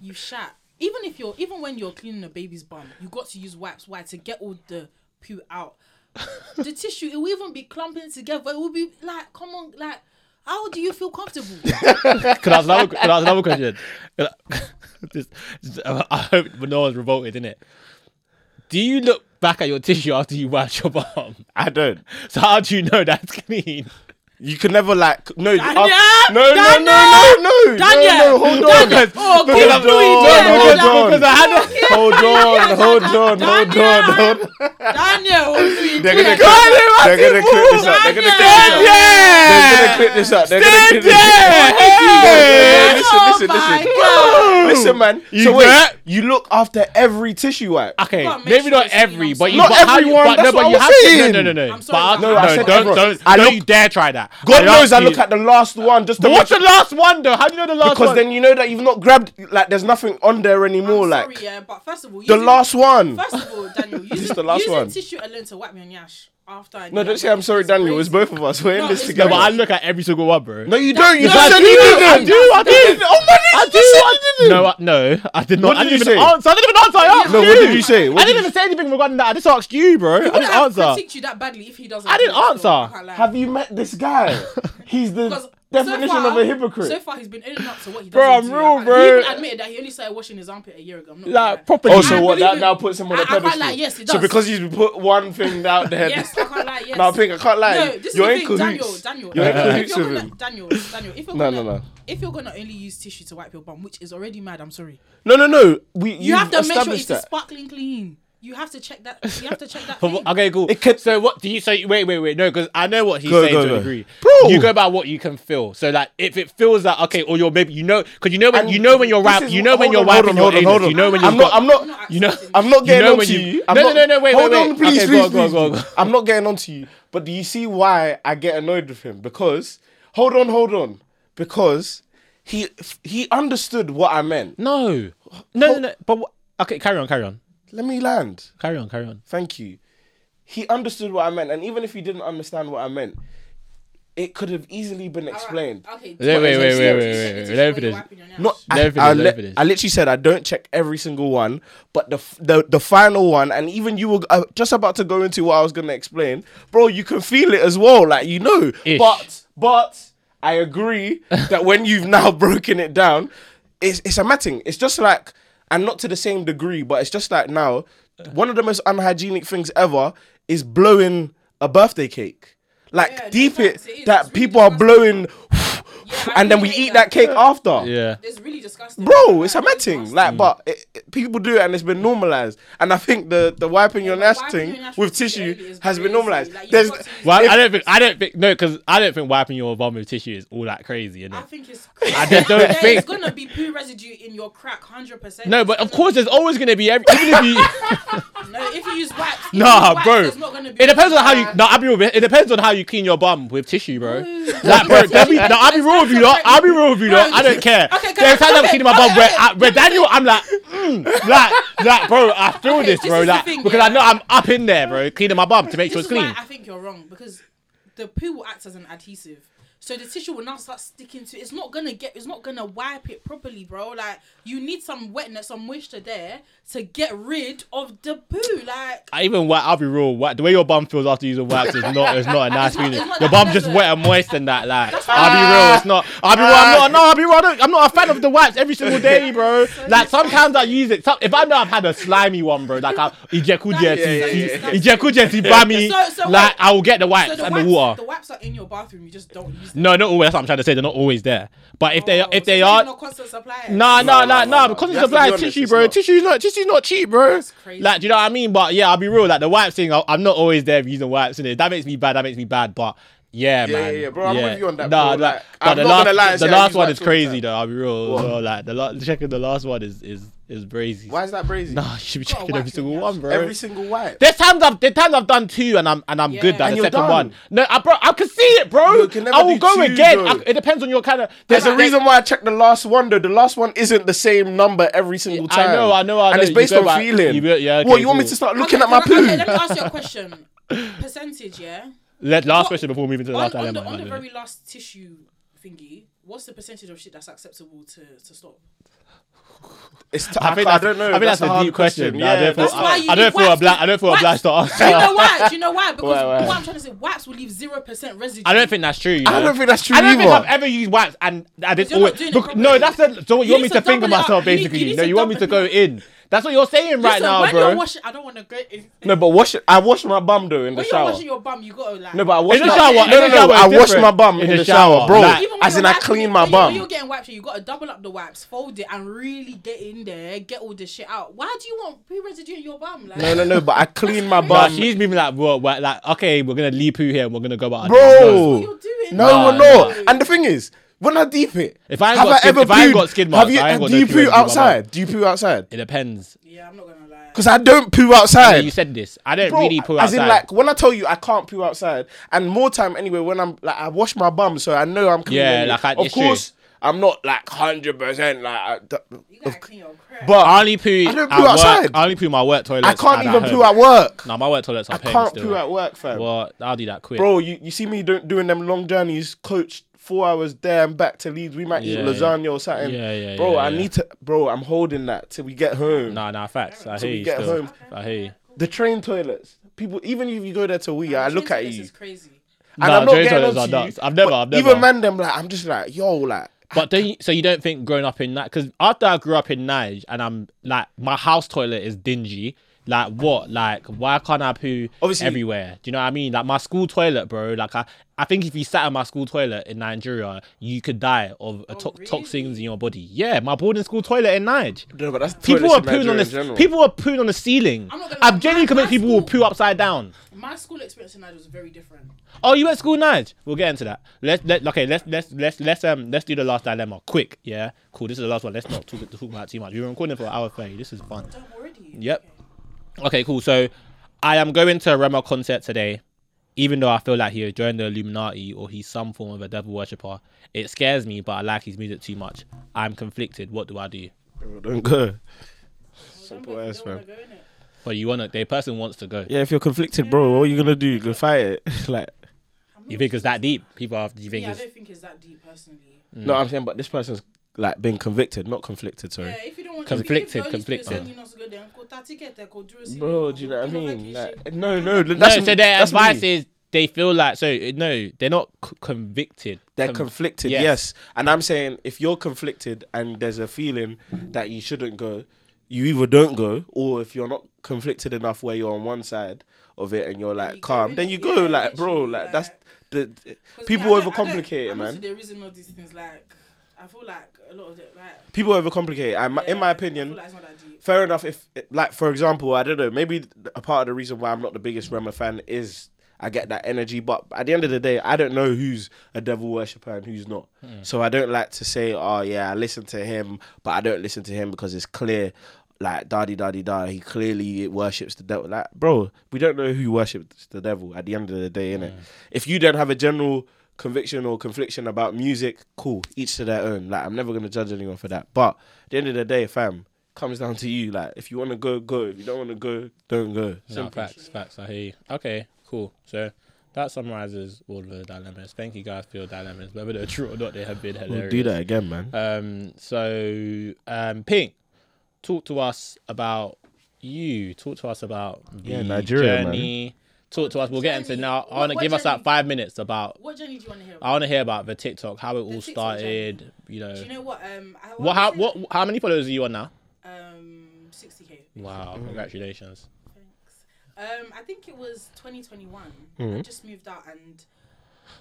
B: You shat. Even if you're, even when you're cleaning a baby's bum, you got to use wipes. Why? To get all the poo out.
C: (laughs)
B: The tissue, it will even be clumping together. It will be like, come on, like, how do you feel
C: (laughs)
B: comfortable?
A: Could I ask another? Could I ask another question? (laughs) Just- just- I hope no one's revolted, innit? Do you look back at your tissue after you wipe your (laughs) bum?
C: I don't.
A: So how do you know that's clean?
C: You can never like no. you-
B: Daniel!
C: uh, no, no, no,
B: Daniel!
C: no, no, no,
B: Daniel!
C: no, Hold on.
B: Daniel! Oh,
C: Hold on,
B: give Louis
C: hold
B: Daniel!
C: on,
A: Because I had a-
C: hold on, hold on, hold on, hold on.
B: Ah, Daniel, what are you
C: They're gonna
B: doing?
C: clip.
A: Daniel,
C: They're gonna clip this up. They're gonna clip this
A: Stand
C: up. They're gonna
A: there!
C: clip this up. They're gonna clip
A: Stand
C: this up. Listen,
A: there!
B: Oh
C: listen,
B: my
C: listen.
B: God.
C: Listen, man.
A: You
C: so wait,
A: bet.
C: you look after every tissue wipe.
A: Okay,
B: Gotta make
A: maybe
B: sure
A: not
B: it's clean,
A: every,
B: I'm
A: but you,
B: sorry.
A: but
C: Not
A: how you,
C: everyone,
A: but, no,
C: that's
A: but
C: what
A: you
C: I'm
A: have to.
C: saying.
A: No, no, no, no.
B: I'm
A: but
B: sorry,
A: no,
B: but I
A: no,
C: said
A: don't,
C: everyone.
A: don't,
C: I
A: don't
C: look-
A: you dare try that.
C: God knows I
A: ask
C: look
A: you-
C: at the last one just to
A: But
C: make
A: what's the last one though? How do you know the last
C: because
A: one?
C: then you know that you've not grabbed like there's nothing on there anymore
B: I'm
C: like
B: sorry, yeah, but first of all,
C: the
B: using-
C: last one
B: First of all, Daniel, using,
C: This (laughs) is the last
B: using
C: one.
B: tissue alone to wipe your nyash after. I
C: no
B: do
C: don't
B: that,
C: say i'm sorry
B: it's
C: daniel it's
B: crazy.
C: both of us we're
B: No,
C: in this
B: it's
A: no,
C: together
A: but I
B: crazy.
A: look at every single one, bro.
C: no you don't you
B: No,
C: just
B: no,
C: said
B: no,
C: you
B: no,
A: I
C: didn't
A: do, I
C: Daniel,
A: do.
C: oh my
A: I
C: days,
A: do.
C: you said
A: I
C: you didn't
A: No, I, no, I did not.
C: What
A: I
C: did
A: didn't
C: you
A: even
C: say?
A: answer. I didn't even answer. I asked
C: no
A: you.
C: what did you say
A: I
C: What
A: didn't
C: did
A: even say anything regarding that. I just asked you, bro. I
B: Wouldn't
A: didn't
B: have
A: answer.
B: critiqued you that badly if he doesn't.
A: I didn't answer.
B: answer. I can't lie.
C: you- have you met this
B: (laughs)
C: guy he's the
B: Because
C: definition
B: so far,
C: of a hypocrite
B: So far, he's been owning up to what he does.
A: Bro, I'm real,
B: do. Like,
A: bro.
B: He even admitted that he only started washing his armpit a year ago. I'm not gonna lie.
A: Like properly.
C: Oh, so
B: I
C: what? That
B: believe
C: now
B: it.
C: puts him on a
B: I- I can't
C: pedestal.
B: lie, yes, it
C: So
B: does.
C: because you put one thing
B: (laughs)
C: out there,
B: Yes, I can't lie. Yes.
C: now I think I can't lie.
B: No, this
C: You're
B: is
C: in
B: the thing,
C: cahoots.
B: Daniel. Daniel,
C: You're in
B: if
C: cahoots
B: you're
C: with
B: gonna,
C: him.
B: Daniel, Daniel, if you're
C: No,
B: gonna,
C: no, no.
B: if you're gonna only use tissue to wipe your bum, which is already mad, I'm sorry.
C: No, no, no. We
B: You have to make sure
C: established
B: it's
C: that.
B: sparkling clean. You have to check that. You have to check
C: (laughs)
B: that.
A: But
B: thing.
A: what- Okay, cool.
C: It could-
A: so what do you say? Wait, wait, wait. No, because I know what he's
C: Go,
A: saying
C: go,
A: to
C: go.
A: a degree.
C: Bro.
A: You go by what you can feel. So like, if it feels that okay, or you're maybe you know, because you know when
C: And
A: you know when you're
C: this
A: ripe,
C: is-
A: you know when
C: hold
A: you're
C: on, hold
A: ripe
C: on,
A: in your
C: hold on, hold
A: anus.
C: on.
A: You know when
C: I'm
A: you've
C: not-
A: got.
C: I'm not-
A: you know-
B: accepting
C: I'm not
A: You
C: getting
A: know
C: on
A: when
C: to
A: you-
C: you.
A: No,
C: I'm
A: no,
C: not-
A: no, no, wait,
C: Hold
A: wait,
C: on,
A: wait.
C: please,
A: Okay, go
C: please,
A: on, go on,
C: please,
A: go on,
C: please.
A: go
C: I'm not getting on to you. But do you see why I get annoyed with him? Because hold on, hold on. Because he he understood what I meant.
A: No, no, no, no. But what- okay, carry on, carry on,
C: Let me land.
A: carry on, carry on.
C: Thank you. He understood what I meant, and even if he didn't understand what I meant, it could have easily been explained.
B: Okay.
A: Wait, wait, wait, wait, wait, wait, wait. Let me finish.
C: No, I,
A: Let me
C: I,
A: finish,
C: li-
A: let me finish.
C: I literally said I don't check every single one, but the f- the, the final one, and even you were uh, just about to go into what I was going to explain, bro. You can feel it as well, like you know.
A: Ish.
C: But but I
A: (laughs)
C: agree that when you've now (laughs) broken it down, it's it's a matting. It's just like and not to the same degree, but it's just like now one of the most unhygienic things ever is blowing a birthday cake. Like
B: Yeah, no,
C: deep it,
B: facts, it is.
C: that
B: It's really
C: people are (laughs)
B: disgusting.
C: blowing
B: I
C: and then we
B: really hate
C: eat that cake after.
A: Yeah.
B: It's really disgusting.
C: Bro, it's a
B: Like,
C: mad thing.
B: disgusting.
C: Like, but it, it- people do it and it's been normalized. And I think the, the wiping your
B: Yeah,
C: ass
B: wiping
C: thing
B: your ass
C: with
B: with tissue
C: tissue
B: is
C: has been
B: crazy.
C: normalized.
B: Like, you've
C: There's,
B: got to use-
C: If-
A: Well, I don't think I don't think no, because I don't think wiping your bum with tissue is all that crazy,
B: I
A: innit?
B: think it's.
A: I just don't
B: There's
A: think.
B: gonna be poo residue in your crack, hundred percent.
A: No, but of course, there's always gonna be every, even if you. (laughs)
B: No, if you use wipes. if you use
A: Nah,
B: wipes,
A: bro.
B: there's not gonna be
A: It depends on how you. No, I'll be real. with- It depends on how you clean your bum with tissue, bro. Like, bro, there'll be, no, I'll be real with you, lot. I'll be real with you, lot. I don't care.
B: Okay, can I-
A: There's times I'm
B: okay,
A: cleaning my bum
B: okay,
A: where,
B: okay.
A: I, where Daniel, I'm like, mm, like, like, bro, I feel
B: Okay,
A: this,
B: this
A: bro,
B: is the
A: like,
B: thing,
A: because
B: yeah.
A: I know I'm up in there, bro, cleaning my bum to make sure
B: This
A: it's
B: is
A: clean.
B: why I think you're wrong because the poo will act as an adhesive. So the tissue will now start sticking to. It's not gonna get. It's not gonna wipe it properly, bro. Like you need some wetness, some moisture there to get rid of the poo. Like
A: I even wipe, I'll be real. Wipe, the way your bum feels after using wipes is not, it's not a nice
B: It's not-
A: feeling.
B: it's not
A: Your
B: that
A: bum just
B: pleasant.
A: wet and moist and that. Like, I'll be real. It's not. I'll be real. I'm not. No, I'll be real. I don't, I'm not a fan of the wipes every single day, bro. Like sometimes I use it. Some, if I know I've had a slimy one, bro, like I
B: That
A: ejekujeti,
B: is so
A: ejekujeti, bami,
B: So- so
A: like
B: wait.
A: I will get the wipes
B: so the
A: and
B: wipes,
A: the water.
B: the wipes are in your bathroom. You just don't use them.
A: No, not always. That's what I'm trying to say. They're not always there. But if they
B: Oh,
A: if
B: so
A: they
B: you're
A: are,
B: not constant supply.
A: Nah, nah, nah,
C: no, no,
A: nah.
C: no.
A: Because
C: You
A: it's
C: have
A: a
C: to be
A: black
C: honest,
A: tissue,
C: it's
A: bro.
C: not.
A: Tissue's not tissue's not cheap, bro.
B: That's crazy.
A: Like, do you know what I mean? But yeah, I'll be real. Like the wipes thing, I- I'm not always there using wipes in it. That makes me bad. That makes me bad. But yeah,
C: Yeah,
A: man.
C: yeah, yeah, bro, I'm with you on that,
A: Nah,
C: bro, like,
A: but
C: I'm
A: the
C: not
A: last,
C: gonna lie and
A: the
C: say I
A: last
C: use
A: one
C: wipes
A: is
C: all the
A: crazy
C: time.
A: though. I'll be real.
C: What?
A: as well. Like the la- checking the last one is is is crazy.
C: why is that crazy?
A: Nah, you should be
B: Gotta
A: checking
B: wipe
A: every
B: your
A: single
B: ass.
A: one, bro.
C: Every single wipe.
A: There's times I've there's times I've done two and I'm and I'm good
B: Yeah.
A: at
B: And
A: the
C: you're
A: second
C: done.
A: one. No, I bro, I can see it, bro.
C: You can never
A: I will
C: do
A: go
C: two,
A: again.
C: though.
A: I- it depends on your kind of.
C: There's a reason why I checked the last one though. The last one isn't the same number every single
A: I
C: time.
A: know, I know, I
C: And
A: know.
C: it's
A: You
C: based
A: go
C: on
A: back-
C: feeling.
A: you go- yeah, okay,
C: what you want me
A: cool.
C: to start looking
B: Okay,
C: at my
B: can I-
C: poo?
B: Okay, let me ask you a
C: (laughs)
B: question. Percentage, yeah.
A: Let last
B: What-
A: question before moving to the
B: on,
A: last
B: on
A: dilemma.
B: the, on
A: man,
B: the
A: yeah.
B: very last tissue thingy, what's the percentage of shit that's acceptable to, to stop?
C: It's t-
A: I think
C: I
A: that's,
C: don't know.
A: I think that's, a
C: hard
A: deep question. Nah,
C: Yeah,
A: I don't feel,
B: that's
A: I,
B: why you
A: I
B: need
A: don't feel a
B: wipes.
A: bla- I don't feel a
B: Wipes.
A: blast to
B: Do you
A: answer.
B: know why? Do you know
A: (laughs)
B: why? Because
C: Why, why?
B: what I'm trying to say, wipes will leave zero percent residue.
A: I don't think that's true. you
C: I
A: know.
C: don't think that's true
A: I don't think I've
C: either.
A: ever used wax, and I did
B: You're not
A: always.
B: doing it
A: Look,
B: properly.
A: no, that's a. So what you, want me
B: You
A: to
B: need to
A: finger
B: double it up.
A: myself,
B: You need- you
A: basically?
B: need
A: no,
B: to
A: you want me to go
B: double it
A: in. That's what you're saying right
B: Listen,
A: now,
B: when
A: bro.
B: You're washing, I don't want to go in.
C: No, but wash it. I wash my bum though in the
B: When
C: shower.
B: you're washing your bum, you gotta like.
C: No, but I wash
A: the
C: my
A: shower- in
C: No,
A: the
C: no, no.
A: shower
C: I
A: it's
C: wash
A: different.
C: my bum
A: In
C: in,
A: the
C: the, shower,
A: shower,
C: bro.
A: like-
B: Even when
C: As
B: you're
C: in, I
B: wiping it,
C: clean my
B: when you- When
C: bum.
B: you're getting wipes, you gotta double up the wipes, fold it, and really get in there, get all the shit out. Why do you want poo residue in your bum? Like,
C: No, no, no. But I clean my
A: But
C: bum.
A: she's moving like, well, well, like, okay, we're gonna leave poo here and we're gonna go out.
C: Bro.
B: What you're doing?
C: No,
A: Nah,
C: we're not. And the thing is, when I deep it,
A: If I ain't
C: have
A: got
C: I
A: skin-
C: ever
A: if I ain't
C: pooed?
A: got skin marks,
C: have you,
A: I ain't got
C: do
A: no
C: you
A: poo in
C: poo
A: my mouth.
C: outside? Do you poo outside?
A: It depends.
B: Yeah, I'm not gonna lie.
C: Because I don't poo outside.
A: You said this. I don't
C: Bro,
A: really poo
C: as
A: outside.
C: in like when I tell you I can't poo outside, and more time anyway when I'm like I wash my bum, so I know I'm clean.
A: Yeah,
C: anyway.
A: like, I-
C: of
A: it's true.
C: course I'm not like hundred percent like. I, d-
B: You gotta clean your crap.
C: but
A: I only poo.
C: I don't
A: at
C: poo
A: work.
C: outside.
A: I only poo my work toilets.
C: I can't
A: and
C: even
A: home.
C: poo at work.
A: No, my work toilets are
C: I
A: paying
C: can't
A: still.
C: poo at work, fam.
A: Well, I'll do that quick.
C: Bro, you, you see me doing doing them long journeys, coach four hours there and back to Leeds. We might eat
A: Yeah,
C: lasagna or something.
A: Yeah, yeah,
C: Bro,
A: yeah,
C: I
A: yeah.
C: need to. Bro, I'm holding that till we get home.
A: Nah, nah, facts. I
C: Till
A: hear
C: we
A: you
C: get
A: still.
C: home.
A: I hear you.
C: The train toilets. People, even if you go there to wee, I look at E.
B: This
C: you.
B: is crazy.
C: And
A: Nah,
C: I'm not
A: train
C: getting
A: toilets
C: onto
A: are
C: you,
A: nuts. I've never-
C: but
A: I've never.
C: Even man, them like I'm just like yo, like
A: But don't you, so you don't think growing up in that because after I grew up in Nige and I'm like my house toilet is dingy. Like what? Like why can't I poo
C: Obviously-
A: everywhere? Do you know what I mean? Like my school toilet, bro. Like I, I think if you sat in my school toilet in Nigeria, you could die of uh, to-
B: Oh, really?
A: toxins in your body. Yeah, my boarding school toilet in Nige.
C: no, but that's
A: People
C: toilets
A: are
C: in
A: pooing
C: Nigeria
A: on the
C: in general.
A: people are pooing on the ceiling.
B: I'm not gonna lie,
A: I'm genuinely
B: my-
A: convinced
B: my
A: people will
B: school-
A: poo upside down.
B: My school experience in Nigeria was very different.
A: Oh, you at school night? We'll get into that. Let's let okay. Let's let's let's let's um let's do the last dilemma quick. Yeah, cool. This is the last one. Let's not talk, talk about it too much. We've been recording for an hour thirty. This is fun.
B: Damn, already.
A: Yep. Okay, cool. So I am going to a Rema concert today, even though I feel like he joined the Illuminati or he's some form of a devil worshipper. It scares me, but I like his music too much. I'm conflicted. What do I do?
C: Bro, don't go. Simple
B: Don't
C: as
B: wanna
C: man.
B: go in it.
A: Well, you wanna? The person wants to go.
C: Yeah, if you're conflicted, bro, what are you gonna do? You gonna fight it? (laughs) like
A: You think it's that deep? People have. You think
B: Yeah, I
A: it's
B: don't think it's that deep personally.
A: Mm.
C: no, I'm saying, but this person's like been convicted, not conflicted. Sorry.
B: Yeah, if you don't want
A: Conflicted,
B: if you
A: conflicted.
C: Bro, do you know what I mean? Like, no, no,
A: No,
C: that's
A: so their
C: that's me.
A: advice is they feel like so uh, no, they're not c- convicted.
C: They're
A: Con-
C: conflicted,
A: yes.
C: yes. And I'm saying if you're conflicted and there's a feeling that you shouldn't go, you either don't go, or if you're not conflicted enough where you're on one side of it and you're like
B: you go
C: calm,
B: in
C: then
B: it.
C: you
B: Yeah,
C: go like, bro,
B: literally,
C: like that's
B: like-
C: the, the-
B: 'Cause
C: people
B: me, I don't- I don't-
C: overcomplicate it,
B: I'm not
C: man.
B: see the reason all these things like I feel like a lot of it like
C: people overcomplicate. it. I, my in
B: yeah,
C: my
B: I feel
C: opinion,
B: like it's not that deep.
C: fair enough. If like for example, I don't know, maybe a part of the reason why I'm not the biggest Rema fan is I get that energy, but at the end of the day, I don't know who's a devil worshipper and who's not. So I don't like to say, oh yeah, I listen to him, but I don't listen to him because it's clear. Like daddy, daddy, da, he clearly worships the devil. Like, bro, we don't know who worships the devil at the end of the day, innit? If you don't have a general conviction or confliction about music, cool, each to their own. Like I'm never gonna judge anyone for that. But at the end of the day, fam, comes down to you. Like if you wanna go, go. If you don't wanna go, don't go.
A: No, facts, facts. I hear you. Okay, cool. So that summarizes all of the dilemmas. Thank you guys for your dilemmas. Whether they're true or not, they have been hilarious.
C: We'll do that again, man.
A: Um, so, um, Pink, talk to us about you. Talk to us about the
C: Yeah, Nigeria, man.
A: journey. Talk to us. We'll get into
B: Journey.
A: now. I
B: What-
A: want to
B: what
A: give us that
B: journey?
A: five minutes about.
B: What journey do you want to hear?
A: I
B: About?
A: want to hear about the TikTok, how it all
B: TikTok
A: started. You know,
B: Do you know what? Um, I,
A: what? How?
B: I
A: What? How many followers are you on now?
B: Um, sixty k.
A: Wow! Congratulations.
B: Thanks. Um, I think it was 2021.
C: Mm-hmm.
B: I just moved out and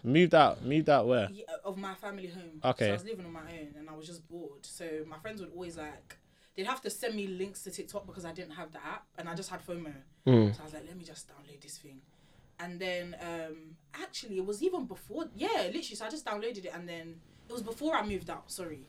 A: Moved out. Moved out where?
B: yeah, of my family home.
A: Okay.
B: So I was living on my own and I was just bored. So my friends would always like, they'd have to send me links to TikTok because I didn't have the app and I just had FOMO. So I was like, let me just download this thing. And then um, actually, it was even before, yeah, literally. So I just downloaded it and then it was before I moved out, sorry.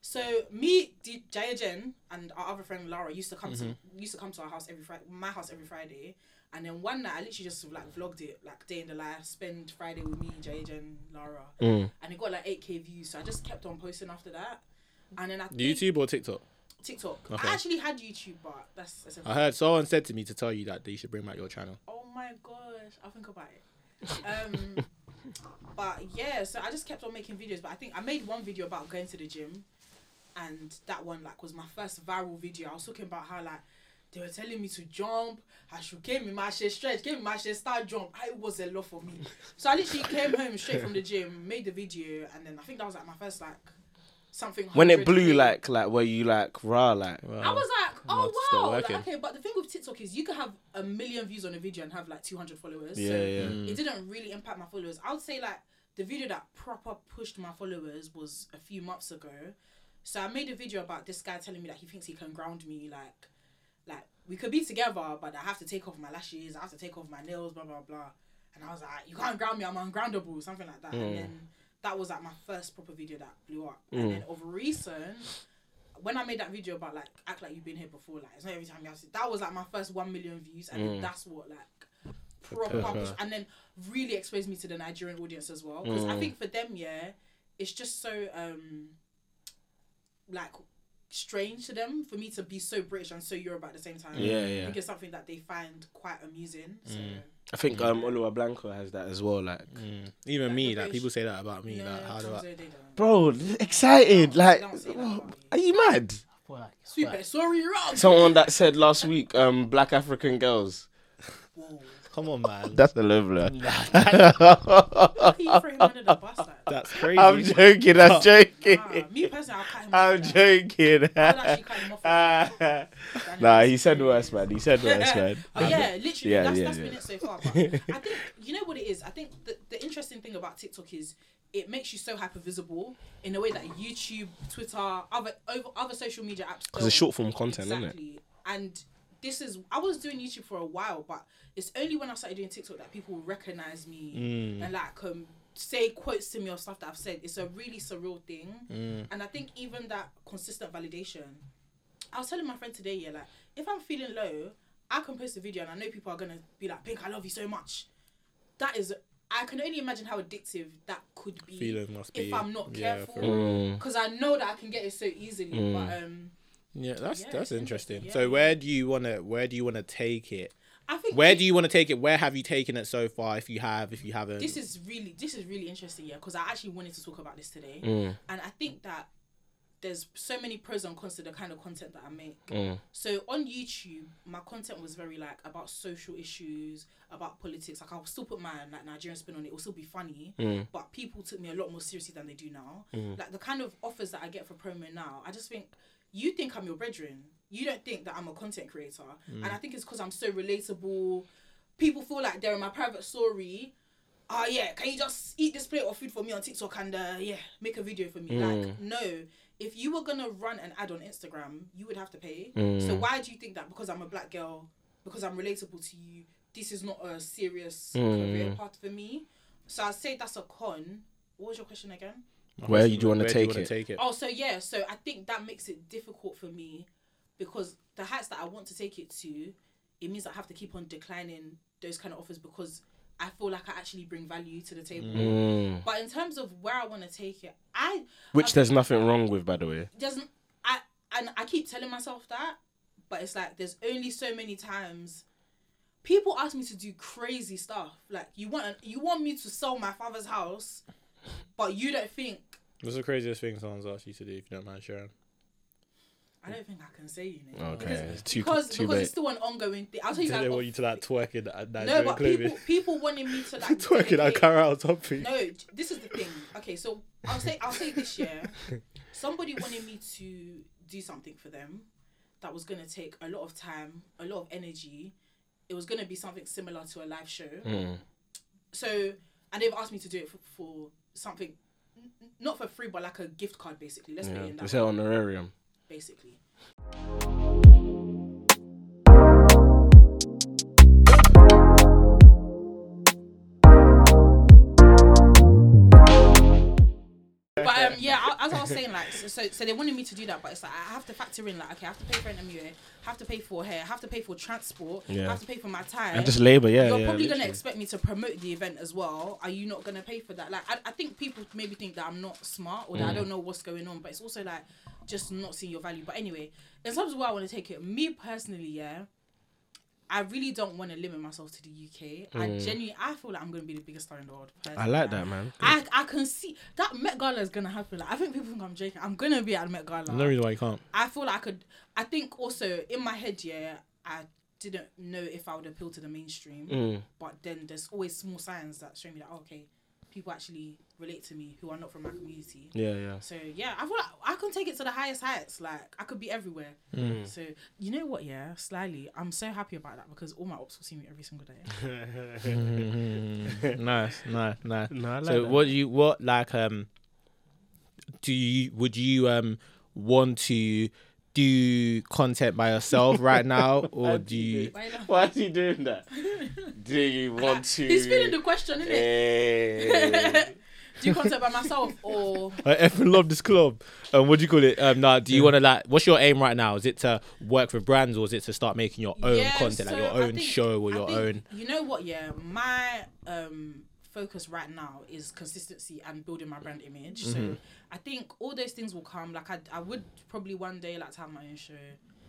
B: So me, D- Jaya Jen, and our other friend Laura used to come
A: Mm-hmm.
B: to used to come to our house every Friday, my house every Friday, and then one night I literally just like vlogged it, like day in the life, spend Friday with me, Jaya Jen, Laura,
A: Mm.
B: and it got like eight k views. So I just kept on posting after that, and then I think
A: YouTube or TikTok?
B: TikTok.
A: Okay.
B: I actually had YouTube, but that's, that's
A: I heard someone said to me to tell you that they should bring back your channel.
B: Oh my gosh, I'll think about it.
C: (laughs)
B: Um, but yeah, so I just kept on making videos. But I think I made one video about going to the gym, and that one like was my first viral video. I was talking about how like they were telling me to jump. I should give me my shit stretch, give me my shit start jump. Ah, It was a lot for me. So I literally came home straight from the gym, made the video, and then I think that was like my first like something.
C: When it
B: 100
C: blew,
B: video.
C: like, like were you like raw, like?
B: I was like,
A: must stop
B: oh wow, like,
A: working.
B: okay. But the thing with TikTok is you could have a million views on a video and have like two hundred followers.
C: Yeah,
B: so
C: yeah.
B: It didn't really impact my followers. I would say like the video that proper pushed my followers was a few months ago. So I made a video about this guy telling me that he thinks he can ground me, like, like we could be together, but I have to take off my lashes, I have to take off my nails, blah blah blah. And I was like, you can't ground me, I'm ungroundable, something like that.
C: Mm.
B: And then that was like my first proper video that blew up. And
C: Mm.
B: then of recent, when I made that video about like act like you've been here before, like it's not every time you have to. That was like my first one million views, and
C: Mm.
B: then that's what like proper push- and then really exposed me to the Nigerian audience as well. Because
C: Mm.
B: I think for them, yeah, it's just so um like strange to them for me to be so British and so Europe at the same time.
C: Yeah,
B: I
C: yeah.
B: think it's something that they find quite amusing. So.
C: I think um, Olua Blanco has that as well. Like,
A: Even
B: Like,
A: me, like
B: the British-
A: people (laughs) say that about me. like, how do I?
C: bro, excited. Like,
B: don't say that about me.
C: are you mad?
B: Super, sorry, wrong.
C: Someone that said last week, um, black African girls.
B: Whoa.
A: Come on, man.
C: That's the level.
B: He threw him under the bus.
C: (laughs)
B: Like, that.
A: (laughs) That's crazy.
C: (laughs) I'm joking. I'm joking.
B: Nah, me personally, I'll cut him off. (laughs)
C: I'm joking. (laughs)
B: I'd actually cut him off.
C: nah, he said worse, man. He said
B: (laughs)
C: worse, man.
B: But yeah,
C: Um,
B: literally,
C: Yeah,
B: that's,
C: yeah,
B: that's
C: yeah.
B: been it so far.
C: (laughs)
B: But I think you know what it is. I think the, the interesting thing about TikTok is it makes you so hyper visible in a way that YouTube, Twitter, other over, other social media apps.
C: Because it's short form content, isn't it?
B: exactly. And this is I was doing YouTube for a while, but it's only when I started doing TikTok that people recognize me
C: Mm.
B: and like um say quotes to me or stuff that I've said. It's a really surreal thing,
C: Mm.
B: and I think even that consistent validation I was telling my friend today, yeah, like if I'm feeling low, I can post a video and I know people are gonna be like, Pink, I love you so much. That is, I can only imagine how addictive that could be
A: Feeling must
B: if
A: be-
B: I'm not
A: yeah, for
B: careful, because I know that I can get it so easily.
A: Mm.
B: But um,
A: Yeah, that's
B: Yeah,
A: that's
B: it's
A: interesting.
B: interesting,
A: So
B: yeah.
A: where do you wanna where do you wanna take it?
B: I think
A: Where do you wanna take it? Where have you taken it so far? If you have, if you haven't,
B: this is really this is really interesting, yeah, because I actually wanted to talk about this today, and I think that there's so many pros and cons to the kind of content that I make. So on YouTube, my content was very like about social issues, about politics. Like I'll still put my like Nigerian spin on it. It'll still be funny, but people took me a lot more seriously than they do now. Like the kind of offers that I get for promo now, I just think you think I'm your brethren. You don't think that I'm a content creator, and I think it's because I'm so relatable. People feel like they're in my private story. oh yeah, can you just eat this plate of food for me on TikTok and uh, yeah, make a video for me? Like, no. If you were gonna run an ad on Instagram, you would have to pay. So why do you think that because I'm a black girl, because I'm relatable to you, this is not a serious career path for me? So I'd say that's a con. What was your question again?
C: Where you do want to
A: Where
C: take
A: wanna
C: it?
A: Take it.
B: Oh, so yeah, so I think that makes it difficult for me because the heights that I want to take it to, it means I have to keep on declining those kind of offers because I feel like I actually bring value to the table.
C: Hmm.
B: But in terms of where I want to take it, I
C: Mm. Which there's nothing wrong with, by the way.
B: doesn't I and I keep telling myself that, but it's like there's only so many times people ask me to do crazy stuff. Like you want you want me to sell my father's house, but you don't think
A: What's the craziest thing someone's asked you to do? If you don't mind sharing.
B: (laughs) I don't think I can say you know.
C: Okay,
B: Because-
C: it's too
B: because,
C: too
B: because
C: late.
B: it's still an ongoing thing. I'll tell you
A: Did
B: guys.
A: they
B: off-
A: want you to like twerking at
B: no,
A: Nigerian
B: but
A: clothing?
B: people, people wanted me
A: (laughs)
B: to like
A: twerking at
B: dedicate-
A: Carol Toppy.
B: No, j- this is the thing. Okay, so I'll say I'll say
C: (laughs)
B: this year, somebody wanted me to do something for them that was gonna take a lot of time, a lot of energy. It was gonna be something similar to a live show.
C: mm.
B: So, and they've asked me to do it for, for something, n- n- not for free, but like a gift card, basically. Let's put it in
C: Yeah.
B: that.
C: It's
B: way
C: an honorarium.
B: basically. But um, yeah, I- as I was saying, like, so, so so they wanted me to do that, but it's like I have to factor in, like, okay, I have to pay for an MUA, I have to pay for hair, I have to pay for transport,
C: Yeah.
B: I have to pay for my time.
C: And just labor, yeah.
B: You're
C: yeah,
B: probably going to
C: literally.
B: expect me to promote the event as well. Are you not going to pay for that? Like, I, I think people maybe think that I'm not smart or that
C: Mm.
B: I don't know what's going on, but it's also like just not seeing your value. But anyway, in terms of where I want to take it, me personally, yeah, I really don't want to limit myself to the UK. I genuinely, I feel like I'm going to be the biggest star in the world.
C: Mm. I like that, man.
B: I, I can see that Met Gala is going to happen. Like, I think people think I'm joking. I'm going to be at Met Gala.
A: No reason why you can't.
B: I feel like I could. I think also in my head, yeah, I didn't know if I would appeal to the mainstream. But then there's always small signs that show me that okay, people actually relate to me who are not from my community.
C: Yeah, yeah.
B: So yeah, I feel like I can take it to the highest heights. Like I could be everywhere. So you know what? Yeah, slyly, I'm so happy about that because all my ops will see me every single day.
A: nice, nice, nice.
C: No, I like
A: so
C: that.
A: what do you what like um do you would you um want to do content by yourself right now or do you
B: Why not?
C: Why is he doing
B: (laughs)
C: that? Do you want to?
B: He's feeling the question, isn't it?
C: Hey.
B: (laughs) Do you contact by myself or
A: I effing love this club. Um, what do you call it? Um, nah, do you want to like? What's your aim right now? Is it to work with brands, or is it to start making your own
B: Yeah,
A: content, like
B: so
A: your
B: I
A: own
B: think-
A: show or
B: I
A: your
B: think-
A: own?
B: You know what? Yeah, my um focus right now is consistency and building my brand image.
A: Mm-hmm.
B: So I think all those things will come. Like I, I would probably one day like to have my own show.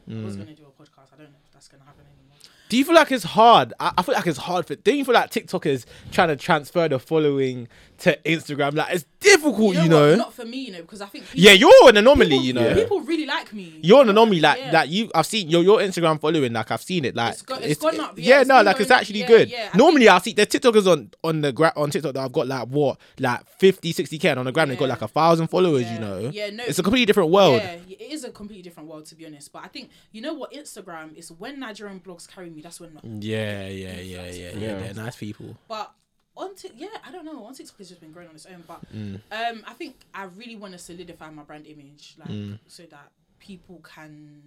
B: I
A: Mm.
B: was gonna do a podcast. I don't know if that's gonna happen anymore.
A: Do you feel like it's hard? I, I feel like it's hard for. Do you feel like TikTok is trying to transfer the following to Instagram? Like it's difficult, you
B: what?
A: know.
B: not for me, you know, because I think people,
A: yeah, you're an anomaly,
B: people,
A: you know.
B: people really like me.
A: You're an anomaly, like
B: Yeah.
A: like you. I've seen your your Instagram following, like I've seen it, like
B: It's go- it's gone up, yeah, it's
A: no,
B: been
A: like it's
B: going up,
A: actually
B: yeah,
A: good.
B: yeah, I
A: Normally, I see the TikTokers on on the gra- on TikTok that I've got like what like 50, 60 k, and on the gram they got
B: Yeah.
A: like a thousand followers, you
B: Yeah.
A: know.
B: Yeah, no.
A: it's a completely different world.
B: Yeah, it is a completely different world to be honest. But I think you know what Instagram is when Nigerian blogs carry me. That's when
A: Yeah, yeah, yeah, yeah, yeah.
C: Yeah.
A: They're nice people.
B: But on t- yeah, I don't know. On TikTok has just been growing on its own. But
A: Mm.
B: um, I think I really want to solidify my brand image, like
A: Mm.
B: so that people can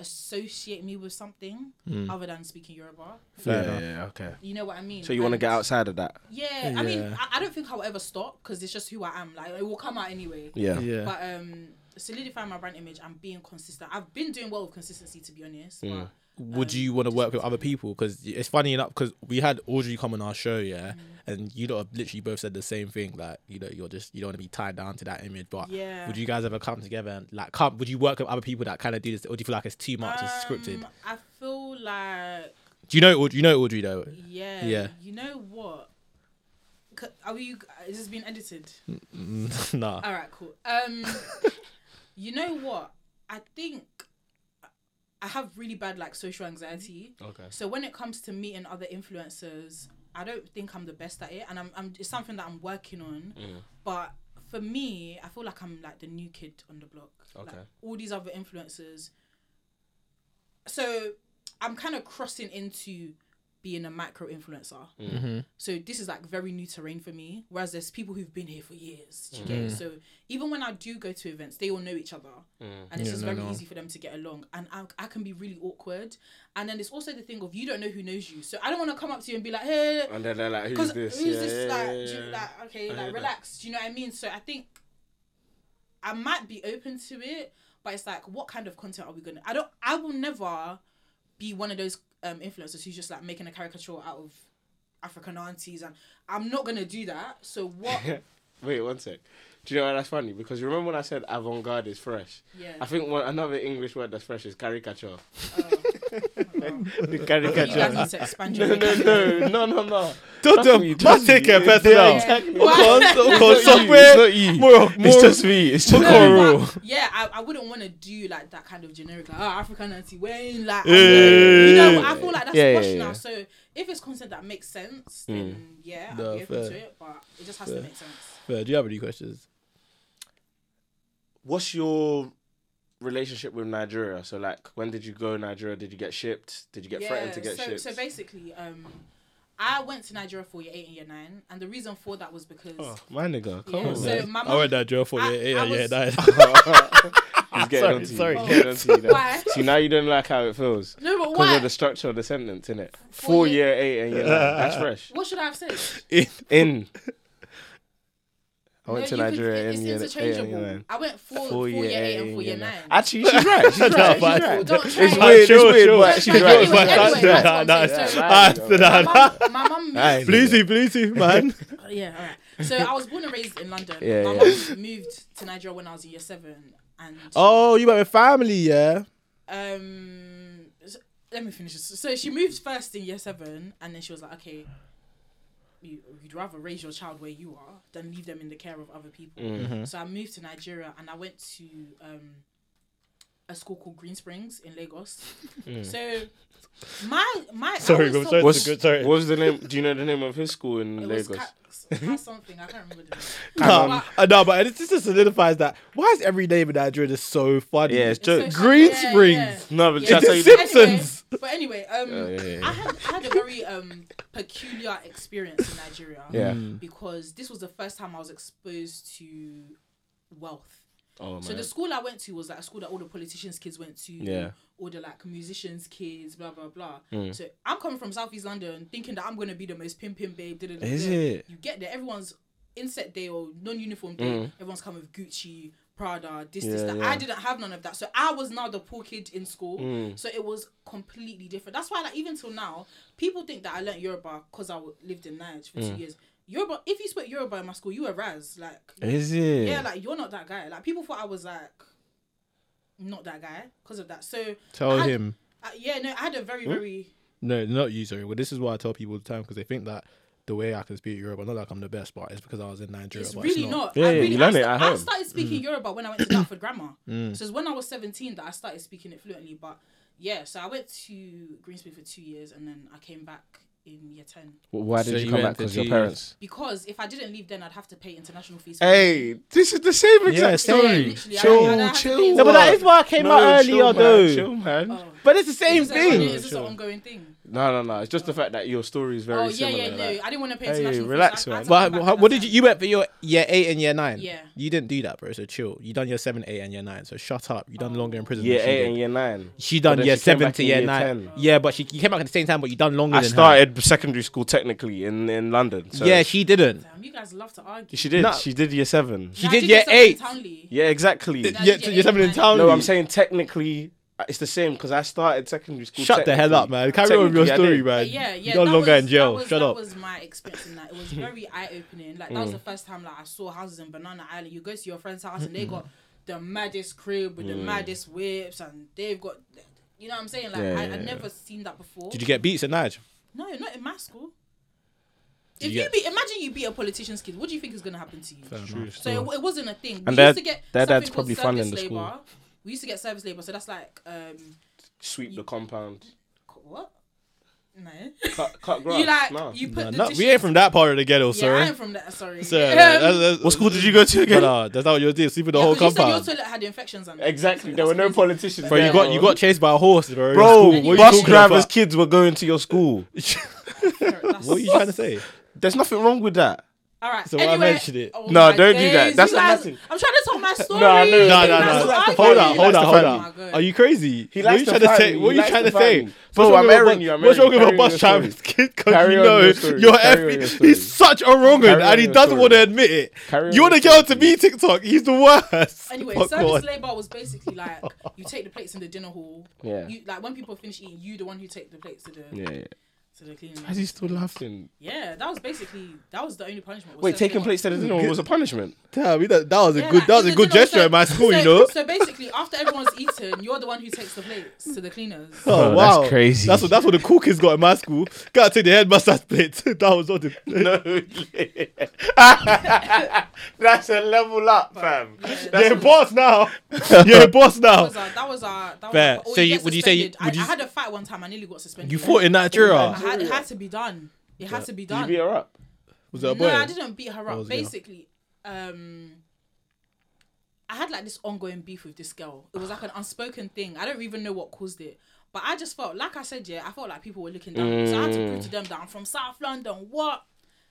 B: associate me with something
A: Mm.
B: other than speaking Yoruba.
C: yeah,
A: enough.
C: yeah, yeah, okay.
B: You know what I mean?
C: So you want to
B: And-
C: get outside of that?
B: Yeah, I mean,
A: Yeah.
B: I, I don't think I'll ever stop because it's just who I am. Like it will come out anyway.
C: Yeah.
A: Yeah.
B: But um, solidifying my brand image and being consistent. I've been doing well with consistency, to be honest.
A: Mm.
B: But
A: would you want to work with other people? Um, Because it's funny enough, because we had Audrey come on our show, yeah, and you lot have literally both said the same thing, like you know, you're just you don't want to be tied down to that image. But
B: Yeah.
A: would you guys ever come together and like come? Would you work with other people that kind of do this, or do you feel like it's too much? it's scripted.
B: um, I feel like
A: Do you know Audrey? You know Audrey though.
B: Yeah.
A: Yeah.
B: You know what? C- Are you? Is this being edited?
A: (laughs) nah.
B: All right. Cool. Um,
A: (laughs)
B: you know what? I think I have really bad like social anxiety.
C: Okay.
B: So when it comes to meeting other influencers, I don't think I'm the best at it, and I'm, I'm it's something that I'm working on. But for me, I feel like I'm like the new kid on the block. Like,
C: Okay.
B: all these other influencers. So I'm kind of crossing into being a macro influencer. So this is like very new terrain for me. Whereas there's people who've been here for years. do you get it? So even when I do go to events, they all know each other, and it's just very easy for them to get along. And I, I can be really awkward. And then it's also the thing of you don't know who knows you. So I don't want to come up to you and be like, hey,
C: And then they're like, who's
B: because
C: this?
B: who's
C: Yeah,
B: this?
C: yeah,
B: like,
C: yeah,
B: do you-
C: yeah.
B: like, okay,
C: hear
B: like
C: that.
B: relax. Do you know what I mean? So I think I might be open to it, but it's like, what kind of content are we gonna? I don't. I will never be one of those um influencers who's just like making a caricature out of African aunties, and I'm not gonna do that. So
C: (laughs)
B: what?
C: Wait, one sec. Do you know why that's funny? Because you remember when I said avant garde is fresh?
B: Yeah.
C: I think one, another English word that's fresh is caricature.
B: Oh.
C: the
B: you guys
C: (laughs) caricature.
B: need to expand
C: (laughs) No,
B: your.
C: no, no, no, no, no.
A: Don't
C: That's
A: tell
C: what
A: me.
C: you
A: Don't
C: do.
A: take it
C: Yeah,
A: personal.
C: exactly.
A: Of course, of course,
C: It's not you,
A: somewhere.
C: it's not you.
A: More,
C: It's
A: more.
C: just me. It's just
A: More-
C: me.
A: Bro.
B: But, yeah, I, I wouldn't want to do like that kind of generic like oh, African auntie wearing like
A: Yeah.
B: you know I feel like that's
C: Yeah,
B: yeah,
C: yeah,
B: now.
C: yeah.
B: So if it's content that makes sense, then yeah, I'll
A: Nah,
B: be open
A: fair.
B: to it. But it just has
A: Fair.
B: to make sense.
A: Fair, do you have any questions?
C: What's your relationship with Nigeria? So, like, when did you go Nigeria? Did you get shipped? Did you get threatened to get
B: so,
C: shipped?
B: So basically, um, I went to Nigeria for year eight and year nine, and the reason for that was because
C: my nigga, come
B: yeah,
C: on.
B: so
C: man.
B: my
A: I
B: mum
A: went that jail for
B: I-
A: you. Yeah,
B: I
A: yeah,
B: was-
A: that.
C: He's getting
A: sorry,
C: onto you.
A: sorry.
C: He's getting onto you now.
B: Why?
C: See, now you don't like how it feels.
B: No, but
C: Because
B: why?
C: of the structure of the sentence, innit?
B: Four
C: Four
B: year-
C: year eight and year nine. That's fresh.
B: What should I have said?
C: (laughs) In. I
B: No,
C: went to
B: you could-
C: Nigeria
B: it's
C: in year eight and year
B: interchangeable.
C: nine.
B: I went for
C: Four
B: four year eight and
C: in
B: four year nine.
C: Actually, she's right. She's
A: No,
C: right. She's
A: but-
C: right.
B: Don't try
C: It's
B: it.
C: weird. It's
A: Chill,
C: weird,
A: chill.
C: but she's
A: Chill,
C: right.
A: chill, but
B: Anyway,
A: that's-
B: anyway, that's
A: nah,
B: what
A: nah,
B: I'm saying,
A: nah,
C: sorry.
A: nah, nah,
B: my
A: nah.
B: mum, my mum
C: Aye.
B: moved.
A: (laughs) Please, please, man.
B: Yeah, all right. So I was born and raised in London.
C: Yeah,
B: my
C: yeah.
B: mum moved to Nigeria when I was in year seven, and
A: Oh, you went with family, yeah.
B: um s- let me finish this. So she moved first in year seven, and then she was like, okay, you, you'd rather raise your child where you are than leave them in the care of other people.
C: Mm.
B: So I moved to Nigeria, and I went to um a school called Green Springs in Lagos.
C: (laughs)
B: So my my I
A: Sorry,
B: always
A: I'm
B: thought-
A: sorry.
C: Mm. What's,
A: It's a good- sorry.
C: what was the name? Do you know the name of his school in
B: It was
C: Lagos?
B: Ka- Ka- something I can't remember. The name.
A: Nah, uh, nah, but this just solidifies that. Why is every name in Nigeria just so funny?
C: yeah, it's
B: It's so
C: jokes.
B: funny.
A: Green
B: Yeah,
A: Springs.
B: yeah.
C: no, but
B: Yeah.
C: that's how you
A: (laughs) It's
C: do.
A: a Simpsons.
B: Anyway, but anyway, um,
C: yeah, yeah, yeah.
B: I had I had a very um peculiar experience in Nigeria.
C: Yeah.
A: Mm.
B: Because this was the first time I was exposed to wealth.
C: Oh man.
B: So the school I went to was like a school that all the politicians' kids went to.
C: Yeah. Hmm.
B: All the like musicians' kids, blah blah blah. So I'm coming from Southeast London, thinking that I'm gonna be the most pimpin' babe. da, da, da,
C: Is
B: da.
C: it?
B: You get there, everyone's inset day or non-uniform day. Everyone's come with Gucci, Prada, this, this,
C: Yeah,
B: that.
C: Mm. yeah. Mm.
B: I didn't have none of that, so I was now the poor kid in school. So it was completely different. That's why, like even till now, people think that I learned Yoruba because I w- lived in Nigeria for
C: Mm.
B: two years. Yoruba, if you spoke Yoruba in my school, you were Raz. Like
C: Is it?
B: yeah, like you're not that guy. Like people thought I was like not that guy because of that. So
A: (laughs) Tell
B: I had-
A: him.
B: I, yeah, no, I had a very
C: Hmm?
B: very
A: No, not you, sorry. Well, this is why I tell people all the time because they think that the way I can speak Yoruba, not like I'm the best, but it's because I was in Nigeria.
B: it's
A: but
B: really
A: it's Mm.
B: not.
C: Yeah,
B: I
C: yeah,
B: really,
C: you learn
B: I,
C: it
B: sta-
C: at
B: I
C: home.
B: started speaking Yoruba when I went to Dartford Grammar. So it's when I was 17 that I started speaking it fluently. But yeah, so I went to Greenspeak for two years and then I came back in year 10.
C: Why did you
A: So you
C: come
A: went
C: back?
A: for
C: Because your
A: two
C: parents.
B: Because if I didn't leave then, I'd have to pay international fees. for
C: Hey, this is the same exact
A: Yeah,
B: Yeah,
A: sorry.
C: story.
B: literally, I-
A: Chill,
B: I had to
A: chill.
B: pay-
A: No,
D: but that is why I came out
C: chill,
D: earlier,
C: man,
D: though.
C: Chill, man.
B: Oh.
D: But it's the same
B: Is this an-
D: thing.
B: Is this an ongoing thing?
C: No, no, no. It's just the fact that your story is very
B: oh yeah,
C: similar.
B: yeah,
C: like-
B: no. I didn't want to pay
C: Hey,
B: international fees.
C: relax,
B: I- I
C: man.
B: had to
A: But
B: come
A: how,
B: back
A: what
B: at
A: did
B: that
A: you? You went for your year eight and year nine.
B: Yeah.
A: You didn't do that, bro. So chill. You done your seven, eight, and year nine. So shut up. You done
B: Oh.
A: longer in prison.
C: Year
A: than she
C: eight
A: did.
C: and year nine.
A: She
C: But
A: done
C: then
A: year
C: she came
A: seven
C: back
A: to
C: in
A: year,
C: year
A: nine.
C: 10.
A: Yeah, but she you came back at the same time, but you done longer
C: I
A: than her.
C: started secondary school technically in, in London. So
A: Yeah, she didn't.
B: Damn, you guys love to argue.
C: she did.
A: No.
C: She did year seven.
A: She
B: Nah,
A: did
B: I
A: year
B: this up in
A: eight.
B: Townley.
C: Yeah, exactly.
B: Nah, I
A: yeah, so
B: did year
A: you're
B: eight
A: seven in
B: and
A: town.
B: nine.
C: No, I'm
A: (laughs)
C: saying technically uh, it's the same because I started secondary school.
A: Shut the hell up,
C: technically.
A: man. Carry on with your
C: Technically, I
A: story,
C: did.
A: man.
B: But yeah, yeah.
A: you done
B: that
A: longer
B: was,
A: in jail.
B: That was,
A: Shut
B: that
A: up. Mm.
B: was my experience in that.
A: (laughs)
B: It was very eye opening. Like that was the first time like I saw houses in Banana Island. You go to your friend's house and they got the maddest crib
A: Mm.
B: with the maddest whips, and they've got, you know what I'm saying? Like
C: Yeah,
B: I,
C: yeah,
B: I'd
C: yeah.
B: never seen that before.
A: Did you get beats at Nige?
B: No, not in my school.
A: Did
B: If
A: you
B: you,
A: get-
B: be, imagine you beat a politician's kid, what do you think is gonna happen to you?
A: enough.
B: So it, it wasn't a thing. We
C: And their-
B: used to get
C: their
B: something
C: dad's
B: called
C: probably funding
B: service
C: the school.
B: labour. We used to get service labor, so that's like um,
C: Sweep the compound.
B: co- what? Nah.
C: Cut, cut grass.
B: (laughs) You like
C: no.
B: you put
A: Nah,
B: the
A: nah,
B: dishes.
A: we ain't from that part of the ghetto,
B: yeah,
A: sir.
B: I am from that. Sorry.
A: Sir,
C: uh,
B: Um,
A: that's- that's-
C: what school did you go to
A: But
C: again?
A: uh, that's not what you're doing. Sleeping the
B: yeah,
A: whole
B: 'cause you said your
A: compound.
B: toilet had infections on it.
C: Exactly.
B: So
C: There were
B: that's
C: no
B: crazy.
C: politicians.
A: Bro,
C: there,
A: you got you got chased by a horse, bro. in
C: Bro,
A: school. What you
C: bus
A: talking
C: drivers'
A: about?
C: kids were going to your school.
A: (laughs)
B: That's-
A: What are you trying to say?
C: There's nothing wrong with that.
B: All right.
A: So why
B: anyway,
A: mention it?
B: Oh
C: No,
B: my
C: don't do that.
B: days,
C: That's
B: you
C: not
B: guys-
C: nothing.
B: I'm trying to tell my story.
C: no, no,
A: No, no,
C: That's
A: no.
C: what I
A: Hold
C: thought.
A: on,
C: He
A: hold
C: likes
A: on,
C: to
A: hold
C: fight
A: on.
B: me. Oh my God.
A: Are (laughs) you crazy?
C: He
A: what are
C: likes
A: you
C: to
A: trying to
C: fight
A: say?
C: me.
A: What are
C: He
A: you
C: likes
A: trying
C: to
A: to
C: fight
A: say?
C: me.
A: What's
C: Bro,
A: wrong
C: I'm
A: with a
C: airing
A: bus-
C: you, I'm
A: What's wrong
C: airing
A: with a
C: you.
A: bus
C: Carry on your
A: driver's kid? Because
C: Carry
A: you
C: on your
A: know
C: story.
A: you're
C: Carry on
A: effing-
C: your story.
A: He's such a wrongen,
C: Carry on
A: and he
C: your
A: doesn't
C: story.
A: want to admit it.
C: Carry on
A: You want to
C: your
A: get onto
C: story.
A: me (laughs) TikTok? He's the worst.
B: Anyway,
A: Fuck
B: service
A: on.
B: labour was basically like you take the plates in the dinner hall.
C: Yeah.
B: You like when people finish eating, you the one who take the plates to the
C: Yeah. yeah.
B: to the cleaning.
C: Is he still laughing?
B: Yeah, that was basically that was the only punishment. was
C: Wait,
B: service
C: taking
B: labour.
C: place to the dinner was a punishment.
A: Damn, he- that that was a
B: Yeah,
A: good
B: like,
A: that was
B: in
A: a
B: the
A: good
B: dinner
A: gesture
B: so-
A: in my school,
B: so,
A: you know.
B: So basically, after everyone's eaten, you're the one who takes the plates to the cleaners.
A: Oh,
C: Bro, that's
A: wow,
C: crazy.
A: That's what that's what the cool kids got in my school. Gotta take the head master's plate. that was not the
C: No, that's a level up, fam.
A: You're a boss (laughs) now. You're a boss
B: That
A: now.
B: was our. That was our. That was
A: Fair.
B: our- oh,
A: So you-
B: get
A: would you say you-
B: suspended.
A: would
B: I,
A: you-
B: I had a fight one time. I nearly got suspended.
A: You fought in
B: I
A: Nigeria.
B: had, it had to be done. It had to be
C: Did you
B: done.
C: beat her up?
A: Was that a boy?
B: no, I didn't beat her
A: Oh,
B: up.
A: was it a girl?
B: Basically, um, I had like this ongoing beef with this girl. It was like an unspoken thing. I don't even know what caused it. But I just felt, like I said, yeah, I felt like people were looking down. on me. So I had to prove to
C: Mm.
B: them that I'm from South London. What?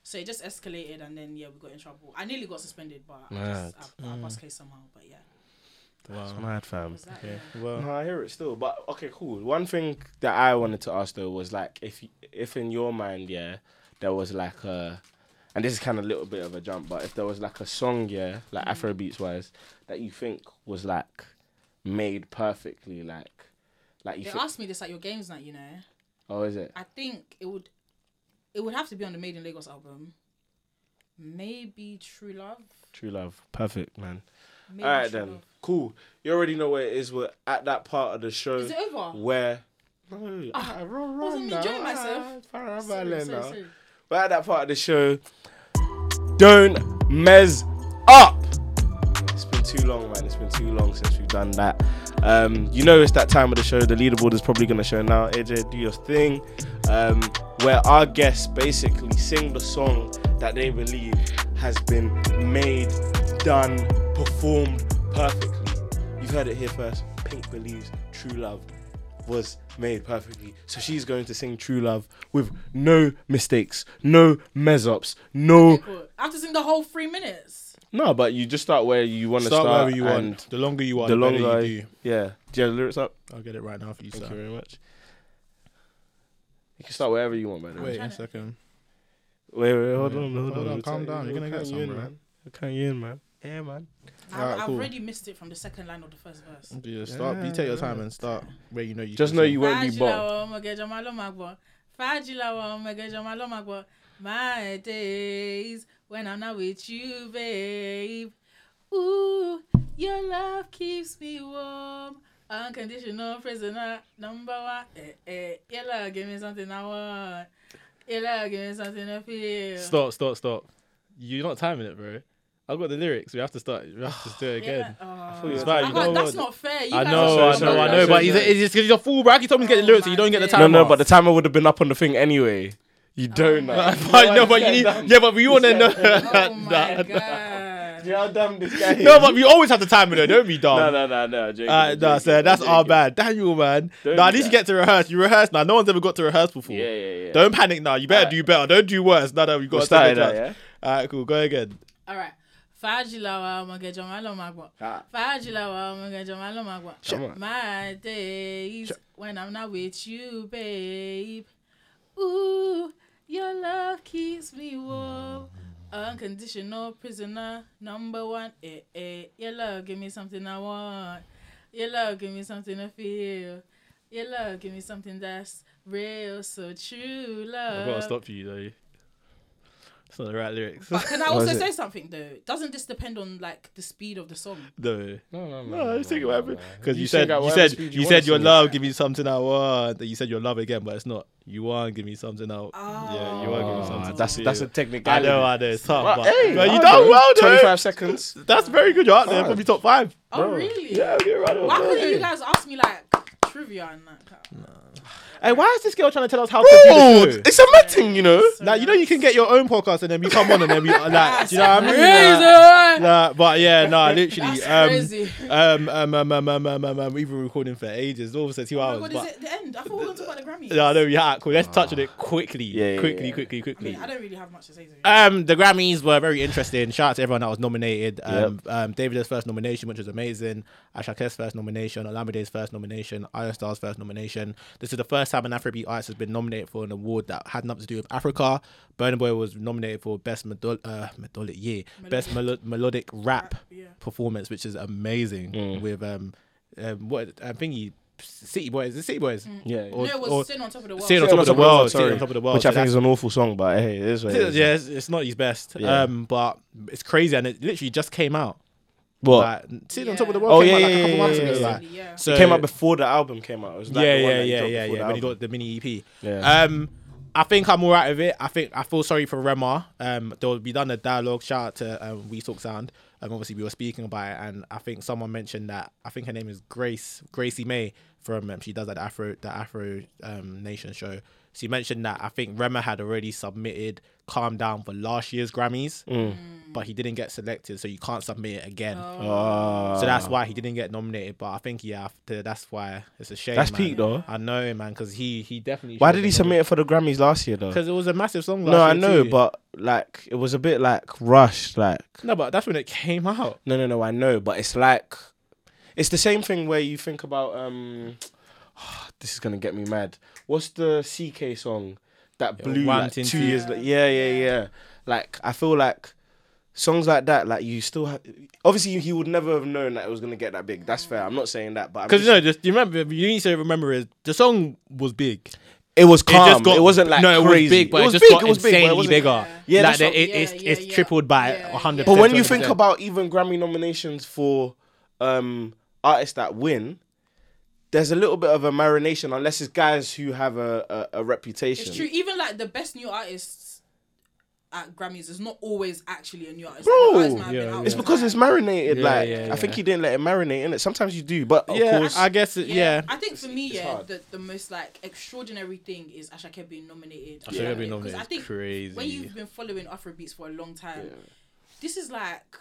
B: So it just escalated, and then yeah, we got in trouble. I nearly got suspended, but I, just, I, I bust case somehow. But yeah,
A: Wow.
C: Mad, fam.
B: was that, yeah.
A: Well,
C: No, I hear it still, but okay, cool. One thing that I wanted to ask though was like, if if in your mind, yeah, there was like a, and this is kind of a little bit of a jump, but if there was like a song, yeah, like
B: Mm-hmm.
C: Afro beats wise, that you think was like made perfectly, like, like you
B: They
C: think,
B: asked me this at your games night, you know.
C: oh, is it?
B: I think it would, it would have to be on the Made in Lagos album. Maybe True Love.
C: True love, perfect man.
B: Maybe
C: All right
B: True
C: then,
B: Love.
C: cool. You already know where it is. We're at that part of the show
B: Is it over?
C: where. No, I run,
B: wasn't
C: now.
B: enjoying
C: Ah,
B: myself.
C: parabole
B: Sorry, sorry,
C: now.
B: sorry.
C: We're at that part of the show. Don't mess up. It's been too long, man. It's been too long since we've done that. Um, you know, it's that time of the show. The leaderboard is probably going to show now. AJ, do your thing. Um, where our guests basically sing the song that they believe has been made, done, performed perfectly. You've heard it here first. Pink believes true love was made perfectly. So she's going to sing True Love with no mistakes, no mess ups, no.
B: Cool. I have to sing the whole three minutes.
C: No, but you just start where you want to start.
A: start wherever you
C: and
A: want. The longer you are,
C: The
A: the,
C: longer.
A: better you do.
C: Yeah. Do you have the lyrics up?
A: I'll get it right now for you,
C: Thank you
A: sir.
C: very much. You can start wherever you want, by the way.
A: Wait a second.
C: Wait, wait, hold on, hold,
A: Hold
C: on.
A: on, calm down. You're gonna get
C: you in,
A: some,
C: man. We'll count you in, man. Yeah, man.
B: I,
A: Alright,
B: I've
A: cool.
B: already missed it from the second line of the first verse.
A: Yeah, start. you take your time and start where you know you.
C: Just
A: can
C: know
A: sing.
C: you won't be bombed.
B: Fajilawa, Omegeja Malomagbo. Fajilawa, Omegeja Malomagbo. My days when I'm not with you, babe. Ooh, your love keeps me warm. Unconditional prisoner, number one. Eh, eh. Your love give me something I want. Your love give me something I feel.
A: Stop, stop, stop. You're not timing it, bro. I've got the lyrics. We have to start. We have to do (sighs) it
B: Yeah,
A: again.
B: aw.
C: thought you
A: It's
C: were-
A: fine.
B: I
A: You
B: can't-
A: know
B: oh. Ah, that's
A: what?
B: not fair. You
A: I
B: guys
A: know,
B: are
A: I
B: so
A: know, I
B: bad.
A: know.
C: sorry,
A: But he's,
C: sorry.
A: it's just because you're a fool, bro. He told me to get the
B: Oh
A: lyrics, so
B: my
A: you don't get the
B: days.
A: time.
C: No, no,
A: off.
C: but the timer would have been up on the thing anyway. You don't know.
A: (laughs) But no, but you need. Yeah, but we want
C: (laughs)
A: to know.
B: Oh
A: (laughs)
B: my
A: Nah,
B: god.
C: How dumb this (laughs) guy is.
A: No, but we always have the time in it. Don't be dumb.
C: No, no, no, no. Joking,
A: Uh, nah,
C: joking,
A: sir, that's
C: joking.
A: our bad. Daniel, man.
C: Don't
A: nah, at
C: do
A: least you
C: that.
A: get to rehearse. You rehearse now. No one's ever got to rehearse before.
C: Yeah, yeah, yeah.
A: Don't panic now. You better
C: Alright.
A: do better. Don't do worse. No, no, we got
C: We'll
A: to
C: start it
A: take a
C: out,
A: chance.
C: yeah?
A: Alright, cool. Go again.
B: All right. Fajilawa Omegeja Malomagbo.
C: Ah.
B: Fajilawa Omegeja Malomagbo.
C: Come on.
B: My days when I'm not with you, babe. Ooh, your love keeps me warm. Unconditional prisoner, number one. Eh, eh. Your love give me something I want. Your love give me something to feel. Your love give me something that's real, so true love.
A: I've got to stop you, though. It's not the right lyrics. (laughs)
B: But can I
C: What
B: also
C: is it?
B: say something though? Doesn't this depend on like the speed of the song?
A: no.
C: No, no, no.
A: No, I think it happened because
C: You
A: you,
C: sing
A: said
C: at
A: you
C: whatever
A: said
C: speed
A: you,
C: you wanna
A: said your
C: sing
A: love give me something I want. You said your love again, but it's not. You want give me something
B: Oh.
A: I yeah,
E: Ah.
A: you want give me something.
C: Ah, that's
A: I
C: that's a
A: feel.
C: technical.
A: I know, I know. It's tough,
C: Well,
A: but,
C: hey,
A: but
C: I
A: you done
C: know.
A: well,
C: (laughs)
A: though.
C: Twenty-five seconds.
A: That's very good. You're out there, probably top five.
B: Oh really?
A: Yeah, give it a round of
B: Why
A: applause.
B: couldn't you guys ask me like trivia and that?
E: Hey, why is this girl trying to tell us how to do the show?
C: it's a mad thing, you know.
E: Like, you know, you can get your own podcast and then we come on and then we like, do you know what I mean? Like,
B: Crazy.
E: nah, but yeah, nah, literally.
B: That's
E: um,
B: crazy.
E: Um, um, um, um, um, um, um, um, we've been recording for ages, all of a two
B: Oh
E: hours.
B: my god, is
E: but
B: it the end? I thought we were going to talk about the Grammys.
E: no, no, yeah, cool. Let's touch on it quickly,
C: Yeah, yeah,
E: quickly,
C: yeah.
E: quickly,
B: I
E: quickly.
B: mean, I don't really have much to say to you.
E: Um, the Grammys were very interesting. Shout out to everyone that was nominated. Um, um David's first nomination, which was amazing. Ashake's first nomination, Olamide's first nomination, Aya Star's first nomination. This is the first time an Afrobeat artist has been nominated for an award that had nothing to do with Africa. Burna Boy was nominated for best medol- uh, medolic, yeah, best melo- melodic rap
B: yeah.
E: performance, which is amazing. With um, um, what I think he City Boys, the City Boys,
C: Yeah.
E: Or-
B: no, it was
E: or-
B: sitting on top of the world.
E: Sitting on
C: Sitting
E: Top of the World, Sitting on Top of the World,
C: which
E: so
C: I think
E: that's-
C: is an awful song, but hey, it is what it is.
E: yeah, it's, it's not his best.
C: Yeah.
E: Um, but it's crazy, and it literally just came out.
C: What?
E: Like, sitting on top of the
B: Yeah.
E: world.
C: Oh,
E: came out
C: yeah,
E: like a
C: yeah,
E: couple
C: yeah,
E: months
C: yeah,
E: ago.
C: yeah.
E: Like,
B: Recently, yeah.
E: so
C: it came out before the album came out. It was like
E: yeah,
C: the one
E: yeah,
C: that he
E: yeah,
C: dropped
E: yeah,
C: before
E: yeah.
C: the
E: When he
C: album.
E: got the mini EP.
C: Yeah.
E: Um, I think I'm alright with it. I think I feel sorry for Rema. Um, there'll be done a dialogue. Shout out to um, We Talk Sound. Um, obviously we were speaking about it, and I think someone mentioned that. I think her name is Grace Gracie May from um, she does that Afro that Afro um, Nation show. She mentioned that I think Rema had already submitted "Calm Down" for last year's Grammys,
C: Mm.
E: but he didn't get selected, so you can't submit it
B: Oh.
E: again.
C: Ah.
E: So that's why he didn't get nominated. But I think yeah, after, that's why it's a shame.
C: That's
E: man.
C: peak, though.
E: I know, man, because he he definitely.
C: why did he submit it for the Grammys last year though?
E: Because it was a massive song.
C: No, I
E: last year
C: know,
E: too.
C: but like it was a bit like rushed. Like
E: no, but that's when it came out.
C: no, no, no, I know, but it's like it's the same thing where you think about um. (sighs) this is gonna get me mad. What's the CK song that blew like,
E: Wanting
C: two
E: to-
C: years? la- yeah, yeah, yeah. Like I feel like songs like that, like you still have. Obviously, he would never have known that it was gonna get that big. That's fair. I'm not saying that, but I'm
E: Because you
C: just-
E: know, just you remember, you need to remember is the song was big.
C: it was
E: It
C: calm. It,
E: just got
C: wasn't like
E: no, it
C: crazy.
E: was big, but it,
C: was
E: just
C: big,
E: got
C: it was big, but it
E: insanely
C: wasn't-
E: bigger.
C: Yeah,
E: like
C: that's what-
E: it, it,
B: yeah,
E: it's
B: yeah,
E: it's
B: yeah.
E: tripled by
B: Yeah,
E: hundred.
B: yeah.
C: But when you think about even Grammy nominations for um, artists that win, there's a little bit of a marination, unless it's guys who have a, a, a reputation.
B: It's true. Even like the best new artists at Grammys is not always actually a new artist.
C: Bro.
B: Like, the artist might have been out
E: Yeah, yeah.
B: for
C: It's
B: some
C: because
B: time.
C: it's marinated.
E: Yeah,
C: like
E: yeah,
C: I think
E: yeah.
C: you didn't let it marinate in it. Sometimes you do, but of
E: yeah,
C: course,
E: I guess it, yeah.
B: I think for me,
C: it's
B: yeah,
C: hard.
B: the, the most like extraordinary thing is Ashake being nominated.
E: Should have been
B: Yeah, 'cause
E: nominated.
B: I think
E: crazy.
B: when you've been following Afrobeats for a long time, this is like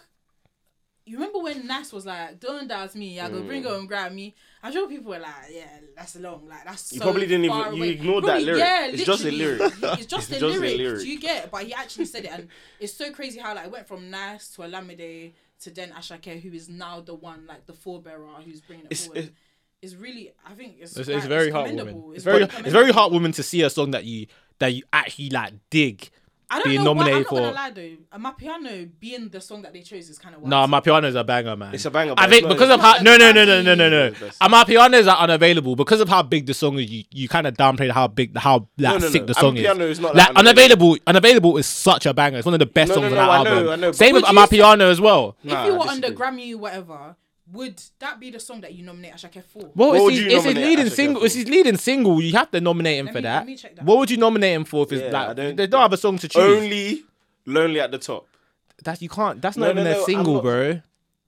B: you remember when Nas was like, "Don't doubt me, I go bring
C: Mm.
B: home Grammy." I'm sure people were like, "Yeah, that's long, like that's."
C: You
B: so
C: probably didn't even-
B: far
C: you
B: away."
C: ignored that lyric.
B: Yeah,
C: It's just a
B: literally.
C: lyric.
B: (laughs) It's just
C: It's
B: a
C: just a
B: lyric.
C: lyric.
B: Do you get? But he actually said it, and it's so crazy how like it went from Nas to Olamide to then Ashake, who is now the one like the forebearer who's bringing it
C: It's-
B: forward.
C: it-
B: It's really, I think it's
E: It's,
B: like,
E: it's very
B: commendable.
E: heartwarming. It's very (laughs) it's very
B: commendable.
E: heartwarming to see a song that you that you actually like dig.
B: I don't
E: being
B: know why, I'm
E: nominated
B: not gonna
E: for-
B: lie though. My piano being the song that they chose is kind of
E: No, Uh, my piano is a banger, man.
C: It's a banger, but
E: I
C: it's
E: think
C: not-
E: because
C: it's
E: of how
B: not
E: no
B: as
E: no no no no no no.
C: big as-
E: Uh, My pianos are unavailable because of how big the song is. You, you kind of downplayed how big how like,
C: no,
E: sick
C: no.
E: the
C: I'm
E: song
C: Piano is
E: is.
C: not
E: like
C: like
E: unavailable. Unavailable is such a banger. It's one of the best
C: No, no,
E: songs
C: no,
E: on
C: I
E: that
C: know,
E: album.
C: I know, but-
E: Same with uh,
B: Would you
E: my
B: say-
E: piano as well.
C: Nah,
B: if you
C: I
B: were on the
C: disagree.
B: Grammy, whatever, would that be the song that you nominate Ashake for?
E: Well,
C: What would
E: it's, his,
C: you
E: it's his
C: nominate
E: leading
C: Asha Kefir
E: single.
C: for?
E: It's his leading single. You have to nominate him
B: Let
E: for
B: me-
E: that.
B: let me check that.
E: What would you nominate him for? If it's
C: Yeah, I
E: like
C: don't-
E: they don't have a song to choose.
C: only lonely at the top.
E: that you can't. That's
C: No,
E: not even
C: no,
E: their
C: no, I'm
E: single,
C: not-
E: bro.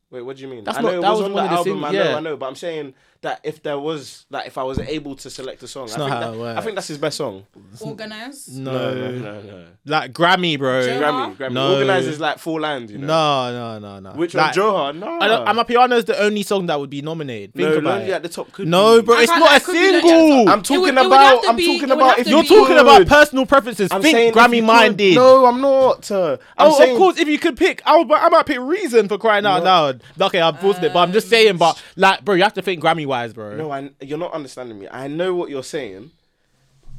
C: Wait, what do you mean?
E: That's
C: I know
E: not-
C: it
E: that
C: was,
E: was
C: on
E: one
C: the
E: of the
C: album.
E: sing-
C: I
E: yeah.
C: know, I know, but I'm saying that if there was, like, if I was able to select a song, I
E: not
C: think,
E: how
C: that-
E: it works.
C: I think that's his best song.
B: Organized.
E: No,
C: no, no, no.
E: like Grammy, bro.
B: Joe-
C: Grammy, Grammy.
E: No.
C: Organizes like four lines, you know.
E: No, no, no, no.
C: Which
E: like,
C: one, Johar? No.
E: I don't- I'm a piano is the only song that would be nominated. Think
C: no,
E: about
C: Lonely
E: it.
C: at the top could
E: No,
C: be.
E: bro, it's
B: can't-
E: not
B: I
E: a
B: could be legit.
E: single.
C: I'm
B: It would-
C: talking
B: it would have
C: about.
B: to
C: I'm
B: be- it
C: talking
B: would
C: about.
B: have
C: If
B: to
E: You're
B: be-
E: talking about
C: could.
E: personal preferences.
C: I'm saying
E: Think
C: if you
E: Grammy
C: could-
E: minded.
C: No, I'm not. Uh, I'm
E: oh,
C: saying,
E: of course, if you could pick, I, would, I might pick Reason for crying out loud. Okay, I'm forcing it, but I'm just saying, but like, bro, you have to think Grammy wise, bro.
C: Um, No, I, you're not understanding me. I know what you're saying.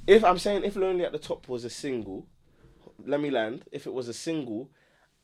C: If I'm saying if Lonely at the Top was a single, let me land. If it was a single,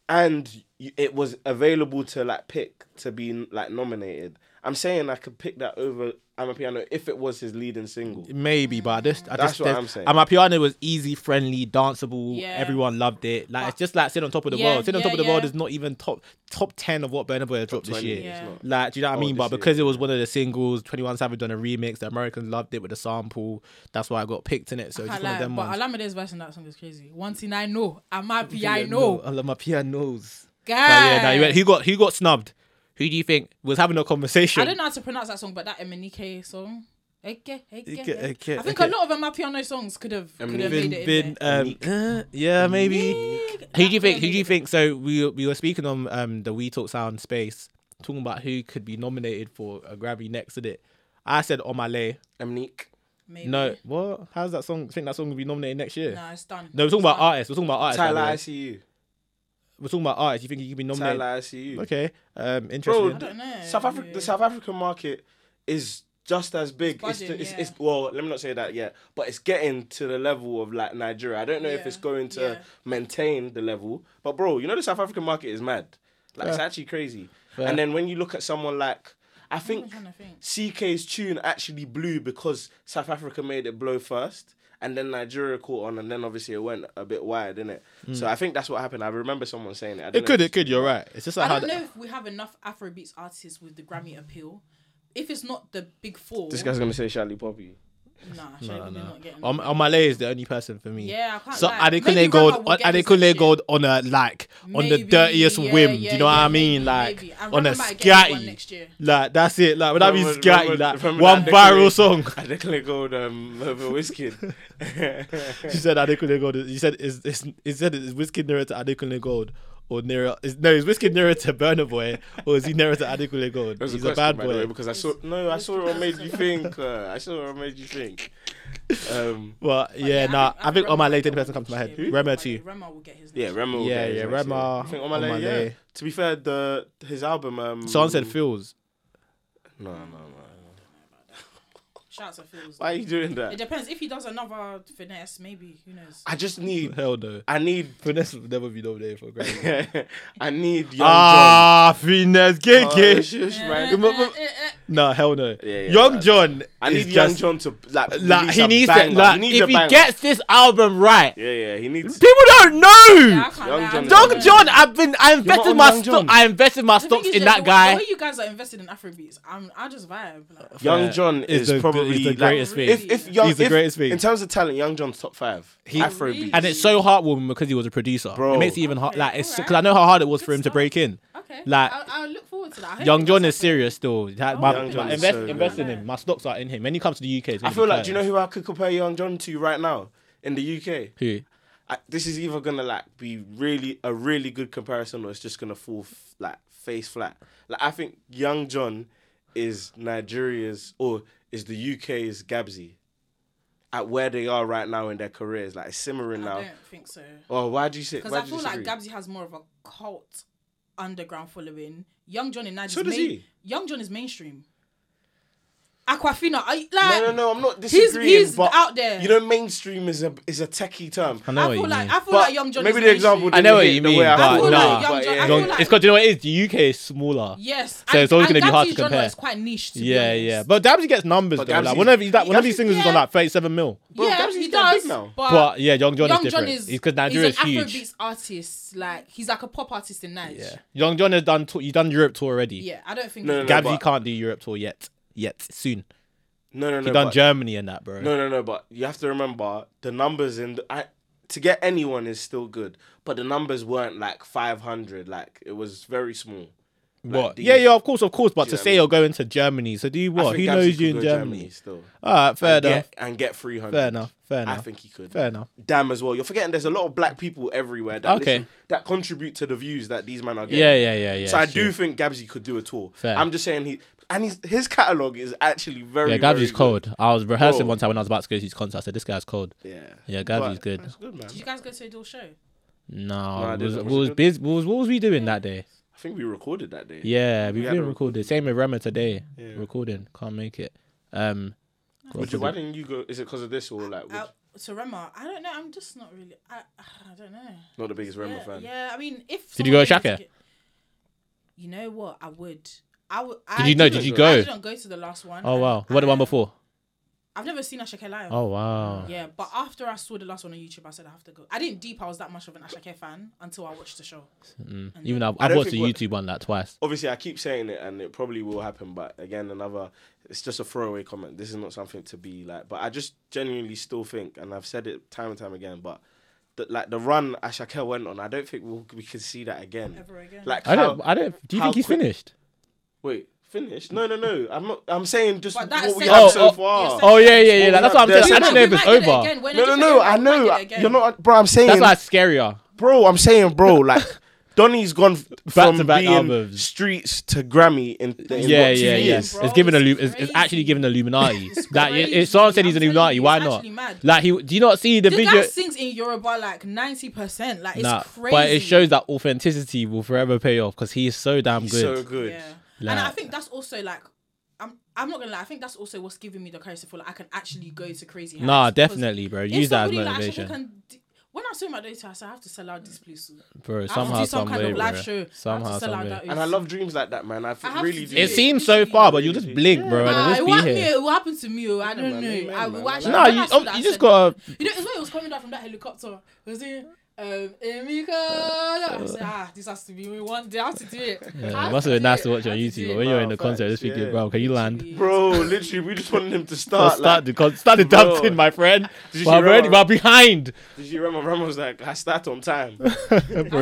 C: and y- it was available to like pick to be like nominated, I'm saying I could pick that over I'm a Piano if it was his leading single.
E: Maybe, but I just, I
C: That's
E: just,
C: what
E: there's-
C: I'm saying.
E: And my piano was easy, friendly, danceable.
B: Yeah.
E: Everyone loved it. Like it's just like sitting on top of the
B: Yeah,
E: world. Sitting on
B: yeah,
E: top of the world
B: yeah.
E: is not even top top ten of what Burna Boy has dropped this
C: 20,
E: year.
C: it's
B: Yeah.
C: not.
E: Like, do you know what I mean?
C: Oh, this
E: But
C: year,
E: because it was one of the singles, Twenty One Savage done a remix. The Americans loved it with a sample. That's why I got picked in it. So it's
B: Can't
E: just one of
B: lie,
E: them
B: but
E: ones.
B: Alamide's verse in that song is crazy. One thing I know, I'm happy I
E: Piano.
A: uh,
B: know.
E: I love my pianos.
B: God.
E: Nah, yeah, nah, he went, who got who got snubbed? Who do you think was having a conversation?
B: I don't know how to pronounce that song, but that Emenike song. Eke,
A: Eke,
B: eke, eke.
A: eke,
B: I think
A: eke.
B: a lot of um, my piano songs could have could have made
A: Been,
B: it in
A: been,
B: there.
A: um, uh, yeah, maybe. Who do you
B: That
A: think? Who do you
B: could've
A: think? So we we were speaking on um the We Talk Sound space, talking about who could be nominated for a Grammy next to it. I said Omale.
C: Amneek.
B: made it.
A: No,
B: Maybe.
A: what? How's that song? Think that song will be nominated next year?
B: Uh-huh. Nah, it's done.
A: No, we're talking about
B: It's
A: artists. We're talking about artists. by the
C: Tyler
A: way.
C: ICU.
A: We're talking about artists. You think he could be nominated?
C: Tyler ICU.
A: Okay. Um,
C: Bro,
A: interesting.
B: I don't know.
C: South Africa, the South African market is just as big. It's,
B: budging,
C: it's,
B: yeah.
C: it's- well, let me not say that yet, but it's getting to the level of like Nigeria. I don't know if
B: Yeah,
C: it's going to
B: yeah.
C: maintain the level, but bro, you know the South African market is mad. Like it's actually crazy. And then when you look at someone like, I
B: I'm
C: think
B: trying to think.
C: CK's tune actually blew because South Africa made it blow first. And then Nigeria caught on, and then obviously it went a bit wide, didn't it? So I think that's what happened. I remember someone saying it. I don't
A: Mm. it
C: know
A: could.
C: if
A: It could. You're right. It's just like
B: I
A: how
B: don't
A: the-
B: know if we have enough Afrobeats artists with the Grammy appeal. If it's not the big four,
C: This guy's gonna say Charlie Poppy.
B: nah, Shaggy Bobby not getting
A: Om-
E: um,
A: Omale is the only person for me.
B: Yeah, I can't
A: So
B: lie.
A: Adekunle
B: Maybe
A: Gold,
B: Rama will
A: on,
B: get his
A: Adekunle
B: next
A: Gold on a like on the
B: Maybe,
A: dirtiest
B: yeah,
A: whim. Do
B: yeah,
A: you know what
B: yeah,
A: I mean?
B: maybe,
A: like
B: maybe. And
A: on a
B: Rama might get one
A: scatty.
B: next year.
A: Like that's it. Like when I mean
C: Remember-
A: scatty,
C: remember-
A: like
C: remember
A: one
C: that
A: viral
C: Adekunle- (laughs)
A: song.
C: I definitely go um over whiskey.
A: She said Adekunle Gold. is- You said is is he said is whiskey nearer to Adekunle Gold or nearer? Is, no, is whiskey nearer to Burner Boy or is he nearer to Adekunle Gold?
C: There's
A: He's
C: a,
A: a,
C: question,
A: bad
C: by the way,
A: boy.
C: because I saw no, I saw what made you think. Uh, I saw what made you think. Um,
A: Well, yeah,
B: Yeah,
A: nah. I think
B: Rama
A: Omale
B: might
A: didn't
B: get
A: person come
B: one
A: to my
B: next
A: head.
B: year.
A: Rema
B: Rama-
A: too.
B: Rema will get his next
C: yeah,
B: year.
C: Remo.
A: Yeah, yeah, Remo,
C: I think Omale,
A: Omale.
C: Yeah. To be fair, the his album. Um,
A: Someone said Phils.
C: No, no, no.
B: Shout out to Phil's.
C: Why are you doing
B: It
C: that?
B: depends. If he does another finesse, maybe who knows.
C: I just need.
A: Hell no.
C: I need. (laughs)
A: Finesse would never be nominated for a Grammy.
C: I need Young
A: Ah, finesse,
C: John. Oh,
A: KK.
C: shush,
B: Eh,
C: man.
A: m- m- no, hell no.
C: Yeah, yeah,
A: Young
C: nah.
A: John.
C: I
A: is
C: need Young
A: just-
C: John to like.
A: Like,
C: release
A: he
C: a
A: needs to.
C: banger.
A: Like,
C: needs a
A: if he
C: banger.
A: gets this album right,
C: Yeah, yeah, he needs.
A: people don't know.
C: Young John
A: Young
C: Yeah.
A: John, I've been. I invested
C: on
A: my.
C: Young
A: Sto-
C: John.
A: I invested my stocks in that guy.
B: The way you guys are invested in Afrobeats, I'm, I just vibe. Like,
C: Young
A: Yeah,
C: John
A: is
C: is
A: the- is
C: probably
A: the
C: like,
A: greatest
B: thing.
C: If, if young,
A: He's the
C: if-
A: greatest thing.
C: in terms of talent. Young John's top five. Afrobeat.
A: and it's so heartwarming because he was a producer.
C: Bro.
A: it makes it even hard.
B: Okay,
A: Like it's because
B: alright.
A: I know how hard it was for
B: Good
A: him to
B: stuff.
A: break in.
B: okay,
A: like-
B: I'll, I'll look forward to that. I hope
A: Young
B: he
A: John
B: does
A: is serious still. That- my,
C: Young John
A: my
C: is
A: invest,
C: so good.
A: invest in him. My stocks are in him. When he comes to the UK, it's
C: I
A: gonna
C: feel
A: be
C: like, do you know
A: Curtis.
C: who I could compare Young John to right now in the UK?
A: who?
C: I, this is either gonna like be really a really good comparison, or it's just gonna fall f- like face flat. Like I think Young John is Nigeria's or is the UK's Gabsy. At where they are right now in their careers, like it's simmering
B: something. I
C: now.
B: don't think so.
C: Oh, why do you say?
B: Because
C: why
B: I
C: do you
B: feel like
C: disagree?
B: Gabsy has more of a cult underground following. Young John in Nigeria.
C: So does he.
B: Young John is mainstream. Aquafina, are you, like,
C: No, no, no. I'm not
B: he's-
C: disagreeing.
B: he's
C: but
B: out there.
C: You know, mainstream is a is a techie term.
A: I
B: I
A: know
B: feel
A: what you
B: like
A: mean.
B: I feel
C: But
B: like Young John.
C: maybe
B: is
C: the example.
B: mainstream.
A: I know what
C: didn't hit
A: you
C: the
A: mean,
C: way I
A: but
C: thought it
A: nah.
C: would,
B: Young
C: but
B: John-
C: yeah.
B: I feel
A: Young,
B: like-
A: it's got you know what it is. The UK is smaller.
B: Yes,
A: So it's always
B: and
A: gonna be hard
B: Gabsy's
A: to
B: genre
A: compare.
B: Is quite niche. To be
A: Yeah,
B: honest.
A: yeah. But Dabsy gets numbers
C: But
A: though. Like
C: Dabsy-
A: one of his that one of
C: Dabsy-
A: his singles is on
B: yeah.
A: like thirty seven mil.
C: Bro,
B: yeah,
C: Gabsy's
B: he
C: getting big
B: does.
C: now.
B: But,
A: But yeah, Young John
B: Young
A: is
B: John
A: different.
B: is
A: because Nigeria
B: he's
A: is
B: an
A: huge.
B: Afrobeats artist. Like he's like a pop artist in Nigeria.
A: Yeah. Young John has done tour, you done Europe tour already.
B: Yeah, I don't think.
C: No, no, no.
A: Gabsy
C: but-
A: can't do Europe tour yet. Yet soon.
C: No, no, no.
A: He done
C: but-
A: Germany and that, bro.
C: No, no, no. But you have to remember the numbers in. The, I, to get anyone is still good, but the numbers weren't like 500. Like it was very small.
A: what?
C: do
A: yeah,
C: you-
A: yeah, of course, of course. But
C: you
A: to
C: know what I
A: say
C: mean?
A: you're going to Germany, so do you
C: I
A: what? Who
C: think Gabsy
A: Oh, knows
C: could
A: you in
C: go
A: Germany?
C: still?
A: All right, fair
C: and
A: enough.
C: Get, and get 300.
A: Fair enough. Fair enough.
C: I think he could.
A: fair enough.
C: Damn as well. You're forgetting there's a lot of black people everywhere that
A: Okay.
C: listen- that contribute to the views that these men are getting.
A: Yeah, yeah, yeah, yeah.
C: So I
A: sure.
C: do think Gabsy could do a tour.
A: Fair.
C: I'm just saying he and his his catalog is actually very.
A: Yeah,
C: very
A: Gabsy's
C: good.
A: cold. I was rehearsing
C: Bro.
A: one time when I was about to go to his concert. I said, "This guy's cold."
C: Yeah.
A: Yeah, Gabsy's
C: But-
A: good.
C: That's good, man.
B: Did you guys go to Adele's show?
A: No,
C: I
A: it
C: didn't.
A: was,
C: Was
A: what
C: it
A: was
C: good?
A: biz, what was what was we doing that day?
C: I think we recorded that day.
A: Yeah, we've
C: had
A: been
C: to
A: recorded. Same with Rema today. Recording, can't make it. Um,
C: Would you, why didn't you go? Is it because of this or like would,
B: Uh, to Rema, I don't know. I'm just not really. I I don't know.
C: not the biggest Rema
B: yeah,
C: fan?
B: yeah, I mean, if
A: Did you go to
B: someone gave
A: Shaka?
B: me a ticket- You know what? I would. I would. I
A: did you know? Did
B: didn't-
A: you
B: I
A: go?
B: didn't go to the last one.
A: Oh
B: I-
A: wow,
B: I-
A: what the one before?
B: I've never seen Ashake live.
A: Oh wow.
B: Yeah, but after I saw the last one on YouTube, I said I have to go. I didn't deep. I was that much of an Ashake fan until I watched the show.
A: Mm. Even I've,
C: I
A: I've
C: don't
A: watched the
C: think what-
A: YouTube one like twice.
C: Obviously, I keep saying it, and it probably will happen. But again, another. It's just a throwaway comment. This is not something to be like. But I just genuinely still think, and I've said it time and time again, but. The, like the run Ashakel went on, I don't think we'll, we can see that again.
B: Ever again.
C: Like
A: I
C: how,
A: don't. I don't. Do you
C: how
A: think he's
C: quick-
A: finished?
C: Wait, finished. No, no, no. I'm not. I'm saying just
B: But
C: what
B: that
C: we
B: section-
C: have
B: Oh,
C: so
A: oh,
C: far.
B: yeah,
A: Oh yeah, yeah, yeah.
C: Well,
A: like, that's what I'm
C: there's-
A: saying. I don't know if it's
B: Might get it
A: over.
B: again. When
C: No,
B: did
C: no,
B: you
C: no.
B: get it?
C: I
B: Might
C: know.
B: get it
C: I-
B: again.
C: You're not, bro. I'm saying,
A: That's like scarier.
C: bro. I'm saying,
A: (laughs)
C: bro. Like, Donny's gone f- from
A: to back
C: being
A: albums.
C: streets to Grammy in, in
A: Yeah,
C: what, two
A: yeah, yeah.
C: years.
A: It's
B: Bro,
A: giving a.
B: it's
A: It's, it's actually
B: crazy.
A: giving Illuminati.
B: It's
A: That yeah,
B: crazy.
A: if someone said he's an
B: I'm telling
A: Illuminati.
B: you, it's
A: Why not?
B: actually mad.
A: Like he. Do you not see the,
B: The
A: video?
B: guy sings in Yoruba like ninety percent. Like it's
A: Nah,
B: crazy.
A: but it shows that authenticity will forever pay off because he is so damn
C: He's
A: good.
C: so good.
B: Yeah.
A: Like-
B: and I think that's also like I'm I'm not gonna lie, I think that's also what's giving me the courage to feel like I can actually go to crazy house.
A: Nah,
B: because
A: definitely, bro.
B: if
A: Use that as
B: somebody like Ashoka
A: motivation,
B: can d- when I saw my daughter, I said I have to sell out this place. soon.
A: bro.
B: I have to
A: Somehow,
B: do some
A: some
B: kind
A: way,
B: of
A: bro.
B: live show. I
A: Somehow,
B: have to sell
A: some
B: out
A: way.
B: that
C: And I love dreams like that, man. I f-
B: I have to
C: really
B: do
C: do.
A: It
B: Yeah,
A: seems so
B: literally.
A: far, but you just blink, bro, and
B: Nah,
A: it'll
B: it
A: just
B: will
A: be
B: happen-
A: here.
B: it will happen to me. oh, I don't
C: man,
B: know.
C: amen,
B: I, will
C: man.
B: actually-
A: No,
B: when
A: you,
B: I saw
A: um,
B: that, I
A: you
B: said-
A: just gotta.
B: You know, it's when it was coming down from that helicopter. It was doing um, Emiko. I said, ah, this has to be me one day. I have to do it. I
A: Uh, Yeah,
B: have
A: it must
B: to
A: have been
B: do
A: nice
B: it.
A: to watch
B: I
A: on
B: have to
A: YouTube,
B: do
A: but
B: it."
A: when you're in the
C: Bro,
A: concert, just
C: facts,
A: thinking,
C: yeah.
A: bro, can you land?
C: Bro, literally, we just wanted
A: (laughs)
C: him to
A: Or
C: start.
A: start
C: like,
A: the con- start the
C: Bro.
A: dancing, my friend.
C: Did you
A: But I'm
C: remember-
A: already, but behind,
C: did you remember? Ram was like, I start on time.
A: bro.
B: Has it started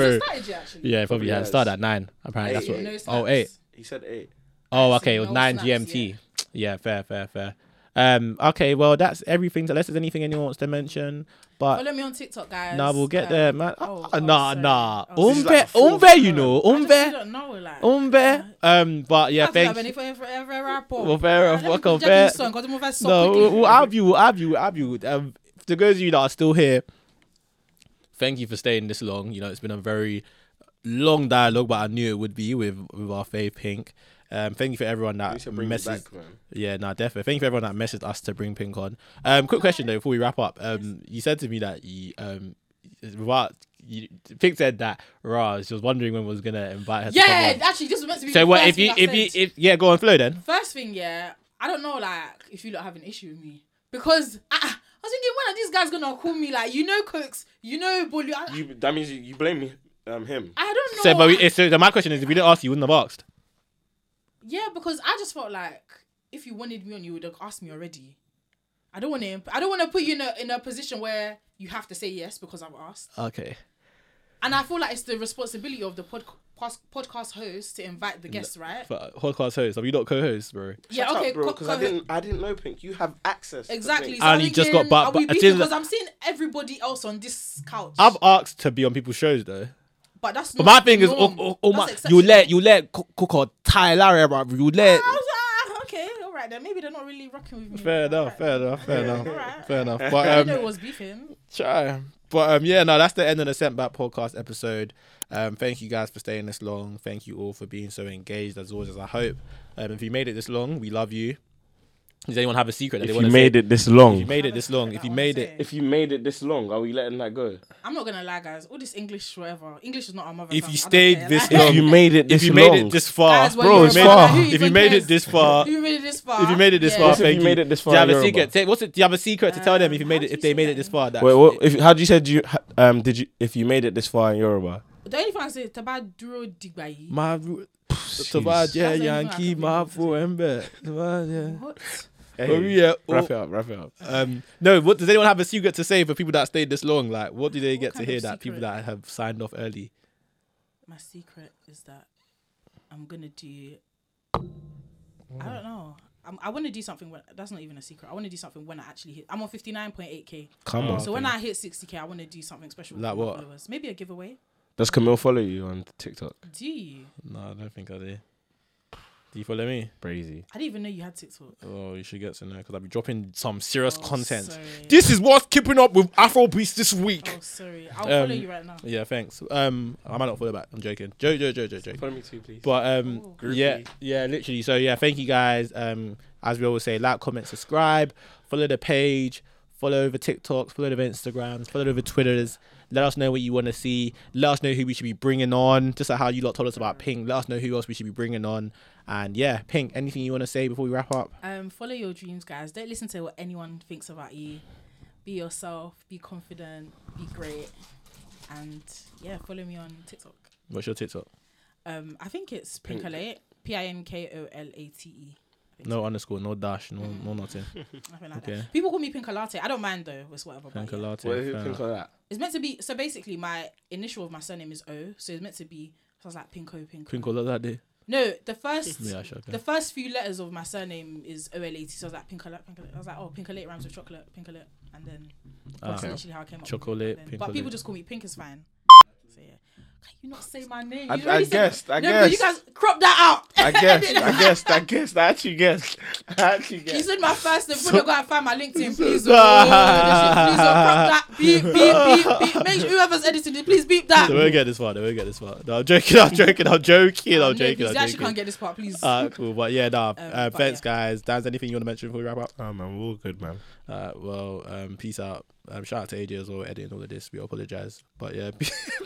B: yet, actually?
A: Yeah, it probably had
C: Yes.
A: started at nine. Apparently,
C: Eight,
B: No
A: that's
B: snaps.
A: what. Oh, eight.
C: he said eight.
A: Oh,
B: Nice
A: okay, it was
B: no
A: nine
B: snaps,
A: GMT. Yeah, fair, fair, fair. Um, okay, well, that's everything. Unless there's anything anyone wants to mention, but
B: Follow me on TikTok, guys.
A: nah, we'll get
B: Um,
A: there, man.
B: oh,
A: Ah,
B: oh,
A: nah,
B: sorry.
A: nah.
B: Oh,
C: this is
A: Umbe,
C: like the fourth
A: umbe, you
C: time.
A: know,
B: I just
A: umbe,
B: don't know, like.
A: umbe. Um, but yeah,
B: That's
A: thank.
B: Benny for for every rapper.
A: Well, fair
B: Ah,
A: enough,
B: let me
A: welcome,
B: put Jackie's
A: fair-
B: song, 'cause I'm over so
A: No,
B: quickly.
A: we'll, we'll have you, we'll have you, we'll have you. Um, to those of you that are still here, thank you for staying this long. You know, it's been a very long dialogue, but I knew it would be with with our Faith Pink. Um, thank you for everyone
C: We
A: that
C: should bring it
A: messaged.
C: back, man.
A: Yeah, no, definitely. Thank you for everyone that messaged us to bring Pink on. Um, quick question though, before we wrap up. Um, you said to me that you um, without you, Pink said that Ra, she was wondering when we was gonna invite her.
B: Yeah,
A: to come
B: actually, this was meant to
A: on.
B: be.
A: So
B: the
A: what
B: first
A: if you
B: thing I
A: if you
B: said.
A: if yeah go on flow then.
B: First thing, yeah, I don't know, like, if you lot have an issue with me. Because I, I was thinking, when are these guys going to call me? Like, you know, Cooks, you know, Bully. I,
C: You, that means you, you blame me, um, him.
B: I don't know.
A: So but we, so my question is if we didn't ask you, you wouldn't have asked.
B: yeah, because I just felt like if you wanted me on, you would have asked me already. I don't want to. Imp- I don't want to put you in a in a position where you have to say yes because I've asked.
A: Okay.
B: And I feel like it's the responsibility of the pod- pos- podcast host to invite the guests, right?
A: But podcast Uh, host, are you not co-host, bro?
B: yeah,
C: Shut
B: okay,
C: up, bro,
B: co-
C: because
B: co-
C: I didn't, I didn't know Pink. You have access. to
B: exactly.
C: Pink.
B: So I'm
A: And he just got
B: thinking,
A: back-
B: are we
A: but it
B: beefing?
A: seems
B: because
A: like-
B: I'm seeing everybody else on this couch.
A: I've asked to be on people's shows though.
B: but that's
A: But
B: not
A: my thing is, oh,
B: norm.
A: oh, oh my,
B: That's
A: you
B: exceptional.
A: let you let Coco Ty Larry, bro. You let.
B: I was like, ah, okay, all right then. Maybe they're not really rocking with me.
A: Fair enough,
B: Alright.
A: fair enough, fair enough,
B: Alright.
A: fair enough.
B: (laughs) I
A: But
B: didn't know it
A: um,
B: was beefing.
A: try. But um, yeah, no, that's the end of the Sent Back podcast episode. Um, thank you guys for staying this long. Thank you all for being so engaged as always. As I hope, um, if you made it this long, we love you. Does anyone have a secret that they want to say?
C: it this
A: If you
C: long,
A: made it this long, if you made it,
C: if you made it this long, are we letting that go?
B: I'm not gonna lie, guys. All this English, whatever. English is not our mother.
A: If
B: tongue.
A: you
B: I don't
A: stayed
B: care.
A: this
B: Like,
A: long-
C: If you made it
A: if
C: this
A: you made
C: long.
A: it this far,
B: (laughs) Guys, when Bro, you're
A: if you
B: it's
A: made-
B: far. Who
A: If you
B: even
A: made it
B: cares?
A: this far,
B: if you made it this far,
A: If you made it this
B: yeah.
A: far,
C: What if
A: thank
C: you made it this
A: Do you
C: far
A: have
C: in
A: a
C: Yoruba?
A: secret? Say- What's it? Do you have a secret to tell them if you
B: Um,
A: made
B: how
A: it?
B: do
A: If
B: you
A: they
B: say
A: made
B: that
A: it
B: in
A: this far, that
C: Wait, what, if, how do you said you ha- um did you if you made it this far in Yoruba?
B: The only thing I say, Taba Duro Digbayi.
A: my ru- Tabad, yeah,
B: That's the only one I
A: Yankee,
B: can
A: my
B: really
A: four ember. Tabad, yeah.
B: What?
A: Oh, yeah, oh,
C: wrap it up, wrap it up.
A: Um, no, what does anyone have a secret to say for people that stayed this long? Like, what do they
B: What
A: get to
B: kind
A: hear
B: of
A: that people
B: secret?
A: that have signed off early?
B: My secret is that I'm gonna do. I don't know. I'm, I want to do something. When, that's not even a secret. I want to do something when I actually hit. I'm on 59.8k.
C: Come on.
B: So when I hit 60k, I want to do something special.
A: Like
B: for my
A: what?
B: followers. Maybe a giveaway.
C: Does Camille follow you on TikTok?
B: Do you?
A: No, I don't think I do. Do you follow me?
C: Crazy.
B: I didn't even know you had TikTok.
A: Oh, you should get to know because I'll be dropping some serious
B: Oh,
A: content.
B: Sorry.
A: This is what's keeping up with Afrobeats this week.
B: Oh, sorry. I'll
A: Um,
B: follow you right now.
A: Yeah, thanks. Um, I might not follow back. I'm joking. Joe, Joe, Joe, Joe, Joe.
C: Follow me too, please.
A: But um,
B: Ooh.
A: yeah, yeah, literally. So yeah, thank you guys. Um, as we always say, like, comment, subscribe, follow the page, follow over TikToks, follow over Instagrams, follow over Twitters. Let us know what you want to see. Let us know who we should be bringing on. Just like how you lot told us about Pink. Let us know who else we should be bringing on. And yeah, Pink, anything you want to say before we wrap up?
B: Um, follow your dreams, guys. Don't listen to what anyone thinks about you. Be yourself. Be confident. Be great. And yeah, follow me on TikTok.
A: What's your TikTok?
B: Um, I think it's Pinkolate. P I N K O L A T E.
A: No underscore, no dash, no, no
B: (laughs)
A: nothing.
B: Nothing like
A: Okay.
B: that. People call me Pinkolate. I don't mind though. It's whatever. but
A: Pink
B: yeah.
C: What
A: Alate,
C: do you
A: fair
C: think
A: enough.
C: of that?
B: It's meant to be. So basically, my initial of my surname is O. So it's meant to be. So I was like Pinko Pinko.
A: Pink Alate, that day.
B: No, the first
E: Yeah, sure.
B: the first few letters of my surname is OLAT, so I was like Pinkolate, Pinkolate. I was like, oh, Pinkolate rhymes with chocolate, Pinkolate, and then that's
E: Okay.
B: literally how I came up. with it
E: Ah. Chocolate,
B: then. But
E: Pinkolate.
B: people just call me Pink is fine. So yeah, can you not say my name?
C: I-
B: You
C: I
B: already said-
C: guessed, I
B: no, but you
C: guessed.
B: guys crop that out. (laughs)
C: I guessed, I guessed, I guessed, I actually guessed. (laughs) I actually
B: You
C: guessed.
B: said my first name. Before they go and find my
C: (laughs)
B: LinkedIn, please. oh, this shit, please, oh, crop that. Beep, beep, beep, beep. Make sure whoever's editing it, please beep that.
E: They won't get this far. They won't get this far. No, I'm joking. I'm joking. I'm joking.
B: Oh,
E: I'm
B: no,
E: joking.
B: please,
E: I'm
B: they actually can't
E: joking.
B: get this part, please.
E: Uh, cool, but yeah, nah. uh,
B: but
E: thanks,
B: yeah.
E: guys. Dan's anything you want to mention before we wrap up?
C: Oh man, we're all good, man.
E: Uh, well, um, peace out. Um, shout out to AJ as well, editing all of this. We apologize, but yeah, (laughs)